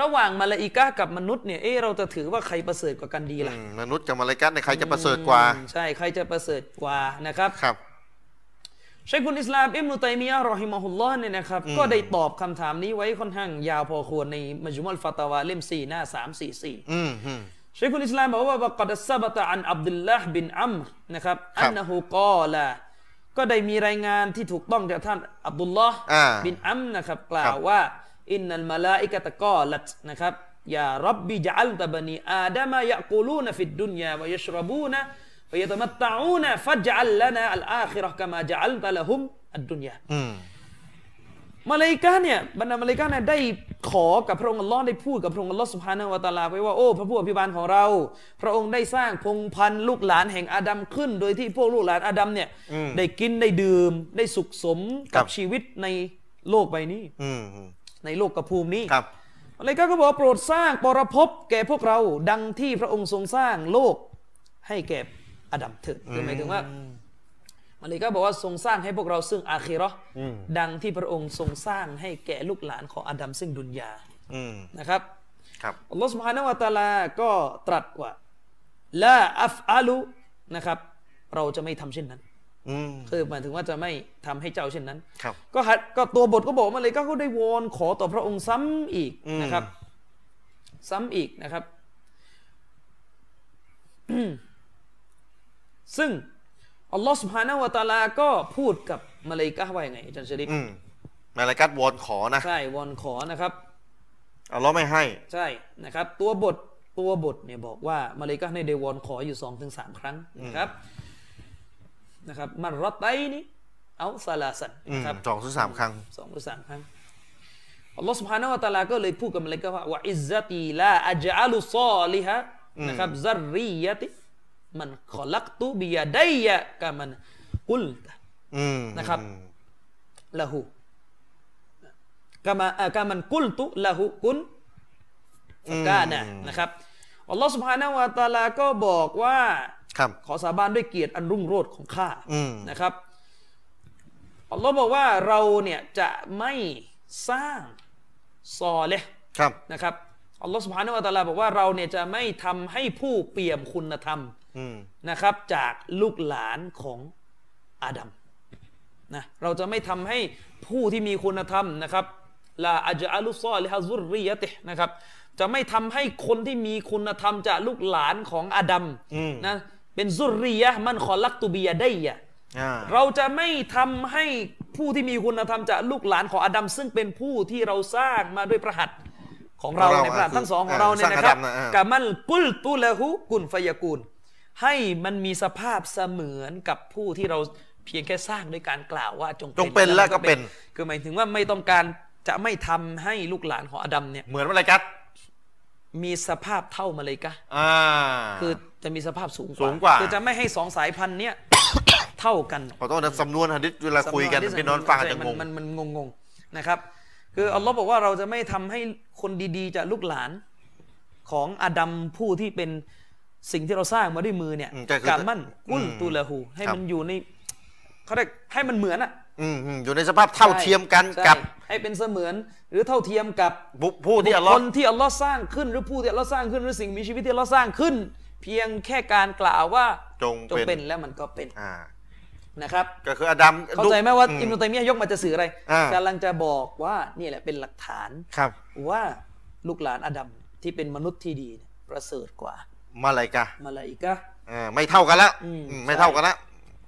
[SPEAKER 2] ระหว่างมาลาอิกะห์กับมนุษย์เนี่ยเอ๊ะเราจะถือว่าใครประเสริฐกว่ากันดีล่ะ
[SPEAKER 1] อืมมนุษย์กับมาลาอิกัสในยใครจะประเสริฐกว่า
[SPEAKER 2] อืมใช่ ใครจะประเสริฐกว่านะครับ
[SPEAKER 1] ครับ
[SPEAKER 2] เชคุลอิสลามอิมนุตัยมียะห์รอฮิมะฮุลลอฮ์เนี่ยนะครับ ก็ได้ตอบคำถามนี้ไว้ค่อนข้างยาวพอควรในมัจมุลฟาตาวาเล่ม 4 หน้า 344
[SPEAKER 1] อืมอืม
[SPEAKER 2] เชคุลอิสลามบอกว่าบักดัสซะบะตะอันอับดุลลาห์บินอัมรนะครับ
[SPEAKER 1] ครับ
[SPEAKER 2] อันนะฮูกอละก็ได้มีรายงานที่ถูกต้องจากท่านอับดุลลอฮ์
[SPEAKER 1] อ่า
[SPEAKER 2] บินอัมรนะครับกล่า
[SPEAKER 1] ครั
[SPEAKER 2] ว
[SPEAKER 1] บ
[SPEAKER 2] ว่าอินนัลมาลาอิกะตะกอลัตนะครับยารับบิจัลตะบะนีอาดามะยะกูลูนะฟิดดุนยาวะยัชรบูนะวะยะตะมัตตะอูนะฟัจอัลลนะอัลอาคิเราะห์กะมาจัลตะละฮุมอัดดุนยา
[SPEAKER 1] อืม
[SPEAKER 2] มาเลายกาเนี่ยบรรดามาเลายกาเนี่ยได้ขอกับพระองค์อัลลอฮ์ได้พูดกับพระองค์อัลลอฮ์สุภาณวะตะอาลาไว้ว่าโอ้พระผู้อภิบาลของเรา พระองค์ได้สร้างพงศ์พันธุ์ลูกหลานแห่งอาดัมขึ้น โดยที่พวกลูกหลานอาดัมเนี่ยได้กินได้ดื่มได้สุขสม
[SPEAKER 1] ครั
[SPEAKER 2] กับบ ชีวิตในโลกใบนี้
[SPEAKER 1] อืมอืม
[SPEAKER 2] ในโลกกระภูมินี้
[SPEAKER 1] ครับ
[SPEAKER 2] มาเลายกาก็บอกว่าโปรดสร้างปรภพแก่พวกเราดังที่พระองค์ทรงสร้างโลกให้แก่อาดัมเถิดคือหมายถึงว่า มาเลายกาบอกว่าทรงสร้างให้พวกเราซึ่งอาคีเราะห์ดังที่พระองค์ทรงสร้างให้แก่ลูกหลานของอาดัมซึ่งดุนยา
[SPEAKER 1] อืม
[SPEAKER 2] นะครับ
[SPEAKER 1] ครับ
[SPEAKER 2] อัลลอฮ์สุบฮานาวะตะอาลาก็ตรัสว่าลาอัฟอาลุนะครับ เราจะไม่ทำเช่นนั้น
[SPEAKER 1] อืม
[SPEAKER 2] คือหมายถึงว่าจะไม่ทำให้เจ้าเช่นนั้น
[SPEAKER 1] ครับ
[SPEAKER 2] ก็หัดก็ตัวบทก็บอกมาเลยก็ก็ได้วอนขอต่อพระองค์ซ้ำอีกนะครับ ซ้ำอีกนะครับ ซึ่งอัลลอฮ์สุบฮานาวะตะอาลาก็พูดกับมาเลายกาว่ายังไงอาจารย์ชริฟ
[SPEAKER 1] อืมมาลาอิกัสวอนขอนะ
[SPEAKER 2] ใช่วอนขอนะครับ
[SPEAKER 1] อัลเลอฮ์ไม่ให้
[SPEAKER 2] ใช่นะครับ ตัวบทตัวบทเนี่ยบอกว่ามาเลายกาในยได้วอนขออยู่สองถึงสามครั้งนะครับนะครับมันรอดไตนี้เอาซาลาสัน
[SPEAKER 1] อืม
[SPEAKER 2] นะครับ
[SPEAKER 1] สองถึงสามครั้ง
[SPEAKER 2] สองหรือสามครั้งอัลลอฮ์ سبحانه และ تعالى ก็เลยพูดกับมันเลยก็ว่าว่าอิซาตีลาอัจอัลุซอลิฮะนะครับซัรรียะติมันขลักตุบิยาไดยะกามันกุลตะ
[SPEAKER 1] อืม
[SPEAKER 2] นะครับ
[SPEAKER 1] อืม
[SPEAKER 2] ละหูกามาเอ่อกามันกุลตุละหูกุนฟะกานะนะครับอัลลอฮ์ سبحانه และ تعالى ก็บอกว่า
[SPEAKER 1] ครับ
[SPEAKER 2] ขอสาบานด้วยเกียรติอันรุ่งโรจน์ของข้า
[SPEAKER 1] อืม
[SPEAKER 2] นะครับอัลลอฮ์บอกว่าเราเนี่ยจะไม่สร้างซอเลห์
[SPEAKER 1] ครับ
[SPEAKER 2] นะครับอัลลอฮ์สุบฮานะฮูวะตะอาลาบอกว่าเราเนี่ยจะไม่ทำให้ผู้เปี่ยมคุณธรรม
[SPEAKER 1] อืม
[SPEAKER 2] นะครับ จากลูกหลานของอาดัมนะเราจะไม่ทำให้ผู้ที่มีคุณธรรมนะครับลาอัจอาลุซอลิฮะซุรริยะติฮ์นะครับ จะไม่ทำให้คนที่มีคุณธรรมจากลูกหลานของอาดัม
[SPEAKER 1] อืม
[SPEAKER 2] นะเป็นซุริยะห์มันขอลักตุบียะได้ยะ
[SPEAKER 1] อ่า
[SPEAKER 2] เราจะไม่ทำให้ผู้ที่มีคุณธรรมจากลูกหลานของอาดัมซึ่งเป็นผู้ที่เราสร้างมาด้วยประหัตถ์ของเราในประหัตถ์ทั้งสองของเราเนี่ยนะค
[SPEAKER 1] ส
[SPEAKER 2] รั
[SPEAKER 1] ร้
[SPEAKER 2] บ
[SPEAKER 1] งอดัมอ่าก
[SPEAKER 2] ามันกุลตุละหุกุนฟยากูล ให้มันมีสภาพเสมือนกับผู้ที่เราเพียงแค่สร้างด้วยการกล่าวว่าจง
[SPEAKER 1] จงเป็นและก็เป็น
[SPEAKER 2] คือหมายถึงว่าไม่ต้องการจะไม่ทำให้ลูกหลานของอาดัมเนี่ย
[SPEAKER 1] เหมือนมาลาอิกัส
[SPEAKER 2] มีสภาพเท่ามาเลยกะ
[SPEAKER 1] อ่า
[SPEAKER 2] คือจะมีสภาพสูง
[SPEAKER 1] สูงกว่า
[SPEAKER 2] คือจะไม่ให้สองสายพั นธุ์เนี้ย เท่ากัน
[SPEAKER 1] ขอโทษนะสำนวนหะดิษเวลาคุยกันพี่น้องฟังอาจจะงง
[SPEAKER 2] มันมันมันงงๆนะครับ คืออัลลอฮ์บอกว่าเราจะไม่ทำให้คนดีๆจากลูกหลานของอาดัมผู้ที่เป็นสิ่งที่เราสร้างมาด้วยมือเนี่ย
[SPEAKER 1] อืมก็คือก
[SPEAKER 2] ามันกุล
[SPEAKER 1] อืม
[SPEAKER 2] ตูละหูให้
[SPEAKER 1] ครับ
[SPEAKER 2] มันอยู่ในเขาเรียกให้มันเหมือนอะ
[SPEAKER 1] อืมอืมอยู่ในสภาพเท่าเทียมกัน
[SPEAKER 2] ใช่
[SPEAKER 1] กับ
[SPEAKER 2] ให้เป็นเสมือนหรือเท่าเทียมกับ
[SPEAKER 1] บุผู้ที่อัลลอ
[SPEAKER 2] ค
[SPEAKER 1] ฮ์
[SPEAKER 2] นที่อัลลอฮ์สร้างขึ้นหรือผู้ที่อัลลอฮ์สร้างขึ้นหรือสิ่งมีชีวิตที่อัลลอฮ์สร้างขึ้น เพียงแค่การกล่าวว่า
[SPEAKER 1] จง
[SPEAKER 2] จง
[SPEAKER 1] เป็
[SPEAKER 2] เป็น นแล้วมันก็เป็น
[SPEAKER 1] อ่า
[SPEAKER 2] นะครับ
[SPEAKER 1] ก็คืออาดัม
[SPEAKER 2] เข้าใจไหมว่า
[SPEAKER 1] ลูก
[SPEAKER 2] อิมนุตัยมียะห์ยกมาจะสื่ออะไร
[SPEAKER 1] อ่า
[SPEAKER 2] กำลังจะบอกว่านี่แหละเป็นหลักฐาน
[SPEAKER 1] ครับ
[SPEAKER 2] ว่าลูกหลานอาดัมที่เป็นมนุษย์ที่ดีเนี่ยประเสริฐกว่า
[SPEAKER 1] มาลายกา
[SPEAKER 2] มาลาอิกะห์
[SPEAKER 1] เออไม่เท่ากันละ
[SPEAKER 2] อืม
[SPEAKER 1] อืมไม่
[SPEAKER 2] ใช่
[SPEAKER 1] เท่ากันละ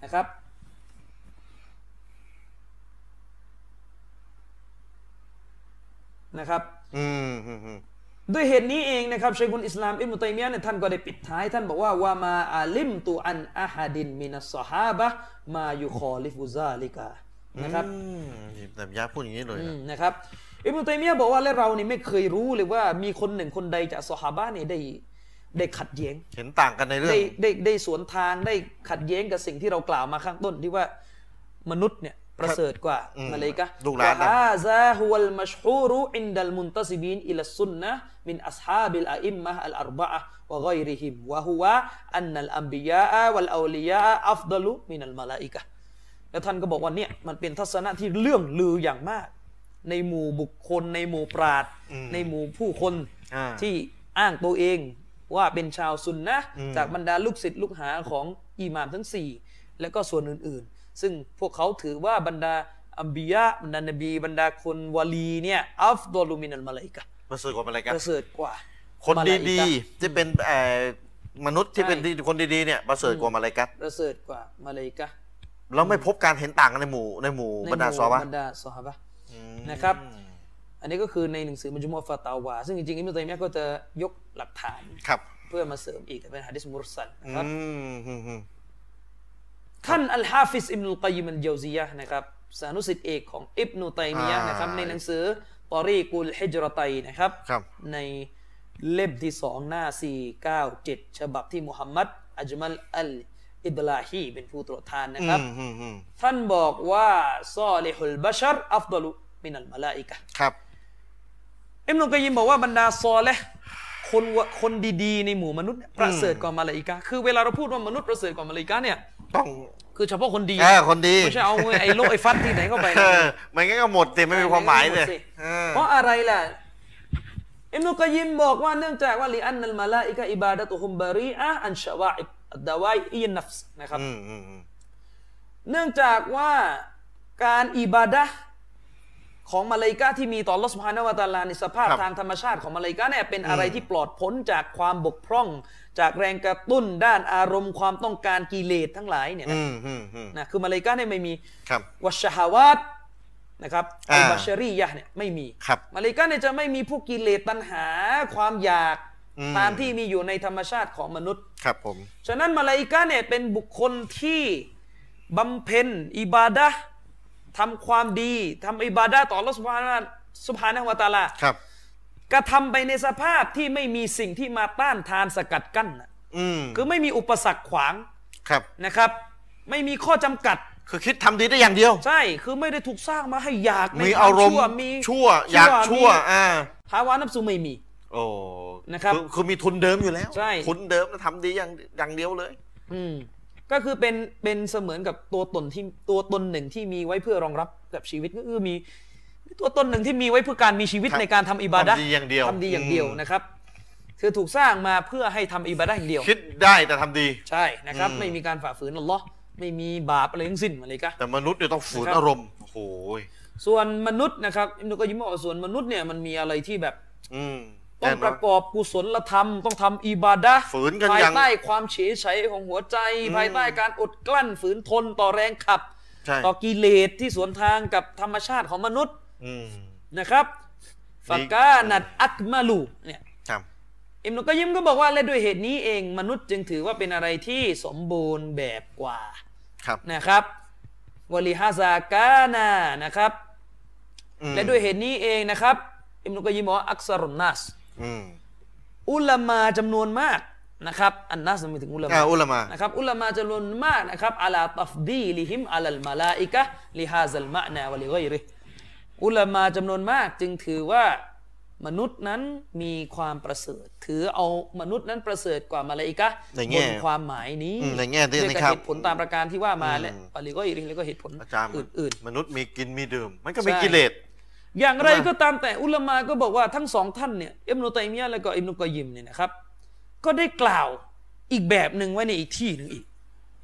[SPEAKER 2] นะครับ นะครับ
[SPEAKER 1] อืมอืมอืม
[SPEAKER 2] ด้วยเหตุนี้เองนะครับชัยคุลอิสลามอิบนุตัยมียะห์เนี่ยท่านก็ได้ปิดท้าย ท่านบอกว่าวามาอาลิมตูอันอาฮาดินมินัสซอฮาบะห์มายุคอลิฟุซาลิกานะครับ
[SPEAKER 1] อืมแต่ยาพูดอย่างนี้เลย
[SPEAKER 2] อื
[SPEAKER 1] นะ
[SPEAKER 2] มนะครับอิบนุตัยมียะห์บอกว่าและเราเนี่ยไม่เคยรู้เลยว่ามีคนหนึ่งคนใดจากซอฮาบะห์เนี่ยได้ได้ขัดแย้ง
[SPEAKER 1] เห็นต่างกันในเรื่อง
[SPEAKER 2] ได้ได้ได้สวนทางได้ขัดแย้งกับสิ่งที่เรากล่าวมาข้างต้นที่ว่ามนุษย์เนี่ยประเสริฐกว่า
[SPEAKER 1] อืม
[SPEAKER 2] มาเลยกะ
[SPEAKER 1] ลูกหลานนะ
[SPEAKER 2] วะฮาซาฮุวัลมัชฮูรุอินดัลมุนตซิบีนอิลสซุนนะห์มินอัศฮาบิลอะอิมมะฮ์อัลอัรบะอะฮ์วะกอยริฮิมวะฮุวะอันนัลอัมบิยาอะวัลเอาลิยาอะอัฟดลุมินัลมะลาอิกะฮ์แล้วท่านก็บอกว่าเนี่ยมันเป็นทัศนะที่เรื่องลืออย่างมาก ในหมู่บุคคลในหมู่ปราชญ์
[SPEAKER 1] อืม
[SPEAKER 2] ในหมู่ผู้คน
[SPEAKER 1] อ่า
[SPEAKER 2] ที่อ้างตัวเองว่าเป็นชาวซุนนะห์
[SPEAKER 1] อืม
[SPEAKER 2] จากบรรดาลูกศิษย์ลูกหาของอิหม่ามทั้ง 4 และก็ส่วนอื่นๆ ซึ่งพวกเขาถือว่าบรรดาอัมบียะห์บรรดานบี บรรดาคนวะลีเนี่ยอัฟดอลูมินัลมาลาอิกะห์
[SPEAKER 1] ประเสริฐกว่ามาลายกา
[SPEAKER 2] ประเสริฐกว่า
[SPEAKER 1] คน
[SPEAKER 2] มาลาอิ
[SPEAKER 1] ดี
[SPEAKER 2] กะห์
[SPEAKER 1] ๆที่เป็นเอ่อมนุษย์ที่
[SPEAKER 2] ใช่
[SPEAKER 1] เป็นดีคนดีๆเนี่ยประเสริฐกว่ามาลายกา
[SPEAKER 2] ประเสริฐกว่ามาลาอิกะห์
[SPEAKER 1] แล้วไม่พบการเห็นต่างกันในหมู่ในหมู่บรรดา
[SPEAKER 2] ในห
[SPEAKER 1] ซอฮาบะ
[SPEAKER 2] บรรดาซอฮาบะห์
[SPEAKER 1] อืม
[SPEAKER 2] นะครับ อันนี้ก็คือในหนังสือมัจมุอะห์ฟาตาวา ซึ่งจริงๆอิมามตัยมียะห์ก็จะยกหลักฐาน
[SPEAKER 1] ครับ
[SPEAKER 2] เพื่อมาเสริมอีกแต่เป็นหะดีษมุรสัลนะ
[SPEAKER 1] อื
[SPEAKER 2] ครับ
[SPEAKER 1] มอืมอืม
[SPEAKER 2] ท่านอัลฮาฟิซอิบนุลกอยยิมันเจวซียะห์นะครับสานุสิทธิ์เอกของอิบนุตัยมียะห์
[SPEAKER 1] อ่าน
[SPEAKER 2] นะครับในหนังสือตอรีกุลฮิจรตัยนะครับ
[SPEAKER 1] ครับ
[SPEAKER 2] ในเล่มที่สองหน้า 497 ฉบับที่มุฮัมมัดอัจมัลอัลอิบลาฮีเป็นผู้ตรวจทานนะครับ
[SPEAKER 1] อืมอืมอืม
[SPEAKER 2] ท่านบอกว่าซอลิฮุลบัชรอัฟดลุมินัลมาลาอิกะห์
[SPEAKER 1] ครับ
[SPEAKER 2] อิบนุลกอยยิมบอกว่าบรรดาซอเลห์คนวะคนดีๆ ในหมู่มนุษย์เนี่ยประเสริฐกว่ามาลาอิกะห์คือเวลาเราพูดว่ามนุษย์ประเสริฐกว่ามาลาอิกะห์เนี่ย
[SPEAKER 1] ต้อง
[SPEAKER 2] คือเฉพาะคน ดี
[SPEAKER 1] เออคนดี
[SPEAKER 2] ไม่ใช่เอาไอ้โลกไอ้ฟัดที่ไหนเข้าไป
[SPEAKER 1] เอ
[SPEAKER 2] นะ
[SPEAKER 1] อไม่งั้นก็หมดสิไม่มีความหมาย เลยเออ
[SPEAKER 2] เพราะอะไรล่ะอิมนุกอยยิมบอกว่าเนื่องจากว่าลิอันนัลมาลาอิกะอิบาดะตุฮุมบารีอะอันชะวาอิบอัดดาวายอีนัฟส์นะครับ
[SPEAKER 1] อืมอืมอืม
[SPEAKER 2] เนื่องจากว่าการอิบาดะห์ของมาลาอิกะที่มีต่อลอสพานวตาลาในสภาพทางธรรมชาติของมาลาอิกะเนี่ยเป็นอะไรที่ปลอดพ้นจากความบกพร่อง จากแรงกระตุ้นด้านอารมณ์ความต้องการกิเลสทั้งหลายเนี่ยนะ
[SPEAKER 1] อืมอืมอืม
[SPEAKER 2] นะคือมาลาอิกะเนี่ยไม่มี
[SPEAKER 1] ครับ
[SPEAKER 2] วัชชะฮาวาตนะครับไอ้
[SPEAKER 1] อ่า
[SPEAKER 2] บัชรียะห์เนี่ยไม่มี
[SPEAKER 1] ครับ
[SPEAKER 2] มาลิกาเนี่ยจะไม่มีพวกกิเลสตัณหาความอยาก
[SPEAKER 1] อืม
[SPEAKER 2] ตามที่มีอยู่ในธรรมชาติของมนุษย์
[SPEAKER 1] ครับผม
[SPEAKER 2] ฉะนั้นมาลาอิกาเนี่ยเป็นบุคคลที่บำเพ็ญอิบาดะห์ทำความดีทำอิบาดะห์ต่อรสพานะสุภานะฮูวะตะอาลา
[SPEAKER 1] ครับ
[SPEAKER 2] กระทำไปในสภาพที่ไม่มีสิ่งที่มาต้านทานสกัดกั้นน่ะ
[SPEAKER 1] อืม
[SPEAKER 2] คือไม่มีอุปสรรคขวาง
[SPEAKER 1] ครับ
[SPEAKER 2] นะครับ ไม่มีข้อจำกัด
[SPEAKER 1] คือคิดทำดีได้อย่างเดียว
[SPEAKER 2] ใช่ คือไม่ได้ถูกสร้างมาให้อยากใน
[SPEAKER 1] มี
[SPEAKER 2] คว
[SPEAKER 1] อารมณ์
[SPEAKER 2] ชั่วมี
[SPEAKER 1] ชั่วอยากชั่ว
[SPEAKER 2] มี
[SPEAKER 1] อ่า
[SPEAKER 2] ภาวะนับสูไม่มี
[SPEAKER 1] โอ้
[SPEAKER 2] นะครับ
[SPEAKER 1] อคือมีทุนเดิมอยู่แล้ว
[SPEAKER 2] ใช่
[SPEAKER 1] ทุนเดิมแล้วทำดีอย่างอย่างเดียวเลย
[SPEAKER 2] อืมก็คือเป็นเป็นเสมือนกับตัวตนที่ตัวตนหนึ่งที่มีไว้เพื่อรองรับกับชีวิตก็คือมี ตัวตนหนึ่งที่มีไว้เพื่อการมีชีวิต
[SPEAKER 1] ครับ
[SPEAKER 2] ในการทำอิบาดะห์
[SPEAKER 1] ทำดีอย่างเดียว
[SPEAKER 2] ทำดีอย่างเดียว
[SPEAKER 1] อืม
[SPEAKER 2] นะครับ คือถูกสร้างมาเพื่อให้ทำอิบาดะห์อย่างเดียว
[SPEAKER 1] คิดได้แต่ทำดี
[SPEAKER 2] ใช่นะครับ
[SPEAKER 1] อืม
[SPEAKER 2] ไม่มีการฝ่าฝืนอัลลอฮ์ไม่มีบาปอะไรทั้งสิ้นอะไรกะ
[SPEAKER 1] แต่มนุษย์เนี่ยต้องฝืน
[SPEAKER 2] นะครับ
[SPEAKER 1] อารมณ์โอ้โหย
[SPEAKER 2] ส่วนมนุษย์นะครับอิมนุกอยยิมบอกว่าส่วนมนุษย์เนี่ยมันมีอะไรที่แบบ
[SPEAKER 1] อืม
[SPEAKER 2] ต้องป
[SPEAKER 1] แน่นน
[SPEAKER 2] ระกอบกุศลธรรมต้องทำอิบาดะห์
[SPEAKER 1] ฝืนกัน
[SPEAKER 2] ภา
[SPEAKER 1] อย ย่าง
[SPEAKER 2] ใต้ความเฉยเฉยของหัวใจ
[SPEAKER 1] อืม
[SPEAKER 2] ภายใต้การอดกลั้นฝืนทนต่อแรงขับ
[SPEAKER 1] ใช่
[SPEAKER 2] ต่อกิเลสที่สวนทางกับธรรมชาติของมนุษย์
[SPEAKER 1] อืม
[SPEAKER 2] นะครับ
[SPEAKER 1] นี่
[SPEAKER 2] ฟักกานัดอักมาลูเนี่ย
[SPEAKER 1] ครับ
[SPEAKER 2] อิมนุกอยยิมก็บอกว่าและด้วยเหตุนี้เองมนุษย์จึงถือว่าเป็นอะไรที่สมบูรณ์แบบกว่า
[SPEAKER 1] ครับ
[SPEAKER 2] นะครับวลิฮาซากานานะครับ
[SPEAKER 1] อืม
[SPEAKER 2] และด้วยเหตุนี้เองนะครับอิมนุกอยยิมบอกว่าอักษรุนนัส
[SPEAKER 1] อืม
[SPEAKER 2] อุลามาจำนวนมากนะครับ อันนัสหมายถึงอุลา
[SPEAKER 1] อ่า
[SPEAKER 2] มา
[SPEAKER 1] อุลามา
[SPEAKER 2] นะครับอุลามาจำนวนมากนะครับอาลาตัฟดีลิฮิมอาลัลมาลาอิกะลิฮาซัลมะนาวะลิไกริฮ์อุลามาจำนวนมากจึงถือว่า มนุษย์นั้นมีความประเสริฐ ถือเอามนุษย์นั้นประเสริฐกว่ามาลาอิกะห์
[SPEAKER 1] ในแง่
[SPEAKER 2] บนความหมายนี้
[SPEAKER 1] อืมในแง่ที่
[SPEAKER 2] ด้ว
[SPEAKER 1] นะ
[SPEAKER 2] ยกับ
[SPEAKER 1] ครับ
[SPEAKER 2] เหตุผลตามประการที่ว่ามาและ
[SPEAKER 1] อืม
[SPEAKER 2] ปาลีก็อีริงแล้วก็เหตุผล
[SPEAKER 1] อาจารย์
[SPEAKER 2] อื่น
[SPEAKER 1] มนุษย์มีกินมีดื่ม มันก็มี
[SPEAKER 2] ใช่
[SPEAKER 1] กิเลส
[SPEAKER 2] ๆ อย่างไร
[SPEAKER 1] ว่า
[SPEAKER 2] ก็ตามแต่อุลามาก็บอกว่าทั้งสองท่านเนี่ยอิบนุตัยมียะห์และก็อิบนุกอยยิมเนี่ยนะครับ ก็ได้กล่าวอีกแบบหนึ่งไว้ในอีกที่หนึ่งอีก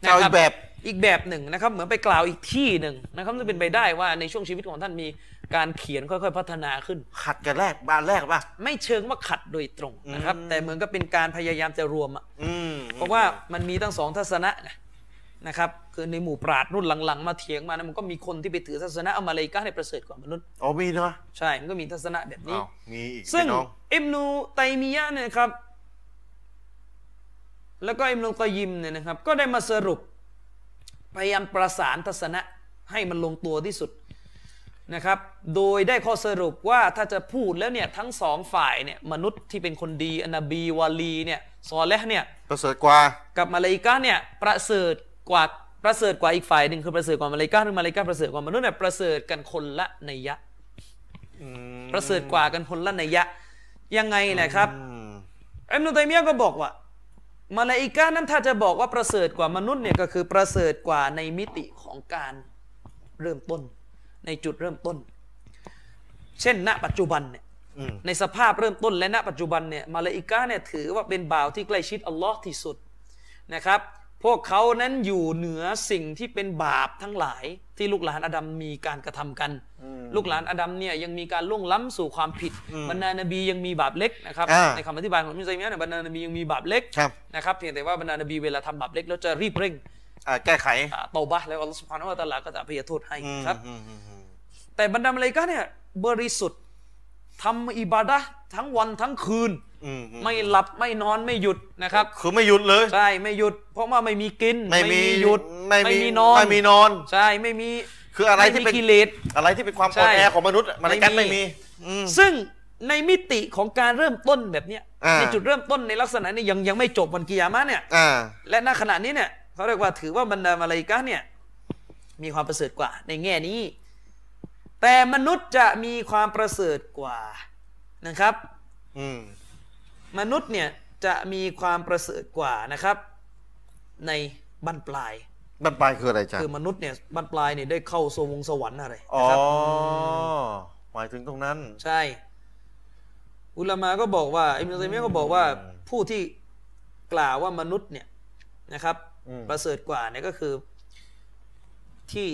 [SPEAKER 2] นะ
[SPEAKER 1] เอา
[SPEAKER 2] ค
[SPEAKER 1] อี
[SPEAKER 2] รั
[SPEAKER 1] กแบบ
[SPEAKER 2] อีกแบบหนึ่งนะครับเหมือนไปกล่าวอีกที่หนึ่งนะครับจะเป็นไปได้ว่าในช่วงชีวิตของท่านมีการเขียนค่อยๆพัฒนาขึ้น
[SPEAKER 1] ขัดกันแรกบ้านแรกป่ะ
[SPEAKER 2] ไม่เชิงว่าขัดโดยตรงนะครับ
[SPEAKER 1] อืม
[SPEAKER 2] แต่เหมือนกับเป็นการพยายามจะรวมอะ
[SPEAKER 1] อืม
[SPEAKER 2] เพราะว่ามันมีทั้งสองทัศนะนะนะครับคือในหมู่ปราดรุ่นหลังๆ มาเถียงมานะมันก็มีคนที่ไปถือทัศนะเอามาเลยก็ให้ประเสริฐกว่ามนุษย์
[SPEAKER 1] อ๋อมีเนาะ
[SPEAKER 2] ใช่มันก็มีทัศนะแบบนี้
[SPEAKER 1] อ้าวมีอีก
[SPEAKER 2] ซึ่ง
[SPEAKER 1] พี่น้อง
[SPEAKER 2] อิมนูไตมียะห์เนี่ยครับ แล้วก็อิมนุกอยยิมเนี่ยนะครับ ก็ได้มาสรุป พยายามประสานทัศนะให้มันลงตัวที่สุดนะครับ โดยได้ข้อสรุปว่าถ้าจะพูดแล้วเนี่ยทั้งสองฝ่ายเนี่ยมนุษย์ที่เป็นคนดีอันนบีวาลีเนี่ยซอเลห์เนี่ย
[SPEAKER 1] ประเสริฐกว่า
[SPEAKER 2] กับมาลาอิกะห์เนี่ยประเสริฐกว่าประเสริฐกว่าอีกฝ่ายหนึ่งคือประเสริฐกว่ามาลาอิกะห์หรือมาลาอิกะห์ประเสริฐกว่ามนุษย์เนี่ยประเสริฐกันคนละนัยยะ
[SPEAKER 1] อืม
[SPEAKER 2] ประเสริฐกว่ากันคนละนัยยะยังไงนะครับ
[SPEAKER 1] อืม
[SPEAKER 2] อิมนุตัยมียะห์ก็บอกว่ามาลาอิกะห์นั้นถ้าจะบอกว่าประเสริฐกว่ามนุษย์เนี่ยก็คือประเสริฐกว่าในมิติของการเริ่มต้น ในจุดเริ่มต้น เช่น ณ ปัจจุบันเนี่ย
[SPEAKER 1] อืม
[SPEAKER 2] ในสภาพเริ่มต้นและณปัจจุบันเนี่ยมาลาอิกะห์เนี่ยถือว่าเป็นบ่าวที่ใกล้ชิดอัลลอฮ์ที่สุดนะครับ พวกเขานั้นอยู่เหนือสิ่งที่เป็นบาปทั้งหลายที่ลูกหลานอาดัมมีการกระทำกัน ลูกหลานอาดัมเนี่ยยังมีการล่วงล้ำสู่ความผิดบรรดานบียังมีบาปเล็กนะครับ
[SPEAKER 1] อ่า
[SPEAKER 2] ในคำอธิบายของมิซัยมียะห์เนี่ยบรรดานบียังมีบาปเล็ก
[SPEAKER 1] ครับ
[SPEAKER 2] นะครับเพียงแต่ว่าบรรดานบีเวลาทำบาปเล็กแล้วจะรีบเร่ง
[SPEAKER 1] อ่าแก้ไข
[SPEAKER 2] อ่าเตาบะห์แล้วอัลลอฮฺสุบฮานะฮูวะตะอาลาก็จะอภัยโทษให้
[SPEAKER 1] อืม
[SPEAKER 2] ครับ
[SPEAKER 1] อืมอืมอืม
[SPEAKER 2] แต่บรรดามาเลกาเนี่ยบริสุทธิ์ทำอิบาดะห์ทั้งวันทั้งคืน
[SPEAKER 1] อืมอืม
[SPEAKER 2] ไม่หลับไม่นอนไม่หยุดนะครับ
[SPEAKER 1] คือไม่หยุดเลย
[SPEAKER 2] ใช่ไม่หยุด เพราะว่าไม่มีกิน
[SPEAKER 1] ไม่มี
[SPEAKER 2] หยุด
[SPEAKER 1] ไม่มี
[SPEAKER 2] นอน
[SPEAKER 1] ไม่มีนอน
[SPEAKER 2] ใช่ไม่มี
[SPEAKER 1] คืออะไรที่
[SPEAKER 2] ม่มี
[SPEAKER 1] เป็น
[SPEAKER 2] กิเลส
[SPEAKER 1] อะไรที่เป็นความอ่
[SPEAKER 2] ใช่
[SPEAKER 1] อนแอของมนุษย์อะมัน
[SPEAKER 2] ไม่
[SPEAKER 1] กันไม่
[SPEAKER 2] มี
[SPEAKER 1] มี อืม
[SPEAKER 2] ซึ่งในมิติของการเริ่มต้นแบบเนี้ย
[SPEAKER 1] อ่า
[SPEAKER 2] ในจุดเริ่มต้นในลักษณะนี้ยังยังไม่จบวันกิยามะเนี่ย
[SPEAKER 1] อ่า
[SPEAKER 2] และณขณะนี้เนี่ยเขาเรียกว่าถือว่าบรรดามาลาอิกะห์เนี่ยมีความประเสริฐกว่าในแง่นี้ แต่มนุษย์จะมีความประเสริฐกว่านะครับ
[SPEAKER 1] อืม
[SPEAKER 2] มนุษย์เนี่ยจะมีความประเสริฐกว่านะครับ ในบั้นปลาย
[SPEAKER 1] บันปลายคืออะไรจ๊ะ
[SPEAKER 2] คือมนุษย์เนี่ยบั้นปลายเนี่ยได้เข้าสวงสวรรค์อะไร
[SPEAKER 1] อ๋อ
[SPEAKER 2] นะครับ
[SPEAKER 1] หมายถึงตรงนั้น
[SPEAKER 2] ใช่ อุลามาก็บอกว่าอิมนุตัยมียะห์ก็บอกว่าผู้ที่กล่าวว่ามนุษย์เนี่ยนะครับ
[SPEAKER 1] อืม
[SPEAKER 2] ประเสริฐกว่าเนี่ยก็คือ ที่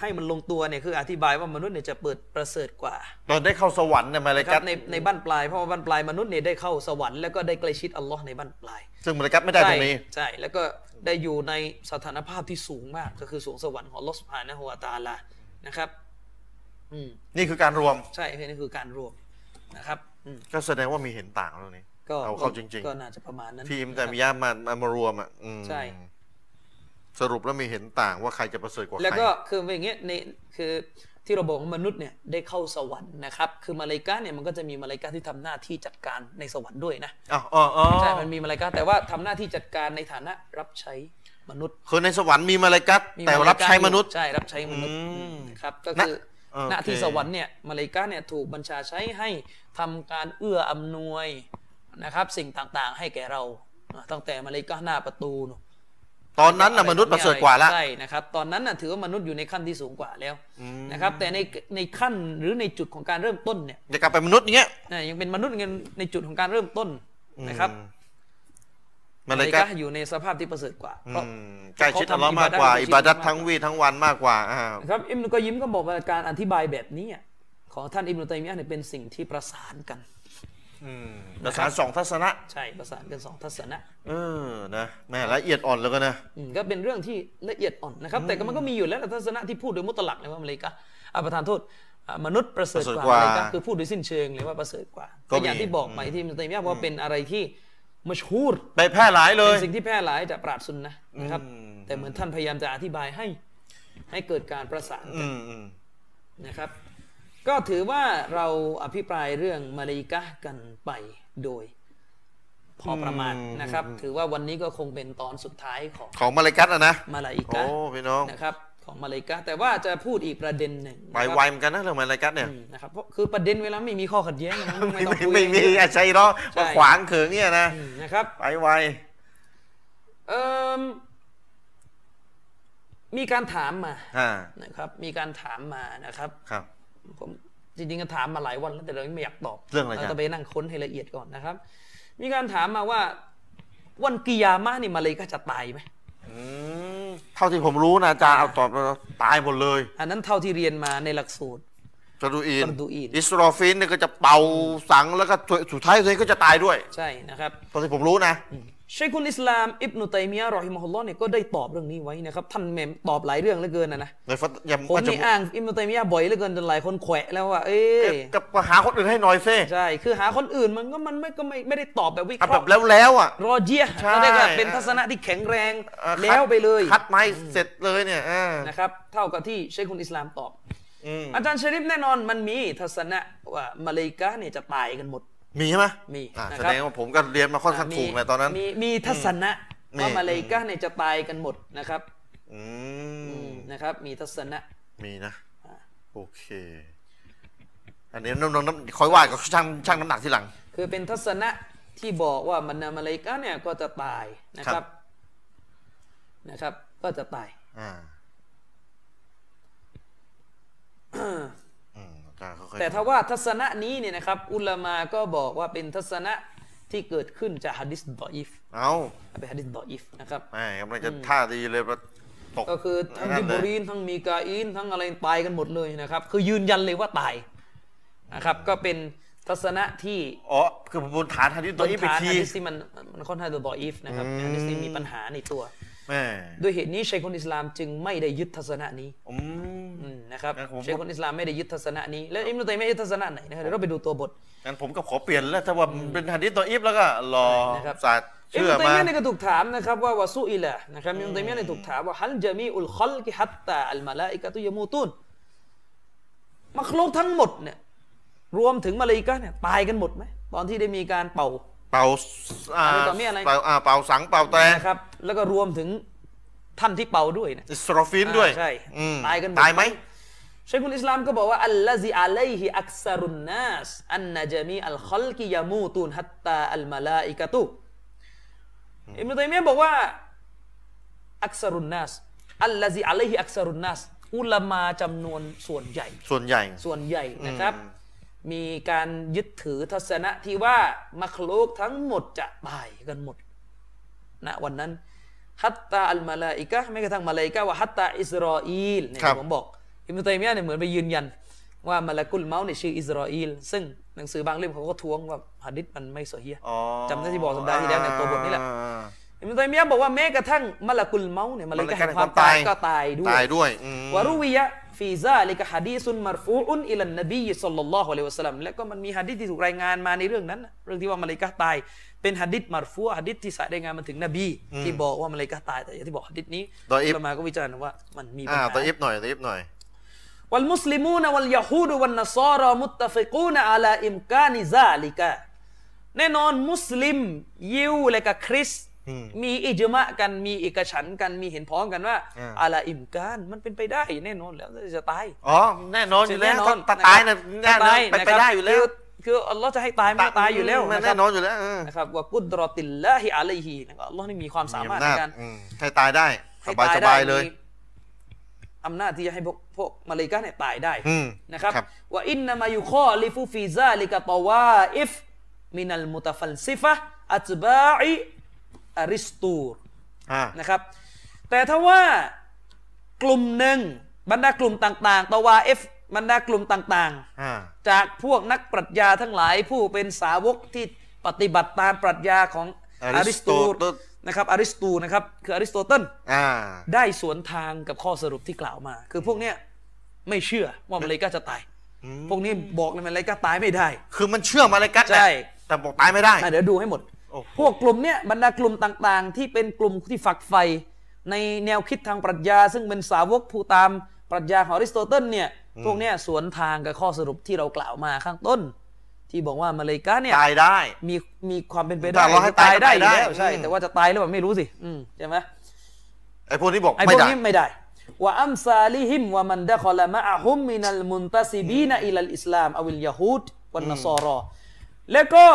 [SPEAKER 2] ให้มันลงตัวเนี่ยคืออธิบายว่ามนุษย์เนี่ยจะเปิดประเสริฐกว่า
[SPEAKER 1] ตอนได้เข้าสวรรค์เนี่ยมาเล
[SPEAKER 2] นะค
[SPEAKER 1] กั
[SPEAKER 2] รั
[SPEAKER 1] ส
[SPEAKER 2] บในในบั้นปลายเพราะว่าบั้นปลายมนุษย์เนี่ยได้เข้าสวรรค์แล้วก็ได้ใกล้ชิดอัลลอฮ์ในบั้นปลาย
[SPEAKER 1] ซึ่งมาเลกัสไม่ได้ตรงนี้
[SPEAKER 2] ใช่แล้วก็ได้อยู่ในสถานภาพที่สูงมาก ก็คือสูงสวรรค์ของอัลลอฮ์สุบฮานะฮูวะตะอาลานะครับ อืม
[SPEAKER 1] นี่คือการรวม
[SPEAKER 2] ใช่เพื่อนี่คือการรวมนะครับอืม
[SPEAKER 1] ก็แสดงว่ามีเห็นต่างแล้วนี่
[SPEAKER 2] ก็
[SPEAKER 1] เอาเข้าจริงๆ
[SPEAKER 2] ก็น่าจะประมาณนั้น
[SPEAKER 1] ทีม
[SPEAKER 2] นะค
[SPEAKER 1] แต่
[SPEAKER 2] รับ
[SPEAKER 1] มีญาติมามามารวมอ่ะอืม
[SPEAKER 2] ใช่
[SPEAKER 1] สรุปแล้วมีเห็นต่างว่าใครจะประเสริฐกว่าใคร
[SPEAKER 2] แล้วก็คือเป็นอย่างเงี้ยในคือที่เราบอกว่ามนุษย์เนี่ยได้เข้าสวรรค์นะครับ คือมาลายกาเนี่ยมันก็จะมีมาลายกาที่ทำหน้าที่จัดการในสวรรค์ด้วยนะ
[SPEAKER 1] อ๋ออ๋ออ๋อ
[SPEAKER 2] ใช่มันมีมาลายกาแต่ว่าทำหน้าที่จัดการในฐานะรับใช้มนุษย์
[SPEAKER 1] คือในสวรรค์มีมาเลกัส
[SPEAKER 2] มี
[SPEAKER 1] แต่
[SPEAKER 2] มา
[SPEAKER 1] รั
[SPEAKER 2] ลากา
[SPEAKER 1] บใช้มนุษย์
[SPEAKER 2] ใช่รับใช้มนุษย์
[SPEAKER 1] อืม
[SPEAKER 2] นะครับก็คือ
[SPEAKER 1] เออ
[SPEAKER 2] หน้าที่
[SPEAKER 1] โอเค
[SPEAKER 2] สวรรค์เนี่ยมาลายกาเนี่ยถูกบัญชาใช้ให้ทำการเอื้ออำนวยนะครับ สิ่งต่างๆ ให้แก่เราอ่ะตั้งแต่มาลายกาหน้าประตูนู่น
[SPEAKER 1] ตอนนั้นน่ะมนุษย์ประเสริฐกว่าละ
[SPEAKER 2] ใช่นะครับตอนนั้นน่ะถือว่ามนุษย์อยู่ในขั้นที่สูงกว่าแล้ว
[SPEAKER 1] อืม
[SPEAKER 2] นะครับแต่ในในขั้นหรือในจุดของการเริ่มต้นเนี่ย
[SPEAKER 1] จะกลับไปมนุษย์อย่างเงี้ย
[SPEAKER 2] นะยังเป็นมนุษย์กันในจุดของการเริ่มต้นนะครับ
[SPEAKER 1] อืมมาเลกัส
[SPEAKER 2] ออยู่ในสภาพที่ประเสริฐกว่าเพราะ
[SPEAKER 1] อืมใกล้ชิดอัลลอฮ์มากกว่า
[SPEAKER 2] เขาทำ
[SPEAKER 1] อิ
[SPEAKER 2] อิ
[SPEAKER 1] บา
[SPEAKER 2] บา
[SPEAKER 1] ดั
[SPEAKER 2] ดั
[SPEAKER 1] ต
[SPEAKER 2] ต
[SPEAKER 1] ทั้งวีทั้งวันมากกว่าอ่า
[SPEAKER 2] นะครับอิมนุกอยยิมก็บอกว่าการอธิบายแบบนี้อ่ะของท่านอิมนุตัยมียะห์เนี่ยเป็นสิ่งที่ประสานกัน
[SPEAKER 1] อืมประสานสองทัศนะ
[SPEAKER 2] ใช่ประสานกันสองทัศนะ
[SPEAKER 1] เออนะแหม่ละเอียดอ่อนแล้วก็นะ
[SPEAKER 2] อืมก็เป็นเรื่องที่ละเอียดอ่อนนะครับ แต่ก็มันก็มีอยู่แล้วนะทัศนะที่พูดโดยมุตลักเลยว่ามาเลกาอ่ะประธานโทษอ่ะมนุษย์ประเสริ
[SPEAKER 1] ป
[SPEAKER 2] ฐ
[SPEAKER 1] ระเสริฐ
[SPEAKER 2] ก
[SPEAKER 1] กว่า
[SPEAKER 2] ว่ามาเลกาคือพูดโดยสิ้นเชิงเลยว่าประเสริฐกว่า
[SPEAKER 1] ก็
[SPEAKER 2] ก็อย่าง
[SPEAKER 1] มี
[SPEAKER 2] ที่บอกไปที่อิมนุตัยมียะห์บอกว่าเป็นอะไรที่มัชฮูร
[SPEAKER 1] ไปแพร่หลายเลย
[SPEAKER 2] เป็นสิ่งที่แพร่หลายจากปราดซุนนะห์นะครับ
[SPEAKER 1] อืม
[SPEAKER 2] แต่เหมือนท่านพยายามจะอธิบายให้ ให้เกิดการประสาน
[SPEAKER 1] อืมอืม
[SPEAKER 2] นะครับ ก็ถือว่าเราอภิปรายเรื่องมาลาอิกะห์กันไปโดย พอประมาณนะครับ ถือว่าวันนี้ก็คงเป็นตอนสุดท้ายของ
[SPEAKER 1] ของมาเลกัสอ่ะนะ
[SPEAKER 2] มาลาอิ
[SPEAKER 1] โอ้
[SPEAKER 2] กะห์
[SPEAKER 1] พี่น้อง
[SPEAKER 2] นะครับ ของมาเลกะแต่ว่าจะพูดอีกประเด็นหนึ่ง
[SPEAKER 1] ไป
[SPEAKER 2] นะครับ
[SPEAKER 1] ไวเหมือนกันนะเรื่องมาลากัตเนี่ย
[SPEAKER 2] อืมนะครับเพราะคือประเด็นเวลาไม่มีข้อขัดแย้งนะไม่
[SPEAKER 1] ไม่
[SPEAKER 2] ต้อง
[SPEAKER 1] ไม่
[SPEAKER 2] คุย
[SPEAKER 1] ไม่มี
[SPEAKER 2] กันเยอะ
[SPEAKER 1] ไอ้ชัยร้อง
[SPEAKER 2] ใช่
[SPEAKER 1] มาขวางเขิงเนี่ยนะ
[SPEAKER 2] อืมนะครับ
[SPEAKER 1] ไปไว
[SPEAKER 2] เอ่มมีการถามมา
[SPEAKER 1] อ่า
[SPEAKER 2] นะครับ มีการถามมานะครับ
[SPEAKER 1] ครับ
[SPEAKER 2] ผมจริงๆก็ถามมาหลายวันแล้วแต่เรายังไม่อยากตอบ
[SPEAKER 1] เรื่องอะไรครับ
[SPEAKER 2] จะไปนั่งค้นให้ละเอียดก่อนนะครับ มีการถามมาว่า วันกิยามะนี่มาเลยก็จะตายไหม
[SPEAKER 1] อืมเท่าที่ผมรู้นะอาจารย์เอาตอบเราตายหมดเลย
[SPEAKER 2] อันนั้นเท่าที่เรียนมาในหลักสูตร
[SPEAKER 1] จาดูอิน
[SPEAKER 2] จาดูอิน
[SPEAKER 1] อิสรอฟินเนี่ยก็จะเป่าสังแล้วก็สุดท้ายตัวเองก็จะตายด้วย
[SPEAKER 2] ใช่นะครับ
[SPEAKER 1] ตอนที่ผมรู้นะ
[SPEAKER 2] ชัยคุลอิสลามอิบนุตัยมียะห์รอฮิมะฮุลลอฮ์เนี่ยก็ได้ตอบเรื่องนี้ไว้นะครับ ท่านแมมตอบหลายเรื่องเหลือเกินนะนะ
[SPEAKER 1] ในฟัตยาม
[SPEAKER 2] ผม
[SPEAKER 1] อาจจะ
[SPEAKER 2] นี่อ้างอิบนุตัยมียะห์บ่อยเหลือเกินจนหลายคนแขวะแล้วว่าเอ้ย
[SPEAKER 1] กับหาคนอื่นให้หน่อยเซ่
[SPEAKER 2] ใช่คือหาคนอื่นมันก็มันไม่ก็ไม่ไม่ได้ตอบแบบวิเค
[SPEAKER 1] เอาแบ
[SPEAKER 2] ราะ
[SPEAKER 1] บ
[SPEAKER 2] ห์
[SPEAKER 1] แล้วแล้วๆอ่ะ
[SPEAKER 2] รอเจียะห์
[SPEAKER 1] ใช่
[SPEAKER 2] ก็ได้ก็เป็นทัศนะที่แข็งแรง
[SPEAKER 1] เอ่อ
[SPEAKER 2] แล้วไปเลย
[SPEAKER 1] คัดไม้เสร็จเลยเนี่ยอ่า
[SPEAKER 2] นะครับ เท่ากับที่ชัยคุลอิสลามตอบ
[SPEAKER 1] อืม
[SPEAKER 2] อาจารย์ชริฟแน่นอนมันมีทัศนะว่ามาเลกาเนี่ยจะตายกันหมด
[SPEAKER 1] มีใช่ไหม
[SPEAKER 2] มี
[SPEAKER 1] อ่า
[SPEAKER 2] นะ
[SPEAKER 1] แส
[SPEAKER 2] ครับ
[SPEAKER 1] ดงว่าผมก็เรียนมาค่อนข้างถูกเลยตอนนั้น
[SPEAKER 2] มีมีทัศนะ
[SPEAKER 1] อืม
[SPEAKER 2] ว่า
[SPEAKER 1] มี
[SPEAKER 2] มาเลกาเนี่ยจะตายกันหมดนะครับ
[SPEAKER 1] อืม
[SPEAKER 2] นะครับ มีทัศนะ
[SPEAKER 1] มีนะ
[SPEAKER 2] อ่า
[SPEAKER 1] โอเค อันนี้น้ำน้ำน้ำคอยว่าก็ช่างช่างน้ำหนักทีหลัง
[SPEAKER 2] คือเป็นทัศนะที่บอกว่ามันนะมาเลกาเนี่ยก็จะตายนะ
[SPEAKER 1] ค
[SPEAKER 2] ค
[SPEAKER 1] รั
[SPEAKER 2] รับบ นะครับ ก็จะตาย
[SPEAKER 1] อ่าอืมอาจารย์ค่อยๆ
[SPEAKER 2] แต่ถ้าว่าทัศนะนี้เนี่ยนะครับ อุลามาก็บอกว่าเป็นทัศนะที่เกิดขึ้นจากฮะดิษดออิฟ
[SPEAKER 1] เอา
[SPEAKER 2] เป็นฮะดิษดออิฟนะครับ
[SPEAKER 1] แม่กำลังจะท่าดีเลยว่าตก
[SPEAKER 2] ก็คือทั้งดิบรีนทั้งมีกาอินทั้งอะไรตายกันหมดเลยนะครับ คือยืนยันเลยว่าตายนะครับ ก็เป็นทัศนะที่
[SPEAKER 1] อ๋อ คือบนฐานทันทีตัวนี้ไป
[SPEAKER 2] ฐาน
[SPEAKER 1] ที
[SPEAKER 2] ฮะดิษที่มันมันค่อนข้างจะดออีฟนะครับฮะดิษที่มีปัญหาในตัว
[SPEAKER 1] แม่
[SPEAKER 2] ด้วยเหตุนี้ชัยคนอิสลามจึงไม่ได้ยึดทัศนะนี้
[SPEAKER 1] อืม
[SPEAKER 2] อืมนะครับ
[SPEAKER 1] ครับผม
[SPEAKER 2] ชัยคนอิสลามไม่ได้ยึดทัศนะนี้ แล้วอิมนุตัยมียะห์ยึดทัศนะไหนนะครับเดี๋ยวเราไปดูตัวบท
[SPEAKER 1] งั้นผมก็ขอเปลี่ยนแล้วถ้าว่าเป็นฮันดิสตัวอีฟแล้วก็รอ
[SPEAKER 2] นะครับ
[SPEAKER 1] ศาสตร์
[SPEAKER 2] อิม
[SPEAKER 1] เชื่อ
[SPEAKER 2] นุตัย
[SPEAKER 1] มา
[SPEAKER 2] มียะห์เนี่ยก็ถูกถามนะครับว่าวาซุอิละนะครับอิมนุตัยมียะห์เนี่ยถูกถามว่าฮัลจะมีอุลคอลกิฮัตตาอัลมาลาอิกะตุยะมูตุนมักลุกทั้งหมดเนี่ยรวมถึงมาลาอิกะห์เนี่ยตายกันหมดไหมตอนที่ได้มีการเป่า
[SPEAKER 1] เป่าอ่า
[SPEAKER 2] อะไรต่อมีอะไร
[SPEAKER 1] เป่าอ่าเป่าสังเป่าแตร
[SPEAKER 2] นะครับแล้วก็รวมถึงท่านที่เป่าด้วยเนะ
[SPEAKER 1] อิสรอฟินด้วย
[SPEAKER 2] อ่าใช่
[SPEAKER 1] อืม
[SPEAKER 2] ตายกันหมด
[SPEAKER 1] ตายไหม
[SPEAKER 2] ชคุลอิสลามก็บอกว่าอัลลซีอะลัยฮิอักซารุนนัสอันนะจามีอัลคอลกิยามูตุนฮัตตาอัลมาลาอิกะตุอิมนุตัยมียะห์บอกว่าอักซารุนนัสอัลลซีอะลัยฮิอักซารุนนัสอุลามาจำนวนส่วนใหญ่
[SPEAKER 1] ส่วนใหญ่
[SPEAKER 2] ส่วนใหญ่นะครับ มีการยึดถือทัศนะที่ว่ามัคลูกทั้งหมดจะตายกันหมดณวันนั้นฮัตตาอัลมาลาอิกะห์ไม่กระทั่งมาลาอิกะห์ว่าฮัตตาอิสราอีลเนี่ย
[SPEAKER 1] ครับ
[SPEAKER 2] ผมบอกอิมตัยมียะห์เนี่ยเหมือนไปยืนยัน ว่ามาลากุลเมาส์เนี่ยชื่ออิสราอีลซึ่งหนังสือบางเล่มเขาก็ท้วงว่าหะดิษมันไม่เสเฮีย
[SPEAKER 1] อ๋อ
[SPEAKER 2] จำได้ที่บอกสัปดาห์ที่แล้วในตัวบทนี่แหละ
[SPEAKER 1] อ่า
[SPEAKER 2] อิมตัยมียะห์บอกว่าแม้กระทั่งมาลากุลเมาส์เนี่ยมาลาอิกะห์แห่งความตายก็ตายด้วย
[SPEAKER 1] ตายด้วยอืม
[SPEAKER 2] วารุวิยะฟีซาลิกะฮะดีซุนมารฟูอุนอิลันนบีสัลลัลลอฮุอะลัยฮิวะสัลลัมและก็มันมีฮะดีษที่ถูกรายงานมาในเรื่องนั้นน่ะเรื่องที่ว่ามาเลายกะฮ์ตายเป็นฮะดีษมารฟูฮะดีษที่สายรายงานมาถึงนบี ที่บอกว่ามาเลายกะฮ์ตายแต่อย่างที่บอกฮะดีษนี้
[SPEAKER 1] ดออิฟ
[SPEAKER 2] ลมาก็วิจารณ์ว่ามันมีปัญ
[SPEAKER 1] อ่า
[SPEAKER 2] หา
[SPEAKER 1] ตัวอีฟหน่อยตัวอีฟหน่อย
[SPEAKER 2] วัลมุสลิมูนวัลยะฮูดวัลนัสารอมุตตะฟิกูนอะลาอิมกานิซาลิกะแน่นอนมุสลิม ยิวและก็คริสต์
[SPEAKER 1] อืม
[SPEAKER 2] มีอิจมะกันมีเอกฉันท์กันมีเห็นพ้องกันว่า
[SPEAKER 1] อ่า
[SPEAKER 2] อะลาอิมกานมันเป็นไปได้แน่นอนแล้วจะตาย
[SPEAKER 1] อ๋อแน่นอนอยู่แล้วถ้าตายนะแน่นอนไปไปได้อยู่แล้ว
[SPEAKER 2] คือคืออัลลอฮ์จะให้ตายมันก็ตายอยู่แล้ว
[SPEAKER 1] มัน
[SPEAKER 2] ค
[SPEAKER 1] แน่
[SPEAKER 2] รับ
[SPEAKER 1] นอนอยู่แล้วเออ
[SPEAKER 2] นะครับว่ากุดรอติลละฮิอะลัยฮีนะครับอัลลอฮ์นี่มีความสามารถ
[SPEAKER 1] อำ
[SPEAKER 2] ใน
[SPEAKER 1] นจ
[SPEAKER 2] การ
[SPEAKER 1] อืมให้ตายได้ส
[SPEAKER 2] ให้
[SPEAKER 1] บาย
[SPEAKER 2] ต
[SPEAKER 1] ส
[SPEAKER 2] ได้
[SPEAKER 1] บายเลย
[SPEAKER 2] มีอำนาจที่จะให้พวกพวกมาเลายกาเนี่ยตายได้
[SPEAKER 1] อืม
[SPEAKER 2] นะครับ
[SPEAKER 1] ครับ
[SPEAKER 2] ว่าอินนามายุคอลิฟูฟีซาลิกะตาวาอิฟมินัลมุตฟัลซิฟะอัตบาอิอาริสตูร
[SPEAKER 1] อ่า
[SPEAKER 2] นะครับแต่ถ้าว่ากลุ่มหนึ่งบรรดากลุ่มต่างๆตะวาเอฟบรรดากลุ่มต่าง
[SPEAKER 1] อ่า
[SPEAKER 2] ๆ จากพวกนักปรัชญาทั้งหลายผู้เป็นสาวกที่ปฏิบัติตามปรัชญาของ
[SPEAKER 1] อ
[SPEAKER 2] อ
[SPEAKER 1] ริ
[SPEAKER 2] ริ
[SPEAKER 1] ส
[SPEAKER 2] ส
[SPEAKER 1] โต
[SPEAKER 2] โต
[SPEAKER 1] เติล
[SPEAKER 2] นะครับอริสโตูนะครับคืออริสโตเติล
[SPEAKER 1] อ่า
[SPEAKER 2] ได้สวนทางกับข้อสรุปที่กล่าวมา คือพวกเนี้ยไม่เชื่อว่ามาเลายกาจะตาย พวกนี้บอกเลยมาเลายกาตายไม่ได้
[SPEAKER 1] คือมันเชื่อมอะไรกันแหละ
[SPEAKER 2] ใช่
[SPEAKER 1] แต่บอกตายไม่ได้
[SPEAKER 2] อ่ะเดี๋ยวดูให้หมด
[SPEAKER 1] โอ้โห
[SPEAKER 2] พวกกลุ่มเนี้ยบรรดากลุ่มต่างๆ ที่เป็นกลุ่มที่ฝักใฝ่ในแนวคิดทางปรัชญา ซึ่งเป็นสาวกผู้ตามปรัชญาของอริสโตเติลเนี่ย พวกเนี้ยสวนทางกับข้อสรุปที่เรากล่าวมาข้างต้น ที่บอกว่ามาเลายกาเนี่ย
[SPEAKER 1] ตายได้
[SPEAKER 2] มีมีความเป็นไป
[SPEAKER 1] แต่
[SPEAKER 2] ได้
[SPEAKER 1] เราให้ตายก็
[SPEAKER 2] ได้อยู่
[SPEAKER 1] ตายได้
[SPEAKER 2] แล้วใช่
[SPEAKER 1] อืม
[SPEAKER 2] แต่ว่าจะตายหรือเปล่าไม่รู้สิอืมใช่ไหม
[SPEAKER 1] ไอ้พวกนี้บอก
[SPEAKER 2] ไอ้
[SPEAKER 1] ไม่
[SPEAKER 2] พวก
[SPEAKER 1] ได้
[SPEAKER 2] นี้ไม่ได้ วะอัมซาลิฮิมวะมันดะคอละมะอะฮุมมินัลมุนตัซิบีนอิลัลอิสลามอวิลยะฮูดวันนสอรอแล้วก็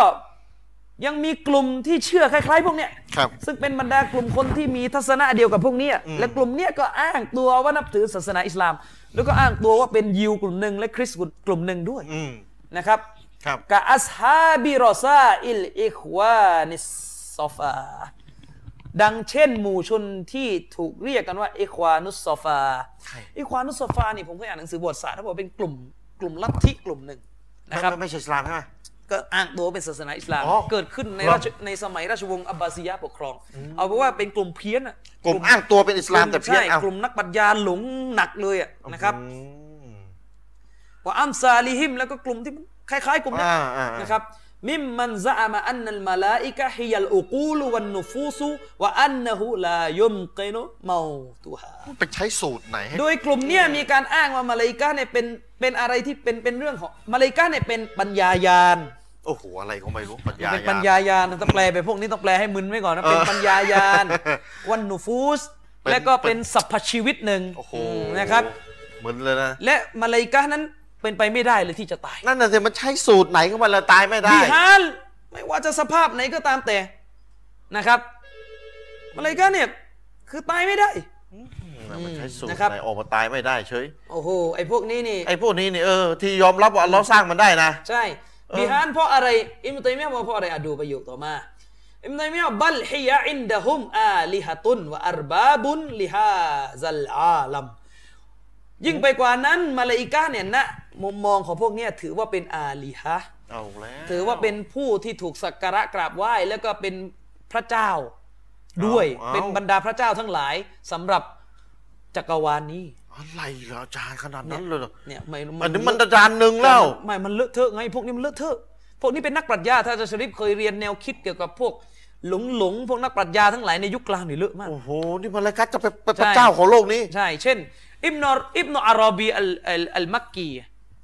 [SPEAKER 2] ยังมีกลุ่มที่เชื่อคล้ายๆ พวกเนี้ย
[SPEAKER 1] ครับ
[SPEAKER 2] ซึ่งเป็นบรรดากลุ่มคนที่มีทัศนะเดียวกับพวกเนี้ยและกลุ่มเนี้ยก็อ้างตัวว่านับถือศาสนาอิสลาม แล้วก็อ้างตัวว่าเป็นยิวกลุ่มหนึ่งและคริสต์กลุ่มหนึ่งด้วย
[SPEAKER 1] อืม
[SPEAKER 2] นะครับ
[SPEAKER 1] ครับ
[SPEAKER 2] กะอัสฮาบิรอซาอิลอิควานิสซอฟาดังเช่นหมู่ชนที่ถูกเรียกกันว่าอิควานุสซอฟาอิควานุสซอฟานี่ผมเคยอ่านหนังสือประวัติศาสตร์เขาบอกเป็นกลุ่มกลุ่มลัทธิกลุ่มหนึ่งนะครับ
[SPEAKER 1] ไม่ไม่ใช่อิสลามใช่ไหม
[SPEAKER 2] ก็อ้างตัวว่าเป็นศาสนาอิสลาม
[SPEAKER 1] อ๋อ
[SPEAKER 2] เกิดขึ้นใน
[SPEAKER 1] ครับ
[SPEAKER 2] ราชในสมัยราชวงศ์อับบาซียะห์ปกครอง เอาเป็นว่าเป็นกลุ่มเพี้ยนอะ
[SPEAKER 1] กลุ่มอ้างตัวเป็นอิสลามแต่เพี้ยน
[SPEAKER 2] ใช่
[SPEAKER 1] เอา
[SPEAKER 2] กลุ่มนักปรัชญาหลงหนักเลยอะนะครับ
[SPEAKER 1] อืม
[SPEAKER 2] ว่าอัมซาลิฮิมแล้วก็กลุ่มที่มันคล้ายๆกลุ่มเนี้ย
[SPEAKER 1] อ่าอ่าอ่าน
[SPEAKER 2] นะครับมิมมันซะอามาอันนัลมาลาอิกะฮิยัลอุกูลวันนุฟูซุวะอันนะฮูลายุมกินุเมาตุฮา
[SPEAKER 1] ไปใช้สูตรไหนให้
[SPEAKER 2] โดยกลุ่มเนี้ยมีการอ้างว่ามาลาอิกะห์เนี่ยเป็นเป็นอะไรที่เป็นเป็นเรื่องของมาลาอิกะห์เนี่ยเป็นปัญญายาน
[SPEAKER 1] โอ้โหอะไรก็ไม่รู้ปัญญา
[SPEAKER 2] เป็น
[SPEAKER 1] ญา
[SPEAKER 2] ปัญญายานต้องแปลไปพวกนี้ต้องแปลให้มึนไว้ก่อนนะเป็น
[SPEAKER 1] เออ
[SPEAKER 2] ปัญญา ยานวันนุฟูส
[SPEAKER 1] เป็น
[SPEAKER 2] และก็เป็นสัพพชีวิตหนึ่ง
[SPEAKER 1] โอ้โห
[SPEAKER 2] อืมนะครับ
[SPEAKER 1] เหมือนเลยนะ
[SPEAKER 2] และมาลาอิกะฮ์นั้นเป็นไปไม่ได้เลยที่จะตาย
[SPEAKER 1] นั่นน่ะสิมันใช้สูตรไหนก็มันละตายไม่ได้
[SPEAKER 2] บิฮาลไม่ว่าจะสภาพไหนก็ตามแต่นะครับมาลาอิกะฮ์เนี่ยคือตายไม่ได้
[SPEAKER 1] มันใช้สูตร
[SPEAKER 2] นะครับ
[SPEAKER 1] ไหนออกมาตายไม่ได้เฉย
[SPEAKER 2] โอ้โหไอ้พวกนี้นี่
[SPEAKER 1] ไอ้พวกนี้นี่เออที่ยอมรับว่าเราสร้างมันได้นะ
[SPEAKER 2] ใช่บิฮาลเพราะอะไรอิมตัยมียะห์บอกเพราะอะไรอ่ะดูประโยคต่อมาอิมตัยมียะห์บัลฮิยะอินดะฮุมอาลิฮะตุนวะอัรบาบุนลิฮาซัลอาลัมยิ่งไปกว่านั้นมาลาอิกะฮ์เนี่ยนะมุมมองของพวกเนี่ยถือว่าเป็นอาลิฮะ
[SPEAKER 1] เอาแล้ว
[SPEAKER 2] ถือว่าเป็นผู้ที่ถูกสักการะกราบไหว้แล้วก็เป็นพระเจ้าด้วย
[SPEAKER 1] อา
[SPEAKER 2] เป็นบรรดาพระเจ้าทั้งหลายสำหรับจักรวาลนี้
[SPEAKER 1] อะไรเหรออาจารย์ขนาดนั้นเลยเหรอ
[SPEAKER 2] เนี่ยไม่
[SPEAKER 1] อันนี้มันอาจารย์หนึ่งแล้ว
[SPEAKER 2] ไม่มันเลอะเทอะไงพวกนี้มันเลอะเทอะพวกนี้เป็นนักปรัชญาถ้าอาจารย์ชริปเคยเรียนแนวคิดเกี่ยวกับพวกหลงหลงๆพวกนักปรัชญาทั้งหลายในยุคกลางนี่เลอะมาก
[SPEAKER 1] โอ้โห นี่มันอะไรกัจะเป็นเป็นพ
[SPEAKER 2] ใช่
[SPEAKER 1] ระเจ้าของโลกนี้
[SPEAKER 2] ใช่ เช่น อิบนออิบนอารอบีอัลอัลอัลมักกี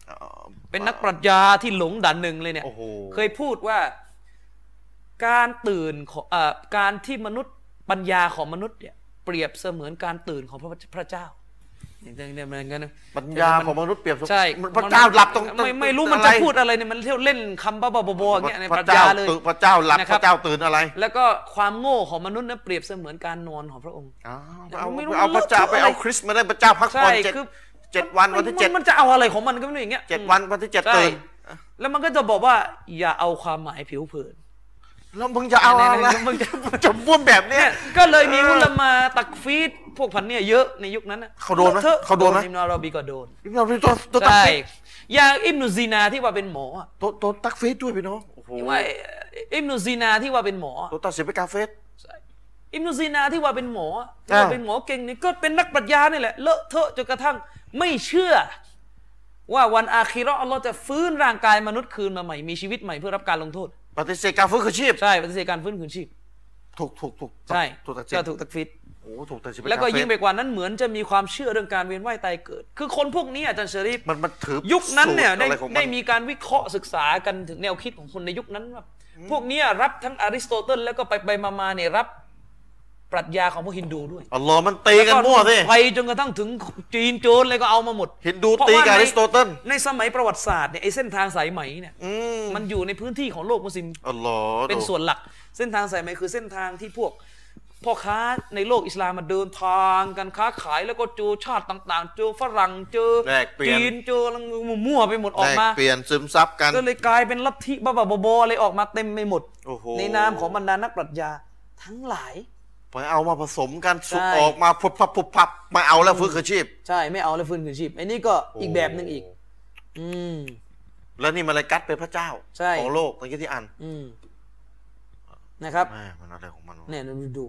[SPEAKER 1] เอ่อ
[SPEAKER 2] เป็นนักปรัชญาที่หลงดันหนึ่งเลยเนี่ย
[SPEAKER 1] โอ้โห
[SPEAKER 2] เคยพูดว่าการตื่นของเอ่อการที่มนุษย์ปัญญาของมนุษย์เนี่ยเปรียบเสมือนการตื่นของพระพระเจ้าเนี่ยเนี่ยเนี่ยมันกันนะ
[SPEAKER 1] ปัญญาของมนุษย์เปรียบเสมือน
[SPEAKER 2] ใช่
[SPEAKER 1] มันพระเจ้าหลับตรง
[SPEAKER 2] ไม่ไม่รู้มันจะพูดอะไรเนี่ยมันเที่ยวเล่นคำบ้าๆบอๆอย่างเงี้ยในป
[SPEAKER 1] พ
[SPEAKER 2] รั
[SPEAKER 1] ระ
[SPEAKER 2] ช
[SPEAKER 1] เจ้า
[SPEAKER 2] ญาเลย
[SPEAKER 1] ตื่นพระเจ้าหลับ
[SPEAKER 2] นะค
[SPEAKER 1] พ
[SPEAKER 2] รับ
[SPEAKER 1] ระเจ้าตื่นอะไร
[SPEAKER 2] แล้วก็ความโง่ของมนุษย์นะเปรียบเสมือนการนอนของพระองค์
[SPEAKER 1] อ้าวเอา
[SPEAKER 2] ไม่รู้
[SPEAKER 1] เอาพระเจ้า
[SPEAKER 2] มัน
[SPEAKER 1] ไป
[SPEAKER 2] เลอะ
[SPEAKER 1] เอา
[SPEAKER 2] เทอะ
[SPEAKER 1] คริสต์มาได้พระเจ้าพักผ่อ
[SPEAKER 2] ใช่
[SPEAKER 1] นเจ็ด
[SPEAKER 2] คือ
[SPEAKER 1] เจ็ดวันวันที่เจ็ด
[SPEAKER 2] มันจะเอาอะไรของมันก็ไม่รู้อย่างเงี้ย
[SPEAKER 1] เจ็ดวันวันที่เจ็ด
[SPEAKER 2] ใช่
[SPEAKER 1] ตื่น
[SPEAKER 2] แล้วมันก็จะบอกว่า อย่าเอาความหมายผิวเผิน
[SPEAKER 1] แล้วมึงจะเอา
[SPEAKER 2] ไหนๆ
[SPEAKER 1] อะไร
[SPEAKER 2] แล้วมึงจะ
[SPEAKER 1] จะบ้วนแบบเนี้ย
[SPEAKER 2] เนี่ยก็เลยมีอุลามาตักฟีดพวกพันเนี่ยเยอะในยุคนั้นน่ะ
[SPEAKER 1] เขาโดนไหม
[SPEAKER 2] ลอะทอะ
[SPEAKER 1] เขาโดนไหม
[SPEAKER 2] อิมนอาราบีก็โดน
[SPEAKER 1] เราไปตัวตัวตัก
[SPEAKER 2] ใช่
[SPEAKER 1] ฟิต
[SPEAKER 2] อย่างอิมนุซีนาที่ว่าเป็นหมออ่ะ
[SPEAKER 1] ตัวตัวตักฟิตด้วยพี่น้องโอ้โห
[SPEAKER 2] ที่ว่าอิมนุซีนาที่ว่าเป็นหมออ่ะ
[SPEAKER 1] ตัวตัดสินไปกาเฟส
[SPEAKER 2] อิมนุซีนาที่ว่าเป็นหมออ่ะที่
[SPEAKER 1] อ้าว
[SPEAKER 2] ว่าเป็นหมอเก่งนี่ก็เป็นนักปรัชญานี่แหละเลอะเทอะจนกระทั่งไม่เชื่อ ว่าวันอาคีเราะห์อัลลอฮ์จะฟื้นร่างกายมนุษย์คืนมาใหม่มีชีวิตใหม่เพื่อรับการลงโทษ
[SPEAKER 1] ปฏิเสธการฟื้นคืนชีพ
[SPEAKER 2] ใช่ปฏิเสธการฟื้นคืนชีพ
[SPEAKER 1] ถูกถูกถูก
[SPEAKER 2] ใช่
[SPEAKER 1] ถูกตัดสิน
[SPEAKER 2] ก็ถูกตักฟีด
[SPEAKER 1] โอ้ถูกตัดสินไป
[SPEAKER 2] แล้วก็
[SPEAKER 1] าเฟส
[SPEAKER 2] ยิ่งไปกว่านั้นเหมือนจะมีความเชื่อเรื่องการเวียนว่ายตายเกิด คือคนพวกนี้อาจารย์เชอรีฟ
[SPEAKER 1] มันมันถือ
[SPEAKER 2] ยุคนั้นเนี่ย
[SPEAKER 1] สูตร
[SPEAKER 2] ได้
[SPEAKER 1] อะไรของน
[SPEAKER 2] ได้มีการวิเคราะห์ศึกษากันถึงแนวคิดของคนในยุคนั้นว่าพวกเนี้ยรับทั้งอริสโตเติลแล้วก็ไปไปมามาเนี่ยรับปรัชญาของพวกฮินดูด้วย
[SPEAKER 1] อัลลอฮ์มันตีกันมั่วสิ
[SPEAKER 2] ไปจนกระทั่งถึงจีนโจนเลยก็เอามาหมด
[SPEAKER 1] ฮินดู
[SPEAKER 2] เพะ
[SPEAKER 1] ตี
[SPEAKER 2] ว่า
[SPEAKER 1] กับ
[SPEAKER 2] ใน
[SPEAKER 1] อริสโตเติล
[SPEAKER 2] ในสมัยประวัติศาสตร์เนี่ยไอเส้นทางสายไหมเนี่ย
[SPEAKER 1] อืม
[SPEAKER 2] มันอยู่ในพื้นที่ของโลกมุสลิม
[SPEAKER 1] อัลลอฮ์
[SPEAKER 2] เป็นส่วนหลักเส้นทางสายไหมคือเส้นทางที่พวกพ่อค้าในโลกอิสลามมาเดินทางกันค้าขายแล้วก็เจอชาติต่างๆ เจอฝรั่งเจอ
[SPEAKER 1] แลกเปลี่ยน
[SPEAKER 2] จีนเจออะไรมั่วๆไปหมดออก
[SPEAKER 1] แลก
[SPEAKER 2] มา
[SPEAKER 1] เปลี่ยนซึมซับกัน
[SPEAKER 2] ก็เลยกลายเป็นลัทธิบ้าๆบอๆอะไรออกมาเต็มไปหมด
[SPEAKER 1] โอ้โห
[SPEAKER 2] ในนามของบรรดานักปรัชญาทั้งหลาย
[SPEAKER 1] ไปเอามาผสมกันสุก
[SPEAKER 2] ใช่
[SPEAKER 1] ออกมาพุบพับพุบพับมาเอาแล้วฟื้นคืนชีพ
[SPEAKER 2] ใช่ไม่เอาเลยฟื้นคืนชีพไอ้นี่ก็อีกแบบหนึ่งอีก อืม
[SPEAKER 1] แล้วนี่มาลากัดเป็นพระเจ้า
[SPEAKER 2] ใช่
[SPEAKER 1] ของโลกตะกี้ที่อ่าน
[SPEAKER 2] อืมนะครับ
[SPEAKER 1] แม่มันอะไรของมันวะ
[SPEAKER 2] เนี่ยดูดู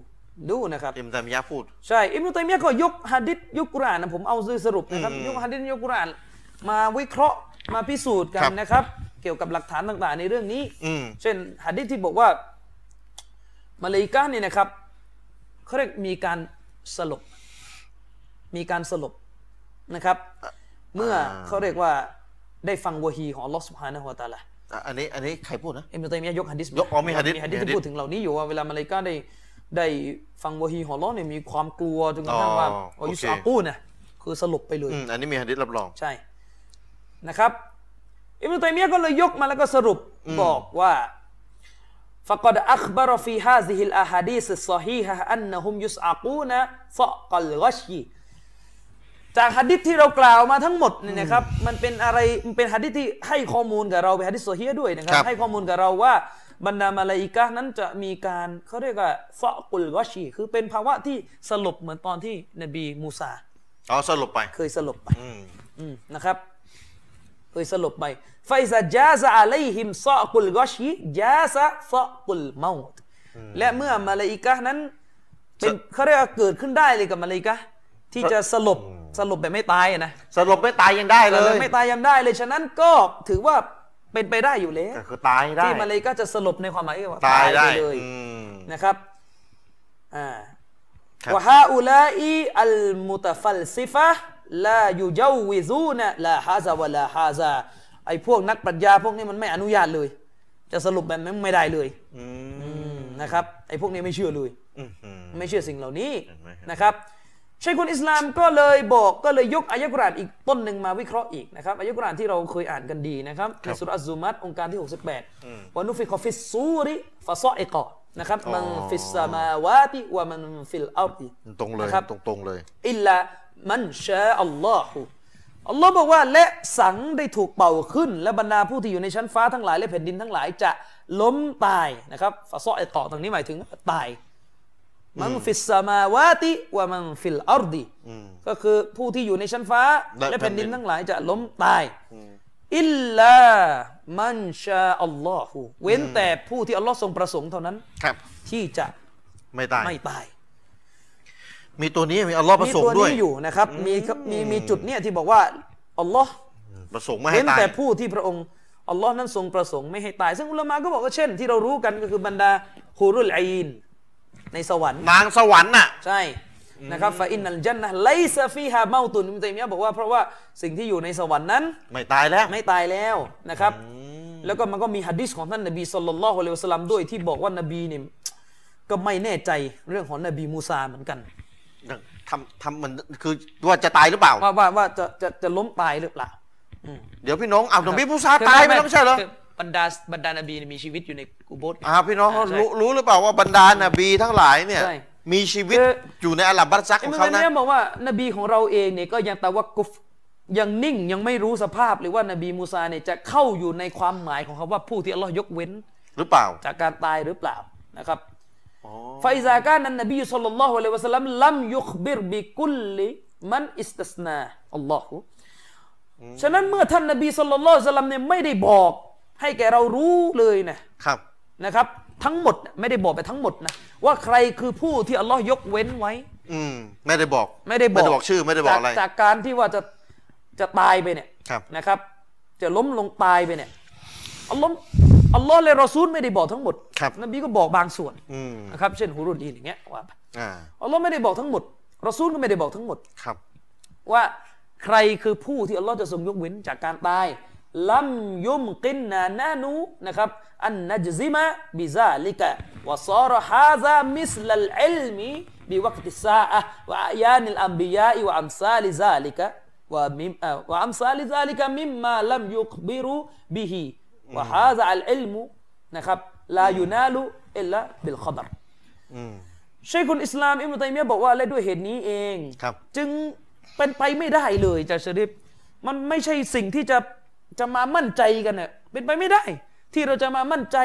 [SPEAKER 2] ดูนะครับ
[SPEAKER 1] อิมตามยะห์พูด
[SPEAKER 2] ใช่ อิมนุตัยมียะห์ก็ยกฮะดิษยกกุรอานนะผมเอาโดยสรุปนะครับ ยกฮะดิษยกกุรอานมาวิเคราะห์มาพิสูจน์กัน
[SPEAKER 1] ครับ
[SPEAKER 2] นะครับ เกี่ยวกับหลักฐานต่างๆ ในเรื่องนี้
[SPEAKER 1] อืม
[SPEAKER 2] เช่นฮะดิษที่บอกว่า มาเลาอิกาเนี่ยนะครับเขาเรียกมีการสลบ มีการสลบนะครับ เมื่อเขาเรียกว่าได้ฟังวะฮีของอัลลอฮ์สุบฮานะฮูวะตะอาลา
[SPEAKER 1] อ่ะอันนี้อันนี้ใครพูดนะ
[SPEAKER 2] อิมนุตัยมียะห์ยกฮะดิษ
[SPEAKER 1] ยกอ๋อมีฮะดิษ
[SPEAKER 2] มีฮะดิษ
[SPEAKER 1] มีฮะดิษ
[SPEAKER 2] ที่พูดถึงเหล่านี้อยู่ว่าเวลามาลาอิกาได้ได้ฟังวะฮีของอัลเลอฮ์เนี่ยมีความกลัวจนกระทั่งว่า
[SPEAKER 1] อ๋อ
[SPEAKER 2] วายุส
[SPEAKER 1] โอเค
[SPEAKER 2] อากูนะ คือสลบไปเลย
[SPEAKER 1] อืมอันนี้มีหะดิษรับรอง
[SPEAKER 2] ใช่นะครับอิบนุตัยมียะห์ก็เลยยกมาแล้วก็สรุปบอกว่า فقد أخبر في هذه الأحاديث الصحيحة أنهم يسعقون صعق الغش จากหะดิษที่เรากล่าวมาทั้งหมดเนี่ยนะครับ มันเป็นอะไรมันเป็นหะดิษที่ให้ข้อมูลกับเราเป็นหะดิษโซเฮียด้วยนะครั
[SPEAKER 1] ครับ บ
[SPEAKER 2] ให้ข้อมูลกับเราว่าบรรดามาลาอิกะห์นั้นจะมีการเขาเรียกว่าซอกุลกอชี คือเป็นภาวะที่สลบเหมือนตอนที่นบีมูซา
[SPEAKER 1] อ๋อสรุปไป
[SPEAKER 2] เคยสลบไป
[SPEAKER 1] อืม
[SPEAKER 2] อืมนะครับเคยสลบไปไฟซาจาซาอะไลฮิมซอกุลกอชีจาซาซอกุลเมาตและเมื่อมาลาอิกะห์นั้นเป็นเขาเรียกว่าเกิดขึ้นได้เลยกับมาลาอิกะห์ที่จะสลบสลบแบบไม่ตายอะนะ
[SPEAKER 1] สรุปไม่ตายยังได้เล
[SPEAKER 2] แต่
[SPEAKER 1] ย
[SPEAKER 2] ไม่ตายยังได้เลยฉะนั้นก็ถือว่าเป็นไปได้อยู่แล้ว
[SPEAKER 1] ก็คือตายได้
[SPEAKER 2] ที่มาลาอิกะห์จะสลบในความหมายว่า
[SPEAKER 1] ตาย
[SPEAKER 2] ป
[SPEAKER 1] ได้
[SPEAKER 2] เลย
[SPEAKER 1] อืม
[SPEAKER 2] นะครับอ่า
[SPEAKER 1] ครับ
[SPEAKER 2] วะฮาอุลาอีอัลมุตฟัลซิฟะลายูเจาวิซูนะลาฮาซาวะลาฮาซาไอพวกนักปรัชญาพวกนี้มันไม่อนุญาตเลย จะสรุปแบบนั้นไม่ได้เลย
[SPEAKER 1] อืม
[SPEAKER 2] อืมนะครับไอพวกนี้ไม่เชื่อเลย
[SPEAKER 1] อื้อหือ
[SPEAKER 2] ไม่เชื่อสิ่งเหล่านี้
[SPEAKER 1] เห็นไหมครับ
[SPEAKER 2] นะครับชัยคุณอิสลามก็เลยบอกก็เลยยกอายะกรานอีกต้นหนึ่งมาวิเคราะห์อีกนะครับอายะกรานที่เราเคยอ่านกันดีนะครับในสุรอัซซุมัตองค์การที่ 68วานุฟิคอฟิสซูริฟาซอเอกอนะครับมันฟิสสมาวาติวะมันฟิลอาร์ดี
[SPEAKER 1] ตรงเลย
[SPEAKER 2] นะครับ
[SPEAKER 1] ตรงๆเลย
[SPEAKER 2] อิลลามันชาอัลลอฮุอัลลอฮ์บอกว่าและสังได้ถูกเป่าขึ้น และบรรดาผู้ที่อยู่ในชั้นฟ้าทั้งหลาย และแผ่นดินทั้งหลายจะล้มตายนะครับฟาซอไอต่อตรงนี้หมายถึงตาย มันฟิสสมาวาติวะมันฟิลอาร์ดีก็คือผู้ที่อยู่ในชั้นฟ้า
[SPEAKER 1] และ
[SPEAKER 2] และแผ่นดิน
[SPEAKER 1] แผ่นดิน
[SPEAKER 2] ทั้งหลายจะล้มตายอิลลามันชาอัลลอฮุเว้นแต่ผู้ที่อัลลอฮ์ทรงประสงค์เท่านั้น
[SPEAKER 1] ครับ
[SPEAKER 2] ที่จะ
[SPEAKER 1] ไม่ตาย
[SPEAKER 2] ไม่ตาย
[SPEAKER 1] มีตัวนี้มีอัลลอฮ์ประ
[SPEAKER 2] มี
[SPEAKER 1] สง
[SPEAKER 2] ตัว
[SPEAKER 1] ค์ด้วย
[SPEAKER 2] นี้อยู่นะครับ มีครับมีมีจุดเนี่ยที่บอกว่าอัลลอฮ์
[SPEAKER 1] ประสงค์ไม่ให้
[SPEAKER 2] เว้น
[SPEAKER 1] ตาย
[SPEAKER 2] แต่ผู้ที่พระองค์อัลลอฮ์นั้นทรงประสงค์ไม่ให้ตาย ซึ่งอุลามะก็บอกว่าเช่น ที่เรารู้กันก็คือบรรดาฮูรุลอีน ในสวรรค์
[SPEAKER 1] นางสวรรค์น่ะ
[SPEAKER 2] ใช่นะครับฟาอินนัลจันนะไลซาฟีฮาเมาตุนอิมุตัยมียะห์บอกว่าเพราะว่าสิ่งที่อยู่ในสวรรค์นั้น
[SPEAKER 1] ไม่ตายแล้ว
[SPEAKER 2] ไม่ตายแล้วนะครับ แล้วก็มันก็มีหะดิษของท่านนบีสุลต่านละฮ์อะลัยฮิวะสัลลัมด้วยที่บอกว่านบีเนี่ยก็ไม่แน่ใจเรื่องของนบีมูซาเหมือนกัน
[SPEAKER 1] ทำทำเหมันคือว่าจะตายหรือเปล่า
[SPEAKER 2] ว่าว่าว่าจะจะจะล้มตายหรือเปล่า
[SPEAKER 1] เดี๋ยวพี่น้องเอานบีมูซาตายไปแล้วไม่ใช่เหรอ
[SPEAKER 2] คืบรรดาบรรดานบีเนี่ยมีชีวิตอยู่ในกูโบสถ์
[SPEAKER 1] อ่าพี่น้องเขา
[SPEAKER 2] ใช่
[SPEAKER 1] รู้รู้หรือเปล่าว่าบรรดานบีทั้งหลายเนี่ย
[SPEAKER 2] ใช่
[SPEAKER 1] มีชีวิต
[SPEAKER 2] คือ
[SPEAKER 1] อยู่ในอาลับบัตซักข
[SPEAKER 2] ไอ้
[SPEAKER 1] อง
[SPEAKER 2] เมื่อ
[SPEAKER 1] เขา
[SPEAKER 2] วาน
[SPEAKER 1] นะ
[SPEAKER 2] เนี้บอกว่านบีของเราเองเนี่ยก็ยังตะวักกุฟยังนิ่งยังไม่รู้สภาพเลยว่านบีมูซาเนี่ยจะเข้าอยู่ในความหมายของคำว่าผู้ที่อัลลอฮ์ยกเว้น
[SPEAKER 1] หรือเปล่า
[SPEAKER 2] จากการตายหรือเปล่านะครับ
[SPEAKER 1] อ๋อ
[SPEAKER 2] ฟาอิซากานันนบีศ็อลลัลลอฮุอะลัยฮิวะสัลลัมลัมยุคบิรบิกุลลิมันอิสตัสนาอัลลอฮุฉะนั้นเมื่อท่านนบีศ็อลลัลลอฮุอะลัยฮิวะสัลลัมเนี่ยไม่ได้บอก ให้แกเรารู้เลยนะ
[SPEAKER 1] ครับ
[SPEAKER 2] นะครับทั้งหมดน่ะไม่ได้บอกไปทั้งหมดนะว่าใครคือผู้ที่อัลลอฮ์ยกเว้นไว้
[SPEAKER 1] อืมไม่ได้บอก
[SPEAKER 2] ไม่ได้บอก
[SPEAKER 1] ไม่ได้บอกชื่อไม่ได้บอก
[SPEAKER 2] จาก
[SPEAKER 1] อะไร
[SPEAKER 2] จากการที่ว่าจะจะตายไปเนี่ย
[SPEAKER 1] ครับ
[SPEAKER 2] นะครับ จะล้มลงตายไปเนี่ยอัลลอฮ์อัลลอฮ์และรอซูลไม่ได้บอกทั้งหมด
[SPEAKER 1] ครับ
[SPEAKER 2] นบีก็บอกบางส่วน
[SPEAKER 1] อืม
[SPEAKER 2] นะครับ เช่นฮุรุนอีนอย่างเงี้ยว่าไป
[SPEAKER 1] อ่า
[SPEAKER 2] อัลลอฮ์ไม่ได้บอกทั้งหมดรอซูลก็ไม่ได้บอกทั้งหมด
[SPEAKER 1] ครับ
[SPEAKER 2] ว่าใครคือผู้ที่อัลลอฮ์จะทรงยกเว้นจากการตายลัมยุมกินนานานูนะครับอันนัจซิมะบิซาลิกะวะซารฮาซามิสลัลอิลมีบิวักติสซาอะห์วะอายานิลอัมบิยาอิวะอัมซาลิซาลิกะวะมิมเอ่อวะอัมซาลิซาลิกะมิมมาลัมยุคบิรุบิฮิวะฮาซาอัลอิลมุนะครับลายูนาลุอิลลาบิลขดร
[SPEAKER 1] อืม
[SPEAKER 2] ชัยคุณอิสลามอิมรุตัยมียะห์บอกว่าและด้วยเหตุนี้เอง
[SPEAKER 1] ครับ
[SPEAKER 2] จึงเป็นไปไม่ได้เลยจากชะริฟมันไม่ใช่สิ่งที่จะจะมามั่นใจกันเน่ะเป็นไปไม่ได้ ที่เราจะมามั่นใจ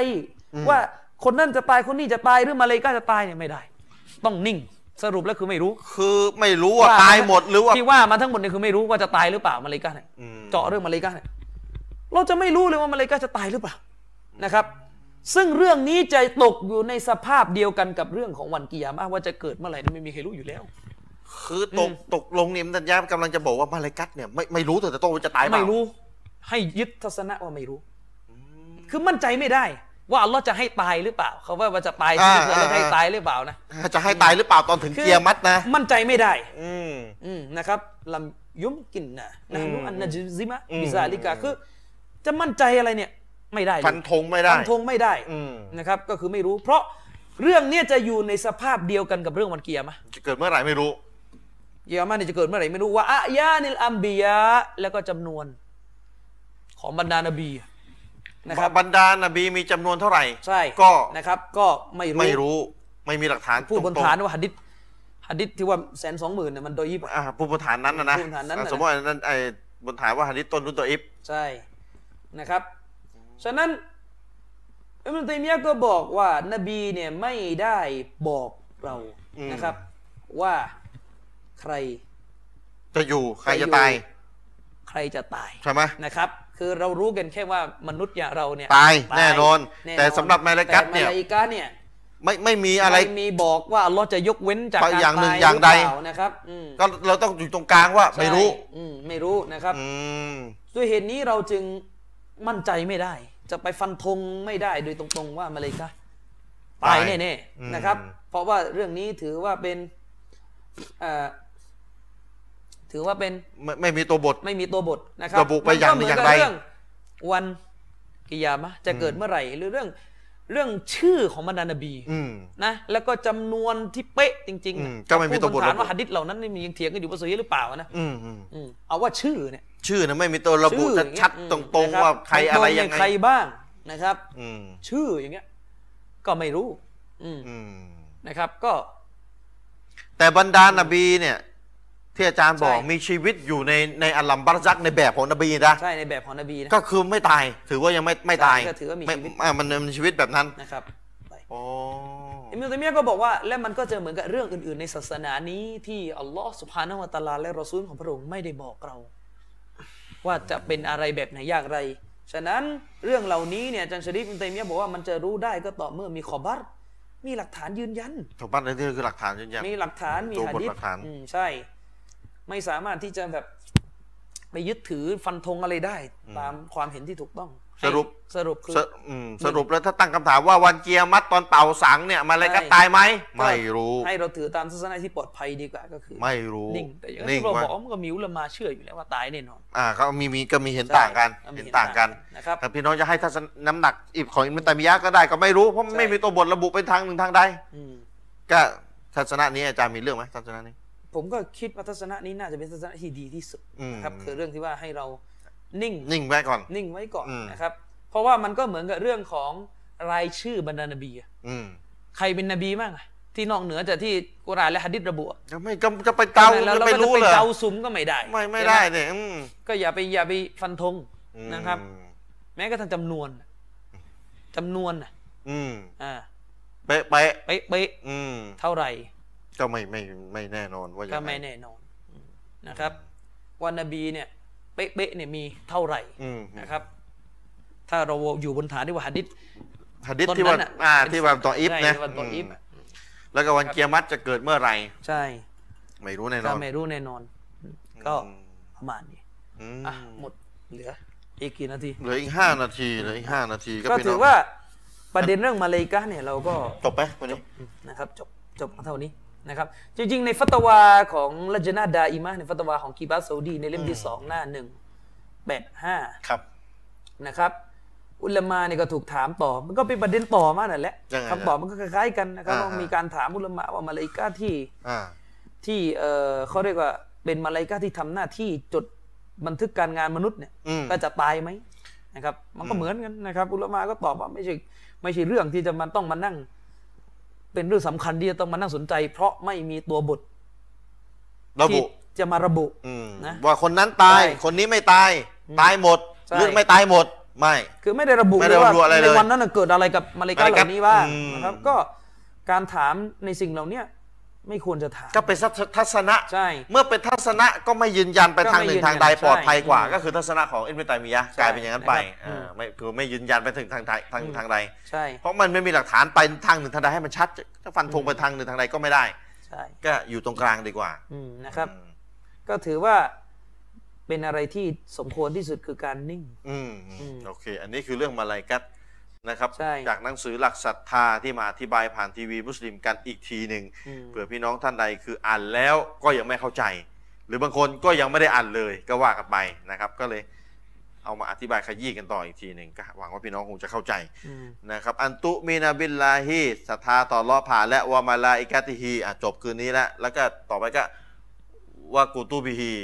[SPEAKER 2] ว่าคนนั้นจะตายคนนี้จะตายหรือมาเลย์ก็จะตายเนี่ยไม่ได้ ต้องนิ่งสรุปแล้วคือไม่รู้
[SPEAKER 1] คือไม่รู้ว่าตายหมดหรือว่า
[SPEAKER 2] ที่ว่ามาทั้งหมดเนี่ยคือไม่รู้ว่าจะตายหรือเปล่ามาเลย์ก็เนี่ย
[SPEAKER 1] อืม
[SPEAKER 2] เจาะเรื่องมาเลย์ก็เนี่ยเราจะไม่รู้เลยว่ามาเลย์ก็จะตายหรือเปล่านะครับ ซึ่งเรื่องนี้จะตกอยู่ในสภาพเดียวกันกับเรื่องของวันกิยามะห์ว่าจะเกิดเมื่อไหร่นั้นไม่มีใครรู้อยู่แล้ว
[SPEAKER 1] คือตกตกลงเนี่ยมันยากำลังจะบอกว่ามาเลากัตเนี่ยไม่ไม่รู้แต่โตนว่าจะตายเปล่า
[SPEAKER 2] ไม่รู้ให้ยึดทัศนะว่าไม่รู้ คือมั่นใจไม่ได้ ว่าอัลลอฮ์จะให้ตายหรือเปล่า เขาว่าว่าจะตายที่นี่คืออัลลอฮ์จะให้ตายหรือเปล่านะ
[SPEAKER 1] จะให้ตายหรือเปล่าตอนถึง
[SPEAKER 2] คือ
[SPEAKER 1] เกียร์มัดนะ
[SPEAKER 2] มั่นใจไม่ได้
[SPEAKER 1] อืม
[SPEAKER 2] อืมนะครับลำยุมกินนะนะฮนุอันนะจิซิมะบิซาลิกาคือ จะมั่นใจอะไรเนี่ย ไม่ได้เลย
[SPEAKER 1] ฟันธงไม่ได้
[SPEAKER 2] ฟันธงไม่ได้
[SPEAKER 1] อืม
[SPEAKER 2] นะครับ ก็คือไม่รู้ เพราะเรื่องเนี้ยจะอยู่ในสภาพเดียวกันกับเรื่องวันเกียร์มะห์
[SPEAKER 1] จะเกิดเมื่อไหร่ไม่รู้
[SPEAKER 2] เยามาเนี่ยจะเกิดเมื่อไหร่ไม่รู้ว่าอะยานิลอัมบียะแล้วก็จำนวน ของบรรดานบีนะครับ
[SPEAKER 1] บรรดานบีมีจำนวนเท่าไหร่
[SPEAKER 2] ใช่
[SPEAKER 1] ก็
[SPEAKER 2] นะครับ ก็ไม่
[SPEAKER 1] ไม่รู้ไม่มีหลักฐาน
[SPEAKER 2] พูดบน
[SPEAKER 1] ตรงๆ
[SPEAKER 2] ฐานว่าหะดิษหะดิษที่ว่าแสนสองหมื่นเนี่ยมันโดยยิบ
[SPEAKER 1] อ่าพูดบนฐานนั้นนะนะ
[SPEAKER 2] พูดบนฐานนั้นน่ะนะ
[SPEAKER 1] อ่ะสมมติอันนั้นไอ้บนฐานว่าฮะดิษต้นรุ่นตัวอิฟ
[SPEAKER 2] ใช่นะครับ ฉะนั้นอิมรุตัยมียะห์ก็บอกว่านบีเนี่ยไม่ได้บอกเรานะครับ ว่าใคร
[SPEAKER 1] จะอยู่ใคร
[SPEAKER 2] จะอยู่
[SPEAKER 1] จะตาย
[SPEAKER 2] ใครจะตาย
[SPEAKER 1] ใช่ไหม
[SPEAKER 2] นะครับ คือเรารู้กันแค่ว่ามนุษย์อย่างเราเนี่ย
[SPEAKER 1] ตายแน่นอน
[SPEAKER 2] แ
[SPEAKER 1] แต่สำหรับมาลากัตเนี่ย
[SPEAKER 2] แต่มาลาอิกะห์เนี่ย
[SPEAKER 1] ไม่ไม่มีอะไร
[SPEAKER 2] ม่มีบอกว่าอัลลอฮ์จะยกเว้นจากการ
[SPEAKER 1] อย่างหนึ่ง
[SPEAKER 2] ต
[SPEAKER 1] อย่างใด
[SPEAKER 2] หรืเปล่นะครับอืม
[SPEAKER 1] ก็เราต้องอยู่ตรงกลางว่าไม่รู้
[SPEAKER 2] ใช่อืมไม่รู้นะครับ
[SPEAKER 1] อืม
[SPEAKER 2] ด้วยเหตุนี้เราจึงมั่นใจไม่ได้ จะไปฟันธงไม่ได้โดยตรงๆว่ามาเลกาตาย
[SPEAKER 1] ตาย
[SPEAKER 2] แน่
[SPEAKER 1] อืม
[SPEAKER 2] ๆนะครับ เพราะว่าเรื่องนี้ถือว่าเป็นเอ่อถือว่าเป็น
[SPEAKER 1] ไม่ไม่มีตัวบท
[SPEAKER 2] ไม่มีตัวบทนะครับ
[SPEAKER 1] ระบุไปอย่าง
[SPEAKER 2] มันก็เหมือน
[SPEAKER 1] อ
[SPEAKER 2] กับ
[SPEAKER 1] ย่างใด
[SPEAKER 2] เรื่องวันกิยามะห์จะเกิดเมื่อไหร่ หรือเรื่องเรื่องชื่อของบรรดานบี
[SPEAKER 1] อืม
[SPEAKER 2] นะแล้วก็จำนวนที่เป๊ะจริง
[SPEAKER 1] อื
[SPEAKER 2] ๆนะ
[SPEAKER 1] มก็ไม่มีตัวบท
[SPEAKER 2] พูดนฐาน
[SPEAKER 1] ระบุ
[SPEAKER 2] ว่าหะดิษเหล่านั้นนี่มันยังเถียงกันอยู่ว่าสวยหรือเปล่านะ
[SPEAKER 1] อืมอืม
[SPEAKER 2] อืมเอาว่าชื่อเนี่ย
[SPEAKER 1] ชื่อนะไม่มีตัวระบุ
[SPEAKER 2] ชื่ออย่างเงี้ย
[SPEAKER 1] ชัดๆตรงๆ
[SPEAKER 2] นะบ
[SPEAKER 1] ว่าใครอะไร
[SPEAKER 2] น
[SPEAKER 1] ยัง
[SPEAKER 2] ใค
[SPEAKER 1] ไง
[SPEAKER 2] รบ้างนะครับ
[SPEAKER 1] อืม
[SPEAKER 2] ชื่ออย่างเงี้ย ก็ไม่รู้ อืม
[SPEAKER 1] อืม
[SPEAKER 2] นะครับ ก็
[SPEAKER 1] แต่บรรดานบีเนี่ยที่อาจารย์บอก
[SPEAKER 2] ใช่
[SPEAKER 1] มีชีวิตอยู่ในในอัลลัมบัรซักในแบบของนบีนะ
[SPEAKER 2] ใช่ในแบบของนบีนะ
[SPEAKER 1] ก็คือไม่ตาย ถือว่ายังไม่ไม่ตาย
[SPEAKER 2] ใช่ก็ถือว่ามี
[SPEAKER 1] ไ
[SPEAKER 2] ชีวิต
[SPEAKER 1] อ่ะมันมันชีวิตแบบนั้น
[SPEAKER 2] นะครับไป
[SPEAKER 1] อ๋อ
[SPEAKER 2] อิมรุตัยมียะห์ก็บอกว่า และมันก็จะเหมือนกับเรื่องอื่น ๆ ในศาสนานี้ที่อัลลอฮ์สุภาณวะตะอาลาและรอซูลของพระองค์ไม่ได้บอกเรา ว่าจะเป็นอะไรแบบไหนอย่างไร ฉะนั้นเรื่องเหล่านี้เนี่ยอาจารย์ชะริฟอิมรุตัยมียะห์บอกว่ามันจะรู้ได้ก็ต่อเมื่อมีขอบัตมีหลักฐานยืนยัน
[SPEAKER 1] ถูกปั้นนี่คือหลักฐานยืนยัน
[SPEAKER 2] มีหลักฐานมี
[SPEAKER 1] ตัว
[SPEAKER 2] หะ
[SPEAKER 1] บท
[SPEAKER 2] ดิษ
[SPEAKER 1] หลักฐาน
[SPEAKER 2] อืมใช่ ไม่สามารถที่จะแบบไปยึดถือฟันธงอะไรได้ ตามความเห็นที่ถูกต้อง
[SPEAKER 1] สรุป
[SPEAKER 2] ให้สรุปคือ
[SPEAKER 1] สรุปอืมสรุปแล้วถ้าตั้งคำถามว่าวันเกียร์มัดตอนเป่าสังเนี่ยมันอะไรก็
[SPEAKER 2] ใช่
[SPEAKER 1] ตายไหมไม่รู้
[SPEAKER 2] ให้เราถือตามทัศนะที่ปลอดภัยดีกว่าก็คือ
[SPEAKER 1] ไม่รู้
[SPEAKER 2] นิ่งแต่อย่าง
[SPEAKER 1] นิ่ง
[SPEAKER 2] ที่เรา
[SPEAKER 1] ว่า
[SPEAKER 2] บอกว่ามันก็มีอุลามาเชื่ออยู่แล้วว่าตายแน่นอน
[SPEAKER 1] อ่าเขามีมีก็มีเห็นต่างกัน
[SPEAKER 2] ใช่
[SPEAKER 1] เห็นต่างกัน
[SPEAKER 2] นะครับ
[SPEAKER 1] แต่พี่น้องจะให้ทัศนน้ำหนักอิบของอิมตัยมียะห์ก็ได้ก็ไม่รู้เพราะมัน
[SPEAKER 2] ใช่
[SPEAKER 1] ไม่มีตัวบทระบุเป็นทางหนึ่งทางใด
[SPEAKER 2] อืม
[SPEAKER 1] ก็ทัศนะนี้อาจารย์มีเรื่องไหมทัศนะนี้
[SPEAKER 2] ผมก็คิดว่าทัศนะนี้น่าจะเป็นทัศนะที่ดีที่สุด
[SPEAKER 1] อืม
[SPEAKER 2] นะครับ คือเรื่องที่ว่าให้เรานิ่ง
[SPEAKER 1] นิ่งไว้ก่อน
[SPEAKER 2] นิ่งไว้ก่อน
[SPEAKER 1] อืม
[SPEAKER 2] นะครับ เพราะว่ามันก็เหมือนกับเรื่องของรายชื่อบรรดานบีอะ
[SPEAKER 1] อืม
[SPEAKER 2] ใครเป็นนบีบ้างอะที่นอกเหนือจากที่กุรอานและหะดิษระบุอะ
[SPEAKER 1] จะไม่จะจะไปเกา
[SPEAKER 2] ใช่หมแล้ว
[SPEAKER 1] จะ
[SPEAKER 2] เรา
[SPEAKER 1] ไป
[SPEAKER 2] ก็จะ
[SPEAKER 1] รู้
[SPEAKER 2] ไป
[SPEAKER 1] เลย
[SPEAKER 2] เกาซุมก็ไม่ได้
[SPEAKER 1] ไม่ไม่
[SPEAKER 2] ใช่ห
[SPEAKER 1] ได้เนี่ยอืม
[SPEAKER 2] ก็อย่าไปอย่าไปฟันธงนะครับ
[SPEAKER 1] อืม
[SPEAKER 2] แม้กระทั่งจำนวนอะจำนวนอะ
[SPEAKER 1] อืม
[SPEAKER 2] อ่า
[SPEAKER 1] เป๊ะเป๊ะ
[SPEAKER 2] เป๊ะเป๊ะ
[SPEAKER 1] อืม
[SPEAKER 2] เท่าไหร่
[SPEAKER 1] ก็ไม่ไม่ไม่แน่นอนว่าอ
[SPEAKER 2] ก็
[SPEAKER 1] ย่างไร
[SPEAKER 2] ไม่แน่นอนอืมนะครับว่านบีเนี่ยเป๊ะเป๊ะเนี่ยมีเท่าไหร่
[SPEAKER 1] อืม
[SPEAKER 2] นะครับ ถ้าเราอยู่บนฐานที่ว่าหะดิษ
[SPEAKER 1] หะดิษ
[SPEAKER 2] ต้น
[SPEAKER 1] ที่
[SPEAKER 2] นั้
[SPEAKER 1] ว่าน
[SPEAKER 2] อะ
[SPEAKER 1] อ่าที่ว่าตออิฟ
[SPEAKER 2] ใช่
[SPEAKER 1] นะ
[SPEAKER 2] ที่ว่าตออิฟอะ
[SPEAKER 1] อืมแล้วก็วันเกียร์มัดจะเกิดเมื่อไหร่
[SPEAKER 2] ใช่
[SPEAKER 1] ไม่รู้แน่น
[SPEAKER 2] ก็
[SPEAKER 1] อน
[SPEAKER 2] ไม่รู้แน่นอน ก็ประมาณนี้
[SPEAKER 1] อืม
[SPEAKER 2] อ่ะหมดเหลืออีกกี่นาที
[SPEAKER 1] เหลืออีกห้านาทีเหลืออีกห้านาทีก็
[SPEAKER 2] ก็
[SPEAKER 1] พี่น้
[SPEAKER 2] ถื
[SPEAKER 1] อง
[SPEAKER 2] อว่าประเด็นเรื่องมาเลย์กาเนี่ยเราก็
[SPEAKER 1] จบไหมวันนี้
[SPEAKER 2] นะครับจบจบเท่านี้นะครับ จริงๆ ในฟัตวาของลจนาดาอิมะห์ในฟัตวาของกีบาซาอุดี ในเล่มที่สองหน้าหนึ่งแปดห้า
[SPEAKER 1] ครับ
[SPEAKER 2] นะครับ อุลามาเนี่ยก็ถูกถามต่อ มันก็เป็นประเด็นต่อมานั่นแหละ
[SPEAKER 1] ยังไง
[SPEAKER 2] คำตอบมันก็คล้ายๆกันนะครับ
[SPEAKER 1] อ่า
[SPEAKER 2] ว่า
[SPEAKER 1] ฮะ
[SPEAKER 2] มีการถามอุลามาว่ามาเลย์กาที่
[SPEAKER 1] อ่า
[SPEAKER 2] ที่เออเขาเรียกว่าเป็นมาลายกาที่ทำหน้าที่จดบันทึกการงานมนุษย์เนี่ย
[SPEAKER 1] อืม
[SPEAKER 2] ก็จะตายไหมนะครับ มันก็เหมือนกันนะครับ อุลามาก็ตอบว่าไม่ใช่ไม่ใช่เรื่องที่จะมันต้องมานั่ง เป็นเรื่องสำคัญที่จะต้องมานั่งสนใจ เพราะไม่มีตัวบท
[SPEAKER 1] ระ
[SPEAKER 2] ที่
[SPEAKER 1] บุ
[SPEAKER 2] จะมาระบุ
[SPEAKER 1] อืม
[SPEAKER 2] นะ
[SPEAKER 1] ว่าคนนั้นตาย
[SPEAKER 2] ใช่
[SPEAKER 1] คนนี้ไม่ตาย ตายหมด
[SPEAKER 2] ใช่
[SPEAKER 1] หรือไม่ตายหมด ไม่
[SPEAKER 2] คือไม่ได้ระบุ
[SPEAKER 1] ไม่
[SPEAKER 2] เล
[SPEAKER 1] ได้
[SPEAKER 2] ย
[SPEAKER 1] ระ
[SPEAKER 2] ว่า
[SPEAKER 1] บุอะไรเลย
[SPEAKER 2] ในวันนั้นนะเกิดอะไรกับมาลายกา
[SPEAKER 1] มาลาย
[SPEAKER 2] เห
[SPEAKER 1] กา
[SPEAKER 2] ล่านี้บ้าง
[SPEAKER 1] อืม
[SPEAKER 2] นะครับ ก็การถามในสิ่งเหล่าเนี้ยไม่ควรจะถาม
[SPEAKER 1] ก็เป็นทัศทัศนะ
[SPEAKER 2] ใช่
[SPEAKER 1] เมื่อเป็นทัศนะก็ไม่ยืนยันไป
[SPEAKER 2] ก็ไม่
[SPEAKER 1] ทางหนึ่
[SPEAKER 2] ยื
[SPEAKER 1] ง
[SPEAKER 2] นยัน
[SPEAKER 1] ทางใด
[SPEAKER 2] ใช่
[SPEAKER 1] ปลอดภัยกว่า
[SPEAKER 2] อืม
[SPEAKER 1] ก็คือทัศนะของอิบนุตัยมียะห์
[SPEAKER 2] ใช่
[SPEAKER 1] กลายเป็นอย่างนั้นไป
[SPEAKER 2] นะครับ
[SPEAKER 1] อ่า
[SPEAKER 2] อืม
[SPEAKER 1] ไม่คือไม่ยืนยันไปถึงทางใดทางทางใด
[SPEAKER 2] ใช่
[SPEAKER 1] เพราะมันไม่มีหลักฐานไปทางหนึ่งทางใดให้มันชัดจะฟันธงไปทางหนึ่งทางใดก็ไม่ได้
[SPEAKER 2] ใช่
[SPEAKER 1] ก็อยู่ตรงกลางดีกว่า
[SPEAKER 2] อืมนะครับ
[SPEAKER 1] อืม
[SPEAKER 2] ก็ถือว่าเป็นอะไรที่สมควรที่สุดคือการนิ่ง
[SPEAKER 1] อืม
[SPEAKER 2] อืม
[SPEAKER 1] โอเค อันนี้คือเรื่องมาลายกัตนะครับ
[SPEAKER 2] ใช่
[SPEAKER 1] จากหนังสือหลักศรัทธาที่มาอธิบายผ่านทีวีมุสลิมกันอีกทีหนึ่ง
[SPEAKER 2] อืม
[SPEAKER 1] เผื่อพี่น้องท่านใดคืออ่านแล้วก็ยังไม่เข้าใจ หรือบางคนก็ยังไม่ได้อ่านเลยก็ว่ากันไปนะครับ ก็เลยเอามาอธิบายขยี้กันต่ออีกทีหนึ่งก็หวังว่าพี่น้องคงจะเข้าใจ
[SPEAKER 2] อืม
[SPEAKER 1] นะครับอันตุมีนาบิลลาฮีศรัทธาต่อรอผ่าและวามาลาอิกาติฮีอ่ะจบคืนนี้แล้วแล้วก็ต่อไปก็ วะกุตุบิฮี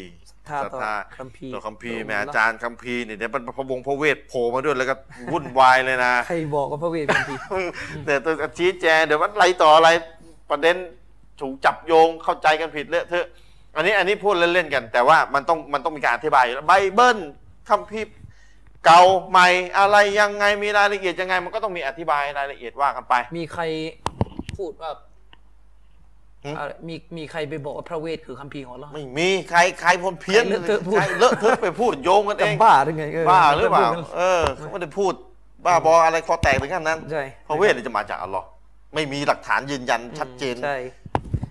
[SPEAKER 2] ศรัทธาต่อคัมภีร์
[SPEAKER 1] ต่อคัมภีร์
[SPEAKER 2] ต่อ
[SPEAKER 1] แห
[SPEAKER 2] หมู่
[SPEAKER 1] ม่
[SPEAKER 2] ละ
[SPEAKER 1] อาจารย์คัมภีร์เนี่ยเดี๋ยวมันพระวงศ์พระเวทโผล่มาด้วยแล้วก็วุ่นวายเลยนะ
[SPEAKER 2] ใครบอกว่าพระเวทเป็นผี
[SPEAKER 1] แต่ต้องชี้แจงเดี๋ยวว่าอะไรต่ออะไรประเด็นถูกจับโยงเข้าใจกันผิดเลอะเทอะอันนี้อันนี้พูดเล่นๆกัน แต่ว่ามันต้องมันต้องมีการอธิบายอยู่แล้วไบเบิลคัมภีร์เก่าใหม่อะไรยังไงมีรายละเอียดยังไง มันก็ต้องมีอธิบายรายละเอียดว่ากันไป
[SPEAKER 2] มีใครพูดว่า
[SPEAKER 1] หืม
[SPEAKER 2] อะไรมีมีใครไปบอกว่าพระเวทคือคัมภีร์ของเรา
[SPEAKER 1] ไม่มีใครใครพลเพี้ยน
[SPEAKER 2] ใครเลอะเทอะพูด
[SPEAKER 1] ใครเลอะเทอะไปพูดโยงกันเอ
[SPEAKER 2] จะ
[SPEAKER 1] ง
[SPEAKER 2] บ้าหรือไง
[SPEAKER 1] บ้าหรือเปล่า
[SPEAKER 2] จะพูดกัน
[SPEAKER 1] เออเขาไม่ได้พูด บ้าบออะไรคอแตกถึงขนาดนั้น
[SPEAKER 2] ใช่
[SPEAKER 1] พระเวทเนี่ยจะมาจากอัลลอฮ์ไม่มีหลักฐานยืนยันชัดเจน
[SPEAKER 2] ใช่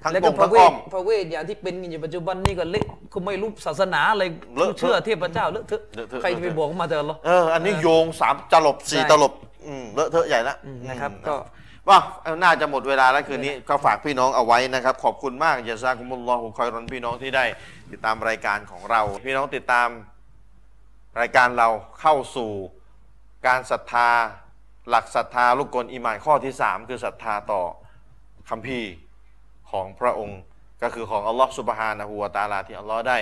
[SPEAKER 1] ทั้ง
[SPEAKER 2] แล้ว
[SPEAKER 1] ตรง
[SPEAKER 2] ก็พ
[SPEAKER 1] ทั้ง
[SPEAKER 2] ระเว
[SPEAKER 1] อ้อ
[SPEAKER 2] ท
[SPEAKER 1] ม
[SPEAKER 2] พระเวทอย่างที่เป็นกันอยู่ปัจจุบันนี่ก็เละก็ไม่รู้ศาสนาอะไร
[SPEAKER 1] เลอะเทอะ
[SPEAKER 2] เชื่อเทพเจ้าเลอะเทอะ
[SPEAKER 1] เลอะเทอะ
[SPEAKER 2] ใครจะไปบอกมาแต่เหรอ
[SPEAKER 1] เออ อันนี้โยงสามตลบสี่
[SPEAKER 2] ใช่
[SPEAKER 1] ตลบอืมเลอะเทอะใหญ่ละ
[SPEAKER 2] อืมนะครับ
[SPEAKER 1] อืม
[SPEAKER 2] ก็
[SPEAKER 1] ว่าเอาน่าจะหมดเวลาแล้วคืนนี้ก็ฝากพี่น้องเอาไว้นะครับ ขอบคุณมากยาซากุมุลลอฮุคอยรอนพี่น้องที่ได้ ติดตามรายการของเรา พี่น้องติดตามรายการเราเข้าสู่การศรัทธา หลักศรัทธาลูกกลอีหมานข้อที่ 3 คือศรัทธาต่อคัมภีร์ของพระองค์ ก็คือของอัลลอฮ์สุบฮานะฮูวะตะอาลาที่อัลลอฮ์ได้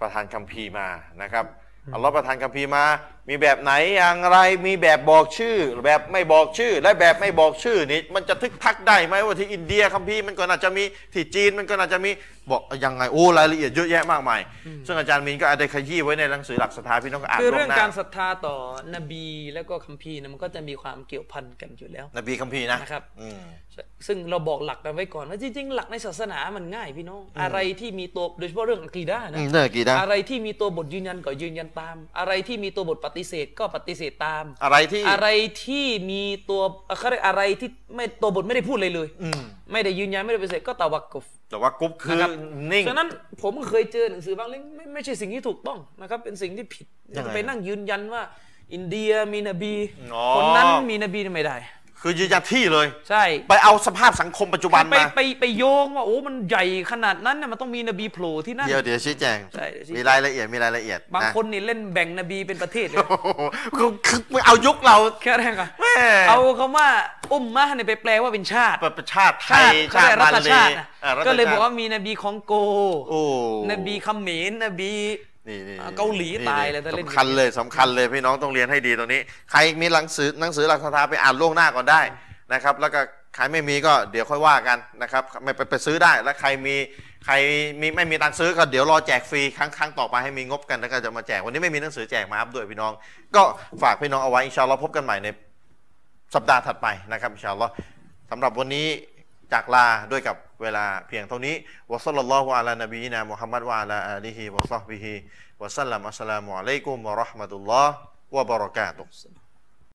[SPEAKER 1] ประทานคัมภีร์มานะครับอัลลอฮ์ประทานคัมภีร์มา มีแบบไหนอย่างไรมีแบบบอกชื่อ แบบไม่บอกชื่อ และแบบไม่บอกชื่อนี่มันจะทึกทักได้ไหมว่าที่อินเดียคัมภีร์มันก็น่าจะมีที่จีนมันก็น่าจะมีบอกยังไงโอ้รายละเอียดเยอะแยะมากมายซึ่งอาจารย์มินก็ได้ขยี้ไว้ในหนังสือหลักศรัทธาพี่น้องก็อ่าน
[SPEAKER 2] คือ
[SPEAKER 1] ล่ว
[SPEAKER 2] เรื่อง
[SPEAKER 1] หน้า
[SPEAKER 2] การศรัทธาต่อนบีแล้วก็คัมภีร์เนะมันก็จะมีความเกี่ยวพันกันอยู่แล้ว
[SPEAKER 1] นบีคัมภีร์นะ
[SPEAKER 2] นะครับ
[SPEAKER 1] อืม
[SPEAKER 2] ซึ่งเราบอกหลักกันไว้ก่อนว่าจริงๆ หลักในศาสนามันง่ายพี่น้อง อะไรที่มีตัวโดยเฉพาะเรื่องอะกีดา
[SPEAKER 1] อื
[SPEAKER 2] นะ
[SPEAKER 1] มเรื่องอะกีดะห์
[SPEAKER 2] อะไรที่มีตัวบทยืนยันก็ยืนยันตาม อะไรที่มีตัวบทปฏิเสธก็ปฏิเสธตาม
[SPEAKER 1] อะไรที่
[SPEAKER 2] อะไรที่มีตัวเขาเรียกอะไรที่ไม่ตัวบทไม่ได้พูดเลยเลย
[SPEAKER 1] อืม
[SPEAKER 2] ไม่ได้ยืนยันไม่ได้ปฏิเสธก็ตะวักกฟ
[SPEAKER 1] แต่ว่ากุ๊บคือ
[SPEAKER 2] นะครับ
[SPEAKER 1] นิ่ง
[SPEAKER 2] ฉะนั้นผมก็เคยเจอหนังสือบางเล่มไม่ไม่ใช่สิ่งที่ถูกต้องนะครับ เป็นสิ่งที่ผิด
[SPEAKER 1] ยังไง
[SPEAKER 2] จะไปนั่งยืนยันว่า อินเดียมีนบี
[SPEAKER 1] อ๋อ
[SPEAKER 2] คนนั้นมีนบีไม่ได้
[SPEAKER 1] คือยืนยันที่เลย
[SPEAKER 2] ใช่
[SPEAKER 1] ไปเอาสภาพสังคมปัจจุบัน
[SPEAKER 2] ไป
[SPEAKER 1] มา
[SPEAKER 2] ไปไปโยงว่าโอ้มันใหญ่ขนาดนั้นน่ะมันต้องมีนบีโผล่ที่นั่น
[SPEAKER 1] เดี๋ยวเดี๋ยวชี้แจง
[SPEAKER 2] ใช่เดี๋ยวชี้
[SPEAKER 1] มีรายละเอียดมีรายละเอียด
[SPEAKER 2] บาง
[SPEAKER 1] ะ
[SPEAKER 2] คนนี่เล่นแบ่งนบีเป็นประเทศ เลย
[SPEAKER 1] โอ้โหคือคือมึงเอายุคเรา
[SPEAKER 2] แค่นั้นก็
[SPEAKER 1] แม่
[SPEAKER 2] เอาคำว่าอุมมะห์เนี่ยไปแปลว่าเป็นชาติ
[SPEAKER 1] ประชาติไท
[SPEAKER 2] ชาย ติเขา
[SPEAKER 1] ชาติ
[SPEAKER 2] ได้รั
[SPEAKER 1] มา
[SPEAKER 2] ฐ
[SPEAKER 1] เล
[SPEAKER 2] ชาติน่ะ
[SPEAKER 1] อ่ะรัฐ
[SPEAKER 2] ก็เลย
[SPEAKER 1] ชติ
[SPEAKER 2] บอกว่ามีนบีของโก
[SPEAKER 1] โอ้
[SPEAKER 2] นบีเขมรนบี
[SPEAKER 1] นี่นี่
[SPEAKER 2] อ่ะเกาหลี
[SPEAKER 1] นี่
[SPEAKER 2] ตายเลย
[SPEAKER 1] นี่
[SPEAKER 2] ถ้าเล่น
[SPEAKER 1] สำคัญเลยสำคัญเลยพี่น้องต้องเรียนให้ดีตรงนี้ ใครมีหนังสือหนังสือหลักศรัทธาไปอ่านล่วงหน้าก่อนได้นะครับ แล้วก็ใครไม่มีก็เดี๋ยวค่อยว่ากันนะครับไม่ไปไปซื้อได้แล้วใครมีใครมีไม่มีตังค์ซื้อก็เดี๋ยวรอแจกฟรีครั้งครั้งต่อไปให้มีงบกันแล้วก็จะมาแจกวันนี้ไม่มีหนังสือแจกมาอัพด้วยพี่น้อง ก็ฝากพี่น้องเอาไว้อินชาอัลลอฮ์พบกันใหม่ใน สัปดาห์ถัดไปนะครับอินชาอัลลอฮ์สำหรับวันนี้จากลาด้วยกับเวลาเพียงเท่านี้วะซัลลัลลอฮุอะลานบีนามุฮัมมัดวะอะลาอาลีฮิวะซอฮบิฮิวะสัลลัมอัสสลามุอะลัยกุมวะเราะห์มะตุลลอฮ์วะบะเราะกาตุฮ์